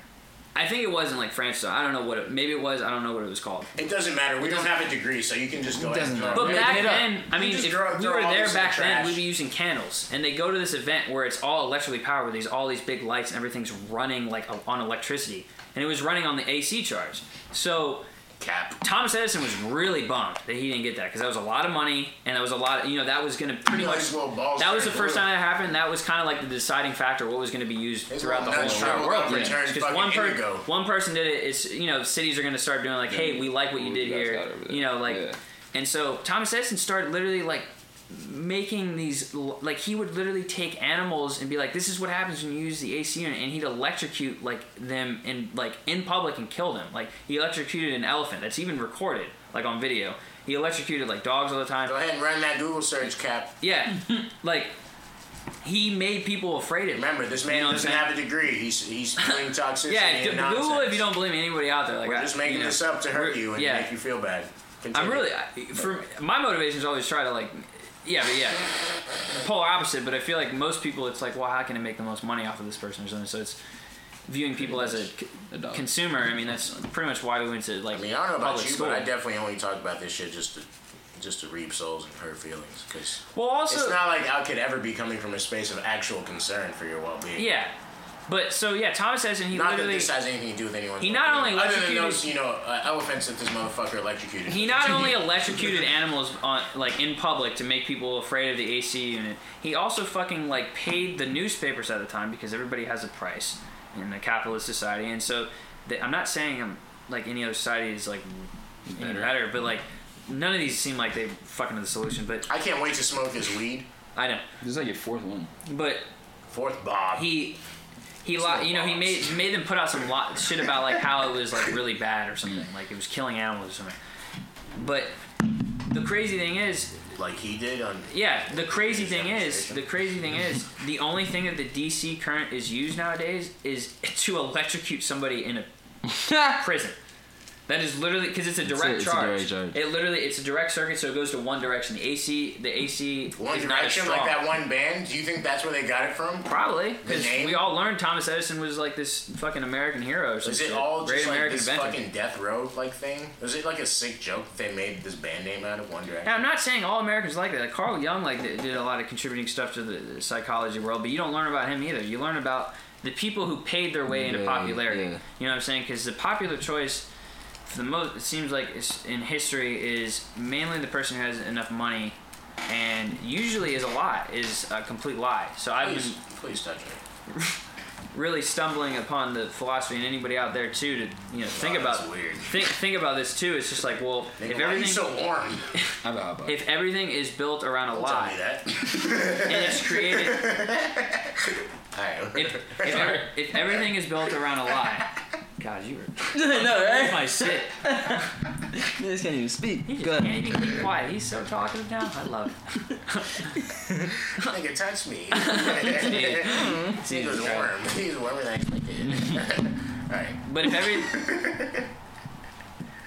Speaker 2: I think it was in like France though. I don't know what it maybe it was. I don't know what it was called.
Speaker 1: It doesn't matter. We don't have a degree, so you can just go. ahead and
Speaker 3: doesn't
Speaker 1: throw it.
Speaker 2: But
Speaker 3: Making
Speaker 2: back
Speaker 3: it up.
Speaker 2: then, I
Speaker 1: You
Speaker 2: mean,
Speaker 1: just
Speaker 2: if
Speaker 1: throw-
Speaker 2: we
Speaker 1: throw
Speaker 2: were
Speaker 1: all
Speaker 2: there
Speaker 1: this in the
Speaker 2: back then,
Speaker 1: trash.
Speaker 2: we'd be using candles. And they go to this event where it's all electrically powered, where these all these big lights and everything's running like on electricity, and it was running on the AC charge. So
Speaker 1: Cap.
Speaker 2: Thomas Edison was really bummed that he didn't get that because that was a lot of money and that was a lot. you know, that was going to pretty
Speaker 1: You know,
Speaker 2: much.
Speaker 1: his little balls
Speaker 2: That was the
Speaker 1: are
Speaker 2: first
Speaker 1: blue.
Speaker 2: time that happened. That was kind of like the deciding factor what was going to be used
Speaker 1: His
Speaker 2: throughout the
Speaker 1: little
Speaker 2: whole
Speaker 1: nuts
Speaker 2: entire
Speaker 1: traveled
Speaker 2: world.
Speaker 1: up and turned
Speaker 2: Because
Speaker 1: fucking
Speaker 2: one, per-
Speaker 1: indigo.
Speaker 2: one person did it. It's you know cities are going to start doing like, hey, we like what you
Speaker 3: What
Speaker 2: did
Speaker 3: you guys
Speaker 2: here.
Speaker 3: got over there.
Speaker 2: You know, like,
Speaker 3: Yeah.
Speaker 2: and so Thomas Edison started literally like making these l- like he would literally take animals and be like this is what happens when you use the AC unit and he'd electrocute like them in like in public and kill them like he electrocuted an elephant that's even recorded like on video he electrocuted like dogs all the time
Speaker 1: Go ahead and run that Google search, Cap.
Speaker 2: yeah [LAUGHS] like he made people afraid of him.
Speaker 1: Remember, this man
Speaker 2: You know what I'm
Speaker 1: doesn't
Speaker 2: saying?
Speaker 1: have a degree. He's he's
Speaker 2: [LAUGHS]
Speaker 1: spewing toxicity
Speaker 2: yeah
Speaker 1: and
Speaker 2: d-
Speaker 1: nonsense.
Speaker 2: Google if you don't believe me anybody out there like
Speaker 1: We're
Speaker 2: I-
Speaker 1: just making
Speaker 2: you know,
Speaker 1: this up to hurt
Speaker 2: we're-
Speaker 1: you and
Speaker 2: yeah
Speaker 1: make you feel bad.
Speaker 2: I'm
Speaker 1: Continue.
Speaker 2: really I, for my motivation is always try to like, yeah, but yeah, polar opposite. But I feel like most people, it's like, well, how can I make the most money off of this person or something? So it's viewing people as a, c-
Speaker 3: A dog.
Speaker 2: consumer. I mean, that's pretty much why we went to like
Speaker 1: I mean, I don't know about
Speaker 2: public
Speaker 1: you,
Speaker 2: school.
Speaker 1: but I definitely only talk about this shit just to just to reap souls and hurt feelings because
Speaker 2: well,
Speaker 1: it's
Speaker 2: also,
Speaker 1: not like I could ever be coming from a space of actual concern for your well-being.
Speaker 2: yeah, but so yeah, Thomas Edison, he
Speaker 1: Not that
Speaker 2: literally.
Speaker 1: this has anything to do with anyone.
Speaker 2: He not only
Speaker 1: other than
Speaker 2: electrocuted-
Speaker 1: those, you know, uh, elephants that this motherfucker electrocuted.
Speaker 2: He not only electrocuted animals on like in public to make people afraid of the AC unit. He also fucking like paid the newspapers at the time because everybody has a price in a capitalist society, and so th I'm not saying I'm like any other society is like any
Speaker 3: Better.
Speaker 2: better, but like none of these seem like they fucking are the solution. But
Speaker 1: I can't wait to smoke his weed.
Speaker 2: I know,
Speaker 3: This is like your fourth one.
Speaker 2: but
Speaker 1: Fourth Bob.
Speaker 2: he. He, lo- you know, he made he made them put out some lot shit about like how it was like really bad or something, like it was killing animals or something. But the crazy thing is,
Speaker 1: like he did on.
Speaker 2: Yeah, the crazy thing is,
Speaker 1: Demonstration.
Speaker 2: the crazy thing is, the only thing that the DC current is used nowadays is to electrocute somebody in a prison. That is literally because it's a direct
Speaker 3: it's a
Speaker 2: charge.
Speaker 3: direct charge.
Speaker 2: It literally it's a direct circuit, so it goes to one direction. The AC, the AC
Speaker 1: One
Speaker 2: is not as
Speaker 1: Direction,
Speaker 2: strong.
Speaker 1: like that one band. Do you think that's where they got it from?
Speaker 2: Probably because
Speaker 1: name?
Speaker 2: we all learned Thomas Edison was like this fucking American hero. Or some
Speaker 1: Is it
Speaker 2: shit.
Speaker 1: all
Speaker 2: great
Speaker 1: just like
Speaker 2: American
Speaker 1: this
Speaker 2: inventor.
Speaker 1: fucking Death Row like thing? Was it like a sick joke that they made this band name out of One Direction?
Speaker 2: Now, I'm not saying all Americans like that. Like, Carl Jung like did did a lot of contributing stuff to the, the psychology world, but you don't learn about him either. You learn about the people who paid their way into
Speaker 3: Yeah,
Speaker 2: popularity.
Speaker 3: yeah.
Speaker 2: You know what I'm saying? Because the popular choice, for the most, it seems like it's in history is mainly the person who has enough money, and usually is a lie, is a complete lie. So I've
Speaker 1: Please,
Speaker 2: been
Speaker 1: please touch me.
Speaker 2: really stumbling upon the philosophy, and anybody out there too to you know think
Speaker 1: Oh, that's
Speaker 2: about
Speaker 1: weird.
Speaker 2: think think about this too. It's just like well,
Speaker 1: Nigga,
Speaker 2: if
Speaker 1: why you
Speaker 2: everything
Speaker 1: so warm?
Speaker 3: I have a hot [LAUGHS]
Speaker 2: if [LAUGHS] everything is built around a
Speaker 1: Tell me
Speaker 2: lie
Speaker 1: that. [LAUGHS]
Speaker 2: and it's created
Speaker 1: All right.
Speaker 2: if, if, ev- if everything is built around a lie. God, you were
Speaker 6: no,
Speaker 2: where's
Speaker 6: right?
Speaker 2: my sit.
Speaker 6: This can't even speak.
Speaker 2: He just
Speaker 6: Good.
Speaker 2: can't even keep quiet. He's so talkative now. I love it.
Speaker 1: Nigga, touch me. he was warm. He was warmer than I expected. [LAUGHS] All right.
Speaker 2: But if every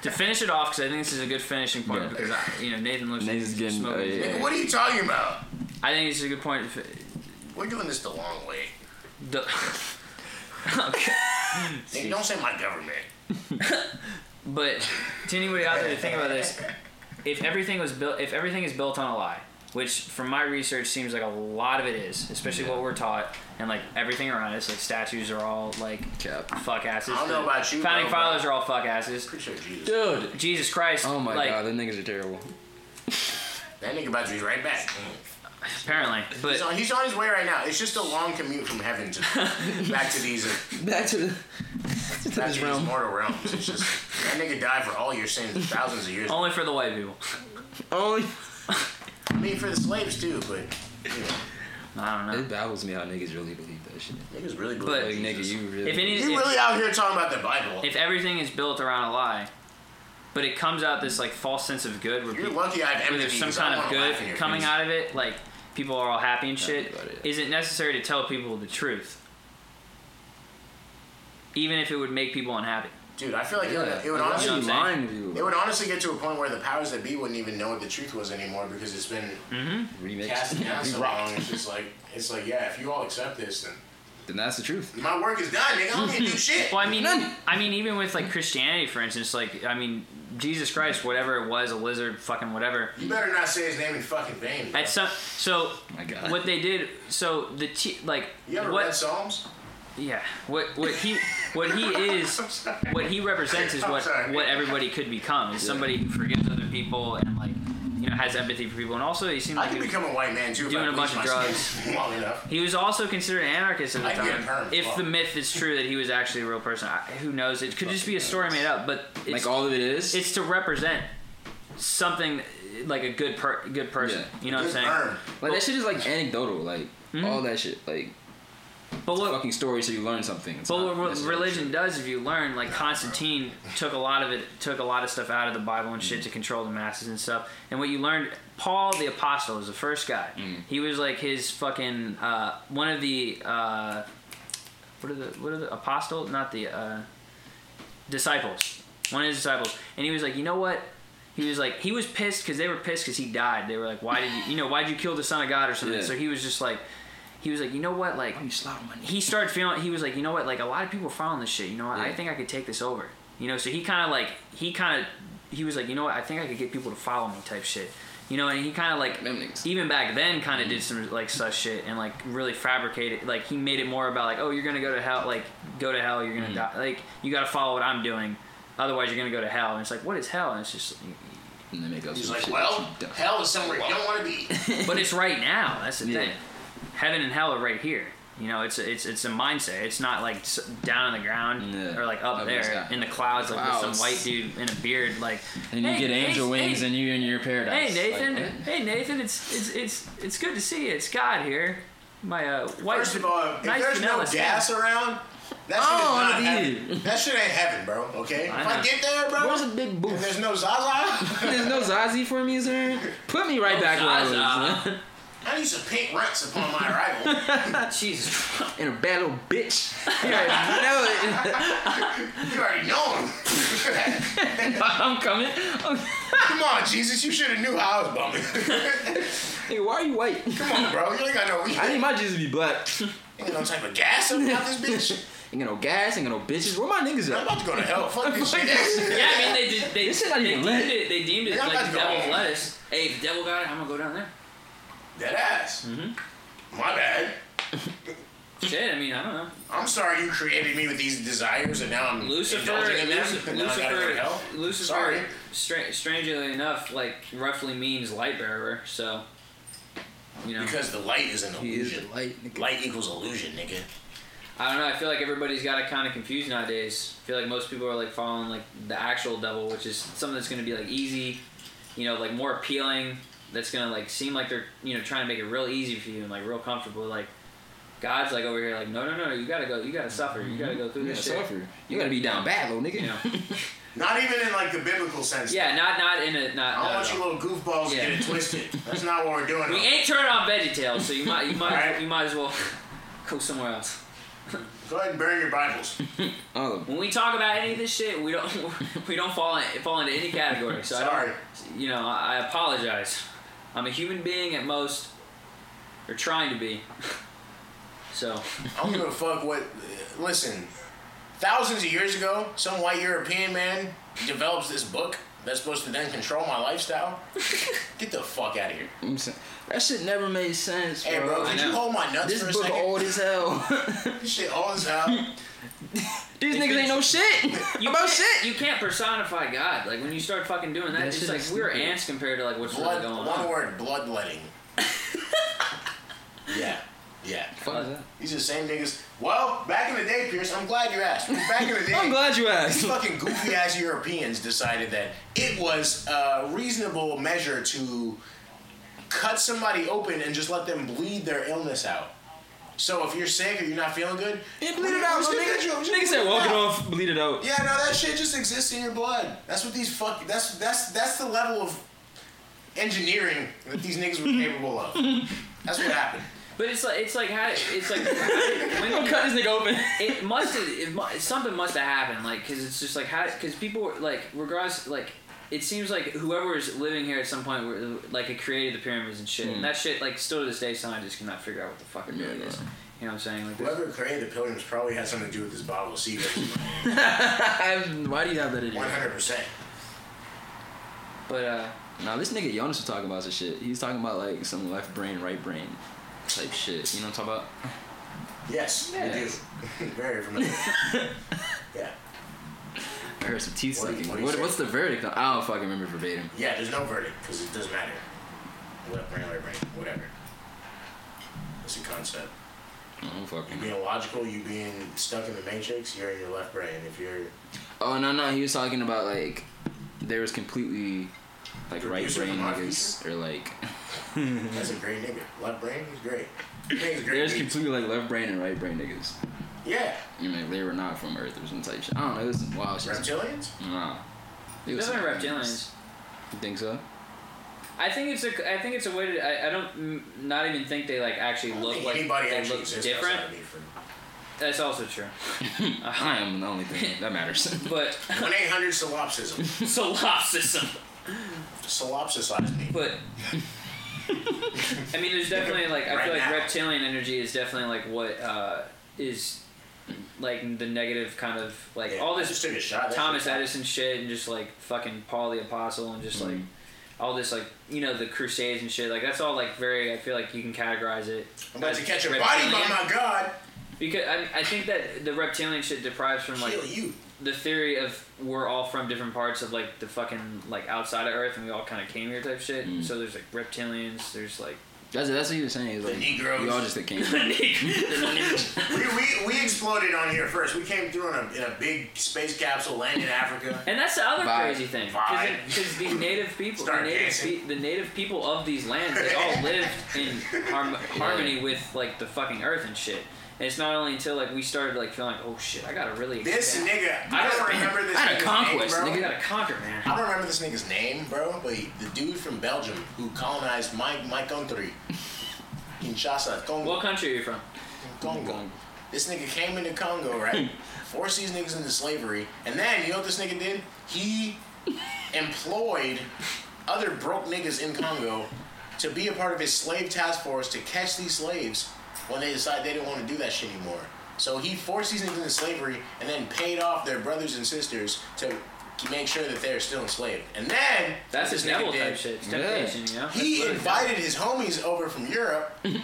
Speaker 2: to finish it off, because I think this is a good finishing point.
Speaker 3: Yeah.
Speaker 2: Because I, you know Nathan looks
Speaker 3: Nathan's getting-
Speaker 2: smoking.
Speaker 3: oh, yeah.
Speaker 1: Nigga, what are you talking about?
Speaker 2: I think this is a good point. If,
Speaker 1: We're doing this the long way.
Speaker 2: the, [LAUGHS] okay.
Speaker 1: Nigga, don't say my government.
Speaker 2: But to anybody out there to think about this, if everything was built, if everything is built on a lie, which from my research seems like a lot of it is, especially what we're taught and like everything around us, like statues are all like
Speaker 3: Cap.
Speaker 2: fuck asses.
Speaker 1: I don't know about you,
Speaker 2: Founding
Speaker 1: bro, but-
Speaker 2: fathers are all fuck asses.
Speaker 1: Pretty sure Jesus.
Speaker 3: Dude.
Speaker 2: Jesus Christ.
Speaker 3: Oh my
Speaker 2: like,
Speaker 3: god, the niggas are terrible. [LAUGHS]
Speaker 1: That nigga about to be right back.
Speaker 2: Apparently, but
Speaker 1: He's on, he's on his way right now. It's just a long commute from heaven to back to these uh,
Speaker 3: Back to the [LAUGHS]
Speaker 1: back to
Speaker 3: this
Speaker 1: these
Speaker 3: realm.
Speaker 1: mortal realms. It's just that nigga died for all your sins thousands of years.
Speaker 2: only for the white people.
Speaker 3: only.
Speaker 1: I mean, for the slaves too, but you know,
Speaker 2: I don't know.
Speaker 3: It baffles me how niggas really believe that shit.
Speaker 1: niggas really believe.
Speaker 2: But-
Speaker 3: Like
Speaker 1: in
Speaker 3: nigga,
Speaker 1: Jesus.
Speaker 3: you really.
Speaker 2: If any,
Speaker 1: you
Speaker 2: if-
Speaker 1: really out here talking about the Bible.
Speaker 2: if everything is built around a lie, but it comes out this like false sense of good where,
Speaker 1: You're
Speaker 2: people,
Speaker 1: lucky I have
Speaker 2: where
Speaker 1: empathy.
Speaker 2: there's some
Speaker 1: 'cause I
Speaker 2: kind of
Speaker 1: wanna laugh in
Speaker 2: good
Speaker 1: your
Speaker 2: coming
Speaker 1: face.
Speaker 2: out of it, like people are all happy and shit,
Speaker 3: about it.
Speaker 2: is it necessary to tell people the truth? Even if it would make people unhappy.
Speaker 1: Dude, I feel like it
Speaker 3: yeah,
Speaker 1: would, it would
Speaker 3: I'd
Speaker 1: honestly
Speaker 2: you
Speaker 3: be
Speaker 2: know what I'm
Speaker 3: lying to you.
Speaker 1: It would honestly get to a point where the powers that be wouldn't even know what the truth was anymore because it's been
Speaker 3: [LAUGHS]
Speaker 1: cast
Speaker 2: [LAUGHS]
Speaker 3: remix.
Speaker 1: down so long. It's just like it's like yeah, if you all accept this, then
Speaker 3: Then that's the truth.
Speaker 1: my work is done, nigga. I don't need
Speaker 2: [LAUGHS]
Speaker 1: to do shit.
Speaker 2: Well, I mean,
Speaker 3: None.
Speaker 2: I mean, even with like Christianity, for instance, like I mean, Jesus Christ, whatever it was, a lizard, fucking whatever.
Speaker 1: You better not say his name in fucking vain. bro.
Speaker 2: At some, so
Speaker 3: My God.
Speaker 2: what they did, so the t- like
Speaker 1: You ever
Speaker 2: what
Speaker 1: read Psalms?
Speaker 2: Yeah. What what he what he
Speaker 1: [LAUGHS]
Speaker 2: is
Speaker 1: I'm sorry.
Speaker 2: what he represents is
Speaker 1: I'm
Speaker 2: what
Speaker 1: sorry.
Speaker 2: what everybody could become. Is somebody who forgives other people and like you know has empathy for people and also he seemed
Speaker 1: I
Speaker 2: like
Speaker 1: could
Speaker 2: he was,
Speaker 1: become a white man too.
Speaker 2: Doing
Speaker 1: if I
Speaker 2: a bunch
Speaker 1: bleached
Speaker 2: of
Speaker 1: my
Speaker 2: drugs.
Speaker 1: skin [LAUGHS] Long enough.
Speaker 2: he was also considered an anarchist at the
Speaker 1: I'd get a
Speaker 2: time.
Speaker 1: perm,
Speaker 2: If
Speaker 1: fuck.
Speaker 2: the myth is true that he was actually a real person, I, who knows? It could just be a story made up, but it's
Speaker 3: Like all of it is.
Speaker 2: it's to represent something like a good per, good person.
Speaker 3: Yeah.
Speaker 2: You know what I'm
Speaker 1: Just
Speaker 2: saying?
Speaker 1: earn.
Speaker 3: like that shit is like anecdotal. Like
Speaker 2: Hmm?
Speaker 3: all that shit. Like
Speaker 2: But what
Speaker 3: fucking stories so you learn something. It's
Speaker 2: But
Speaker 3: not
Speaker 2: what re-
Speaker 3: necessarily
Speaker 2: religion
Speaker 3: true.
Speaker 2: does, if you learn, like Constantine took a lot of it, took a lot of stuff out of the Bible and
Speaker 3: Mm.
Speaker 2: shit to control the masses and stuff. And what you learned, Paul the Apostle was the first guy.
Speaker 3: Mm.
Speaker 2: He was like his fucking uh, one of the uh, what are the what are the apostle? Not the uh, disciples. One of his disciples, and he was like, you know what? He was like, he was pissed because they were pissed because he died. They were like, why did you, you know, why did you kill the son of God or something?
Speaker 3: Yeah.
Speaker 2: So he was just like, he was like, you know what, like
Speaker 3: You slap my
Speaker 2: he started feeling he was like you know what like a lot of people are following this shit you know what i
Speaker 3: Yeah.
Speaker 2: think i could take this over you know so he kind of like he kind of he was like you know what i think i could get people to follow me type shit you know and he kind of like
Speaker 3: Them niggas.
Speaker 2: even back then kind of did some like sus shit and like really fabricated like he made it more about like oh you're gonna go to hell like go to hell you're gonna die like you gotta follow what i'm doing otherwise you're gonna go to hell and it's like what is hell and it's just
Speaker 3: And they make up
Speaker 1: He's
Speaker 3: some
Speaker 1: like,
Speaker 3: shit
Speaker 1: well,
Speaker 3: that you don't-
Speaker 1: hell is somewhere you don't want to be.
Speaker 2: but it's right now that's the
Speaker 3: Yeah.
Speaker 2: thing heaven and hell are right here you know it's a, it's it's a mindset it's not like s- down on the ground
Speaker 3: Yeah.
Speaker 2: or like up
Speaker 3: Up in
Speaker 2: there
Speaker 3: the sky.
Speaker 2: in the clouds like with
Speaker 3: Clouds.
Speaker 2: some white dude in a beard like
Speaker 3: And you
Speaker 2: "Hey,
Speaker 3: get angel
Speaker 2: hey,
Speaker 3: wings,
Speaker 2: hey,
Speaker 3: and you in your paradise.
Speaker 2: hey nathan
Speaker 3: Like,
Speaker 2: hey nathan it's it's it's it's good to see you it's god here my uh white
Speaker 1: First of all, if
Speaker 2: nice
Speaker 1: there's no
Speaker 2: vanilla skin.
Speaker 1: gas around, that shit
Speaker 3: I don't wanna
Speaker 1: is not
Speaker 3: be
Speaker 1: heaven. That shit ain't heaven, bro. Okay, if
Speaker 2: I
Speaker 1: I
Speaker 2: know.
Speaker 1: get there, bro,
Speaker 3: Where's the big
Speaker 1: if
Speaker 3: booth?
Speaker 1: there's no Zaza,
Speaker 3: [LAUGHS] There's no Zazie for me, sir. Put me right back where I
Speaker 2: [LAUGHS] Zaza.
Speaker 1: I need some pink rents upon my arrival.
Speaker 2: [LAUGHS] jesus Christ.
Speaker 3: was. In a bad little [LAUGHS] bitch. You already know it.
Speaker 1: You already know him.
Speaker 3: I'm coming. [LAUGHS] I'm-
Speaker 1: [LAUGHS] Come on, Jesus, you should have knew how I was bumming.
Speaker 2: [LAUGHS]
Speaker 3: Hey, why are you white?
Speaker 1: Come on, bro, you ain't got no, you
Speaker 3: I need my Jesus to be black.
Speaker 1: ain't got no type of gas up out this bitch.
Speaker 3: Ain't got no gas, ain't got no bitches. Where my niggas
Speaker 1: I'm
Speaker 3: at?
Speaker 1: about to go to hell. Fuck this
Speaker 2: [LAUGHS]
Speaker 1: shit.
Speaker 2: yeah i mean they did they,
Speaker 3: This shit not
Speaker 2: they
Speaker 3: even
Speaker 2: deemed
Speaker 3: lit.
Speaker 2: it they deemed it
Speaker 1: Yeah, I'm
Speaker 2: like
Speaker 1: not
Speaker 2: the devil's
Speaker 1: going.
Speaker 2: lettuce hey if the devil got it i'm gonna go down there
Speaker 1: That ass.
Speaker 2: Mm-hmm.
Speaker 1: My bad.
Speaker 2: shit i mean i don't know
Speaker 1: I'm sorry you created me with these desires and now I'm
Speaker 2: Lucifer,
Speaker 1: indulging in them.
Speaker 2: Lucifer,
Speaker 1: and now I gotta go to
Speaker 2: Lucifer,
Speaker 1: hell.
Speaker 2: Lucifer
Speaker 1: Sorry.
Speaker 2: Stra- strangely enough, like roughly means light bearer. So, you know,
Speaker 1: Because the light is an
Speaker 3: He is
Speaker 1: illusion.
Speaker 3: the light, nigga.
Speaker 1: Light equals illusion, nigga.
Speaker 2: I don't know. I feel like everybody's got it kind of confused nowadays. I feel like most people are like following like the actual devil, which is something that's going to be like easy, you know, like more appealing. That's going to like seem like they're you know trying to make it real easy for you and like real comfortable. Like God's like over here like no no no no you gotta go you gotta suffer you gotta go through
Speaker 3: You gotta
Speaker 2: this shit.
Speaker 3: suffer. You gotta be down bad, little nigga.
Speaker 2: You know.
Speaker 1: [LAUGHS] Not even in like the biblical sense.
Speaker 2: Yeah, not not in a not.
Speaker 1: I don't want
Speaker 2: not at
Speaker 1: you
Speaker 2: all.
Speaker 1: little goofballs
Speaker 2: Yeah.
Speaker 1: to get it twisted. That's not what we're doing.
Speaker 2: [LAUGHS] We ain't turning on VeggieTales, so you might you might
Speaker 1: Alright.
Speaker 2: you might as well go somewhere else.
Speaker 1: Go ahead and burn your Bibles.
Speaker 3: All of them.
Speaker 2: When we talk about any of this shit, we don't [LAUGHS] we don't fall in, fall into any category. So
Speaker 1: Sorry.
Speaker 2: I don't, you know, I I apologize. I'm a human being at most, or trying to be. So
Speaker 1: I don't give a fuck what. Listen, thousands of years ago, some white European man develops this book that's supposed to then control my
Speaker 2: [LAUGHS]
Speaker 1: lifestyle. Get the fuck out of here.
Speaker 3: I'm saying that shit never made sense, bro.
Speaker 1: Hey, bro,
Speaker 2: I
Speaker 1: could you
Speaker 2: know.
Speaker 1: hold my nuts
Speaker 3: This
Speaker 1: for a
Speaker 3: book
Speaker 1: second?
Speaker 3: old as
Speaker 2: [LAUGHS]
Speaker 3: hell.
Speaker 1: This shit old as hell.
Speaker 3: These
Speaker 2: It's
Speaker 3: niggas
Speaker 2: been-
Speaker 3: ain't no shit [LAUGHS]
Speaker 2: you
Speaker 3: about
Speaker 2: can't,
Speaker 3: shit.
Speaker 2: You can't personify God. Like when you start fucking doing that,
Speaker 7: That
Speaker 2: it's
Speaker 7: shit
Speaker 2: like
Speaker 7: is
Speaker 2: we're
Speaker 7: stupid.
Speaker 2: ants compared to like what's
Speaker 1: Blood.
Speaker 2: really going
Speaker 1: one
Speaker 2: on.
Speaker 1: word: bloodletting.
Speaker 2: [LAUGHS]
Speaker 1: yeah, yeah.
Speaker 3: Fuck is that?
Speaker 1: These are the same niggas. Well, back in the day, Pierce, I'm glad you asked.
Speaker 3: [LAUGHS]
Speaker 1: Back in the day,
Speaker 3: I'm glad you
Speaker 1: these
Speaker 3: asked.
Speaker 1: fucking goofy ass Europeans decided that it was a reasonable measure to cut somebody open and just let them bleed their illness out. So if you're sick or you're not feeling good,
Speaker 3: Yeah, bleed it out,
Speaker 1: just
Speaker 3: my
Speaker 1: get
Speaker 3: nigga.
Speaker 1: that joke, just
Speaker 3: Nigga
Speaker 1: bleed
Speaker 3: said,
Speaker 1: it
Speaker 3: walk it
Speaker 1: out."
Speaker 3: off, bleed it out.
Speaker 1: Yeah, no, that shit just exists in your blood. That's what these fuck. That's that's that's the level of engineering that these
Speaker 3: [LAUGHS]
Speaker 1: niggas were capable of. That's what happened.
Speaker 2: But it's like it's like how
Speaker 1: [LAUGHS]
Speaker 2: it's like when
Speaker 3: Don't [LAUGHS] cut this nigga open.
Speaker 2: it must have it, mu- something must have happened like because it's just like how because people were, like regardless like it seems like whoever is living here at some point were, like it created the pyramids and
Speaker 3: Hmm.
Speaker 2: shit and that shit like still to this day scientists cannot figure out what the fuck it really is you know what I'm saying like this-
Speaker 1: Whoever created the pilgrims probably had something to do with this bottle of seaweed.
Speaker 3: I'm- Why do you have that in
Speaker 1: One
Speaker 3: here?
Speaker 1: hundred percent.
Speaker 2: but uh
Speaker 3: Nah, this nigga Jonas was talking about some shit. He's talking about like some left brain, right brain type shit. You know what I'm talking
Speaker 1: Yes, I [LAUGHS] do. Very [LAUGHS] familiar. yeah,
Speaker 3: about? I heard some teeth
Speaker 1: What do you-
Speaker 3: sucking. What
Speaker 1: what do you say?
Speaker 3: what's the verdict? on- I don't fucking remember verbatim.
Speaker 1: yeah. There's no verdict because it doesn't matter. Left brain, right brain, whatever. It's a concept.
Speaker 3: I don't
Speaker 1: You
Speaker 3: fucking.
Speaker 1: being logical, you being stuck in the matrix. You're in your left brain. If you're
Speaker 3: Oh no no, he was talking about like there was completely like
Speaker 1: The
Speaker 3: right
Speaker 1: producer
Speaker 3: brain
Speaker 1: of my
Speaker 3: niggas or like
Speaker 1: that's a great nigga. Left brain, he's great. Nigga's
Speaker 3: [LAUGHS]
Speaker 1: great.
Speaker 3: there's
Speaker 1: dude.
Speaker 3: completely like left brain and right brain niggas.
Speaker 1: Yeah.
Speaker 3: You know they were not from Earth or some type shit. I don't know. It was some wild shit.
Speaker 1: Reptilians?
Speaker 3: Nah. It
Speaker 2: those
Speaker 3: was
Speaker 2: aren't
Speaker 3: something
Speaker 2: reptilians
Speaker 3: else. You think
Speaker 2: [LAUGHS]
Speaker 3: so? [LAUGHS]
Speaker 2: I think it's a I think it's a way to I, I don't m- not even think they like actually
Speaker 1: I don't
Speaker 2: look
Speaker 1: think
Speaker 2: like
Speaker 1: anybody
Speaker 2: they
Speaker 1: actually
Speaker 2: look
Speaker 1: exists
Speaker 2: different
Speaker 1: outside of me for
Speaker 2: that's also true
Speaker 3: I am the only thing that matters. [LAUGHS]
Speaker 2: but [LAUGHS]
Speaker 1: one eight hundred solipsism.
Speaker 2: solipsism
Speaker 1: Solipsicize me. [LAUGHS]
Speaker 2: But I mean, there's definitely like I
Speaker 1: Right
Speaker 2: feel like
Speaker 1: now.
Speaker 2: reptilian energy is definitely like what uh, is like the negative kind of like
Speaker 1: Yeah,
Speaker 2: all
Speaker 1: I
Speaker 2: this
Speaker 1: just took a shot. That
Speaker 2: Thomas
Speaker 1: shit-
Speaker 2: Edison shit and just like fucking Paul the Apostle and just like all this like you know the Crusades and shit like that's all like very I feel like you can categorize it.
Speaker 1: I'm about
Speaker 2: as
Speaker 1: to catch a body by
Speaker 2: reptilian.
Speaker 1: my god.
Speaker 2: Because I, I think that the reptilian shit deprives from like
Speaker 1: Kill you.
Speaker 2: the theory of we're all from different parts of like the fucking like outside of Earth and we all kind of came here type shit. So there's like reptilians. There's like [LAUGHS]
Speaker 3: That's that's what he was saying. He was
Speaker 1: The
Speaker 3: like,
Speaker 1: Negroes.
Speaker 3: We all just
Speaker 1: [LAUGHS]
Speaker 3: came.
Speaker 1: [LAUGHS] We, we, we exploded on here first. We came through in a, in a big space capsule, landed in Africa.
Speaker 2: and that's the other
Speaker 3: Vibe.
Speaker 2: crazy thing
Speaker 1: Vibe.
Speaker 2: because the native people, the
Speaker 1: Start
Speaker 2: native,
Speaker 1: dancing.
Speaker 2: pe- the native people of these lands,
Speaker 1: [LAUGHS]
Speaker 2: they all lived in harm- harmony with like the fucking Earth and shit. And it's not only until like we started like feeling like, oh shit, I gotta really
Speaker 1: This
Speaker 2: expand.
Speaker 1: nigga,
Speaker 2: I
Speaker 1: I don't
Speaker 2: got-
Speaker 1: remember this
Speaker 3: I had a
Speaker 1: nigga's
Speaker 3: conquest,
Speaker 1: name, bro.
Speaker 2: I
Speaker 3: nigga.
Speaker 2: gotta conquer, man.
Speaker 1: I don't remember this nigga's name, bro, but he, the dude from Belgium who colonized my, my [LAUGHS] country, Kinshasa, Congo.
Speaker 2: What country are you from?
Speaker 1: Congo. This nigga came into Congo, right?
Speaker 2: Hmm.
Speaker 1: Forced these niggas into slavery. And then, you know what this nigga did? He
Speaker 2: [LAUGHS]
Speaker 1: employed other broke niggas in Congo to be a part of his slave task force to catch these slaves when they decide they didn't want to do that shit anymore. So he forced these niggas into slavery and then paid off their brothers and sisters to make sure that they're still enslaved. And then
Speaker 2: That's
Speaker 1: what this
Speaker 2: his
Speaker 1: nigga
Speaker 2: devil type
Speaker 1: did-
Speaker 2: shit. It's
Speaker 3: Yeah.
Speaker 2: temptation, you know.
Speaker 1: he
Speaker 2: That's what it is.
Speaker 1: invited his homies over from Europe
Speaker 3: Mm-hmm.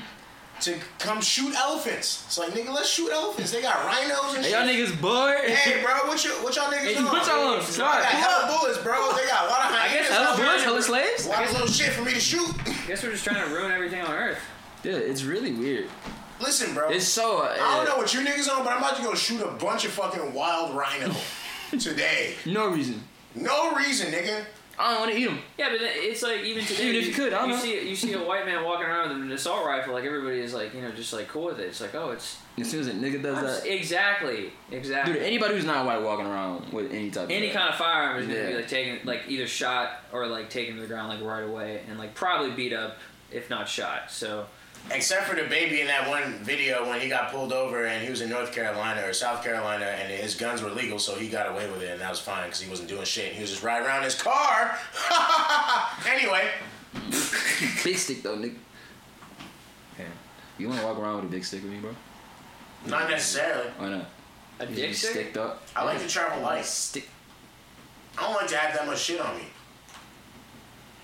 Speaker 1: to come shoot elephants. It's like, nigga, let's shoot elephants. They got rhinos and
Speaker 3: Hey,
Speaker 1: shit.
Speaker 3: y'all niggas bored?
Speaker 1: Hey, bro, what, you, what y'all niggas
Speaker 3: Hey,
Speaker 1: on?
Speaker 3: what y'all on?
Speaker 1: They
Speaker 3: Sorry.
Speaker 1: got hella bullets, bro. They got a lot of hyenas.
Speaker 3: Hella
Speaker 1: out there.
Speaker 3: boys, hella slaves?
Speaker 1: A lot of little shit for me to shoot. [LAUGHS]
Speaker 2: Guess we're just trying to ruin everything on Earth.
Speaker 3: Yeah, it's really weird.
Speaker 1: Listen, bro.
Speaker 3: It's so. Uh,
Speaker 1: I don't know what you niggas on, but I'm about to go shoot a bunch of fucking wild rhino
Speaker 3: [LAUGHS]
Speaker 1: today.
Speaker 3: No reason.
Speaker 1: No reason, nigga.
Speaker 3: I don't want to eat them.
Speaker 2: Yeah, but it's like even today.
Speaker 3: Even if you could, I don't
Speaker 2: you
Speaker 3: know.
Speaker 2: see you see a white man walking around with an assault rifle, like everybody is like you know just like cool with it. It's like oh, it's
Speaker 3: As soon as a nigga does
Speaker 2: I'm
Speaker 3: that,
Speaker 2: s- exactly exactly.
Speaker 3: dude, anybody who's not white walking around with any type,
Speaker 2: any
Speaker 3: of
Speaker 2: kind of firearm is going to be
Speaker 3: Yeah.
Speaker 2: like taken, like either shot or like taken to the ground like right away, and like probably beat up if not shot. So
Speaker 1: Except for the baby in that one video when he got pulled over and he was in North Carolina or South Carolina and his guns were legal, so he got away with it and that was fine because he wasn't doing shit. He was just riding around in his car. [LAUGHS] anyway,
Speaker 3: [LAUGHS] big stick though, nigga. Yeah. You want to walk around with a big stick with me, bro?
Speaker 1: not necessarily.
Speaker 3: Why not?
Speaker 2: a
Speaker 3: You
Speaker 2: dick
Speaker 3: just
Speaker 2: stick?
Speaker 3: sticked up.
Speaker 1: I like to travel light.
Speaker 3: Stick.
Speaker 1: I don't like to have that much shit on me.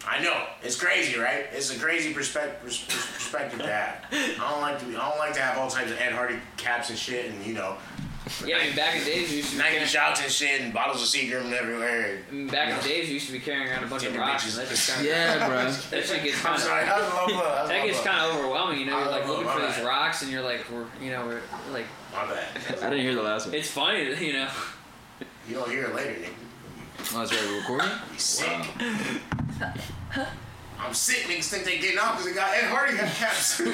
Speaker 1: I know it's crazy, right? It's a crazy perspective perspective to have. I don't like to. Be, I don't like to have all types of Ed Hardy caps and shit, and you know,
Speaker 2: Yeah, I mean, back in the days, you used to be
Speaker 1: Nike
Speaker 2: carrying,
Speaker 1: shots and shit, and bottles of Seagram and everywhere.
Speaker 2: I mean, back in the days, you used to be carrying around a bunch of
Speaker 1: Tinder
Speaker 2: rocks.
Speaker 1: bitches.
Speaker 2: And that just kind of
Speaker 3: Yeah, bro.
Speaker 2: that shit gets
Speaker 1: I'm
Speaker 2: kind
Speaker 1: sorry,
Speaker 2: of
Speaker 1: that was a low blow. That, was a
Speaker 2: that
Speaker 1: low
Speaker 2: gets
Speaker 1: blow.
Speaker 2: kind of overwhelming. You know, you're like
Speaker 1: Oh,
Speaker 2: looking
Speaker 1: my
Speaker 2: for these
Speaker 1: bad.
Speaker 2: rocks, and you're like, we're you know we're like
Speaker 1: My bad.
Speaker 3: I didn't hear the last one.
Speaker 2: it's funny, [LAUGHS] you know.
Speaker 1: You don't hear it later, nigga.
Speaker 3: Oh, that's right. We're recording.
Speaker 1: You sick. I'm sick. Niggas think they getting off because they got Ed Hardy got [LAUGHS] caps.
Speaker 3: This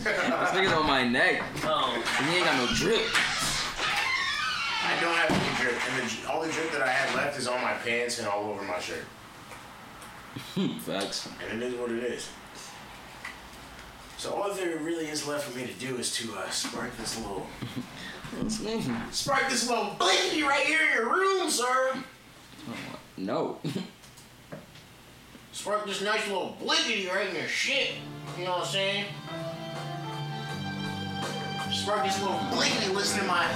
Speaker 3: nigga's on my neck.
Speaker 2: Oh,
Speaker 3: And he ain't got no drip. [LAUGHS]
Speaker 1: I don't have any drip, and the, j- all the drip that I have left is on my pants and all over my shirt.
Speaker 3: Facts.
Speaker 1: And it is what it is. So all there really is left for me to do is to uh, spark this little, spark this little blingy right here in your room, sir.
Speaker 3: No. [LAUGHS]
Speaker 1: Spark this nice little blinkety right in your shit. You know what I'm saying? Spark this little blinkety. Listen to my,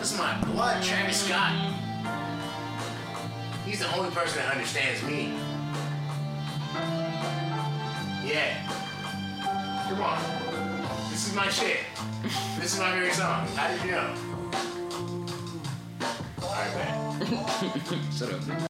Speaker 1: this is my blood, Travis Scott. He's the only person that understands me. Yeah. Come on. This is my shit. This is my very song. How did you know? All right, man.
Speaker 3: Shut up. nigga.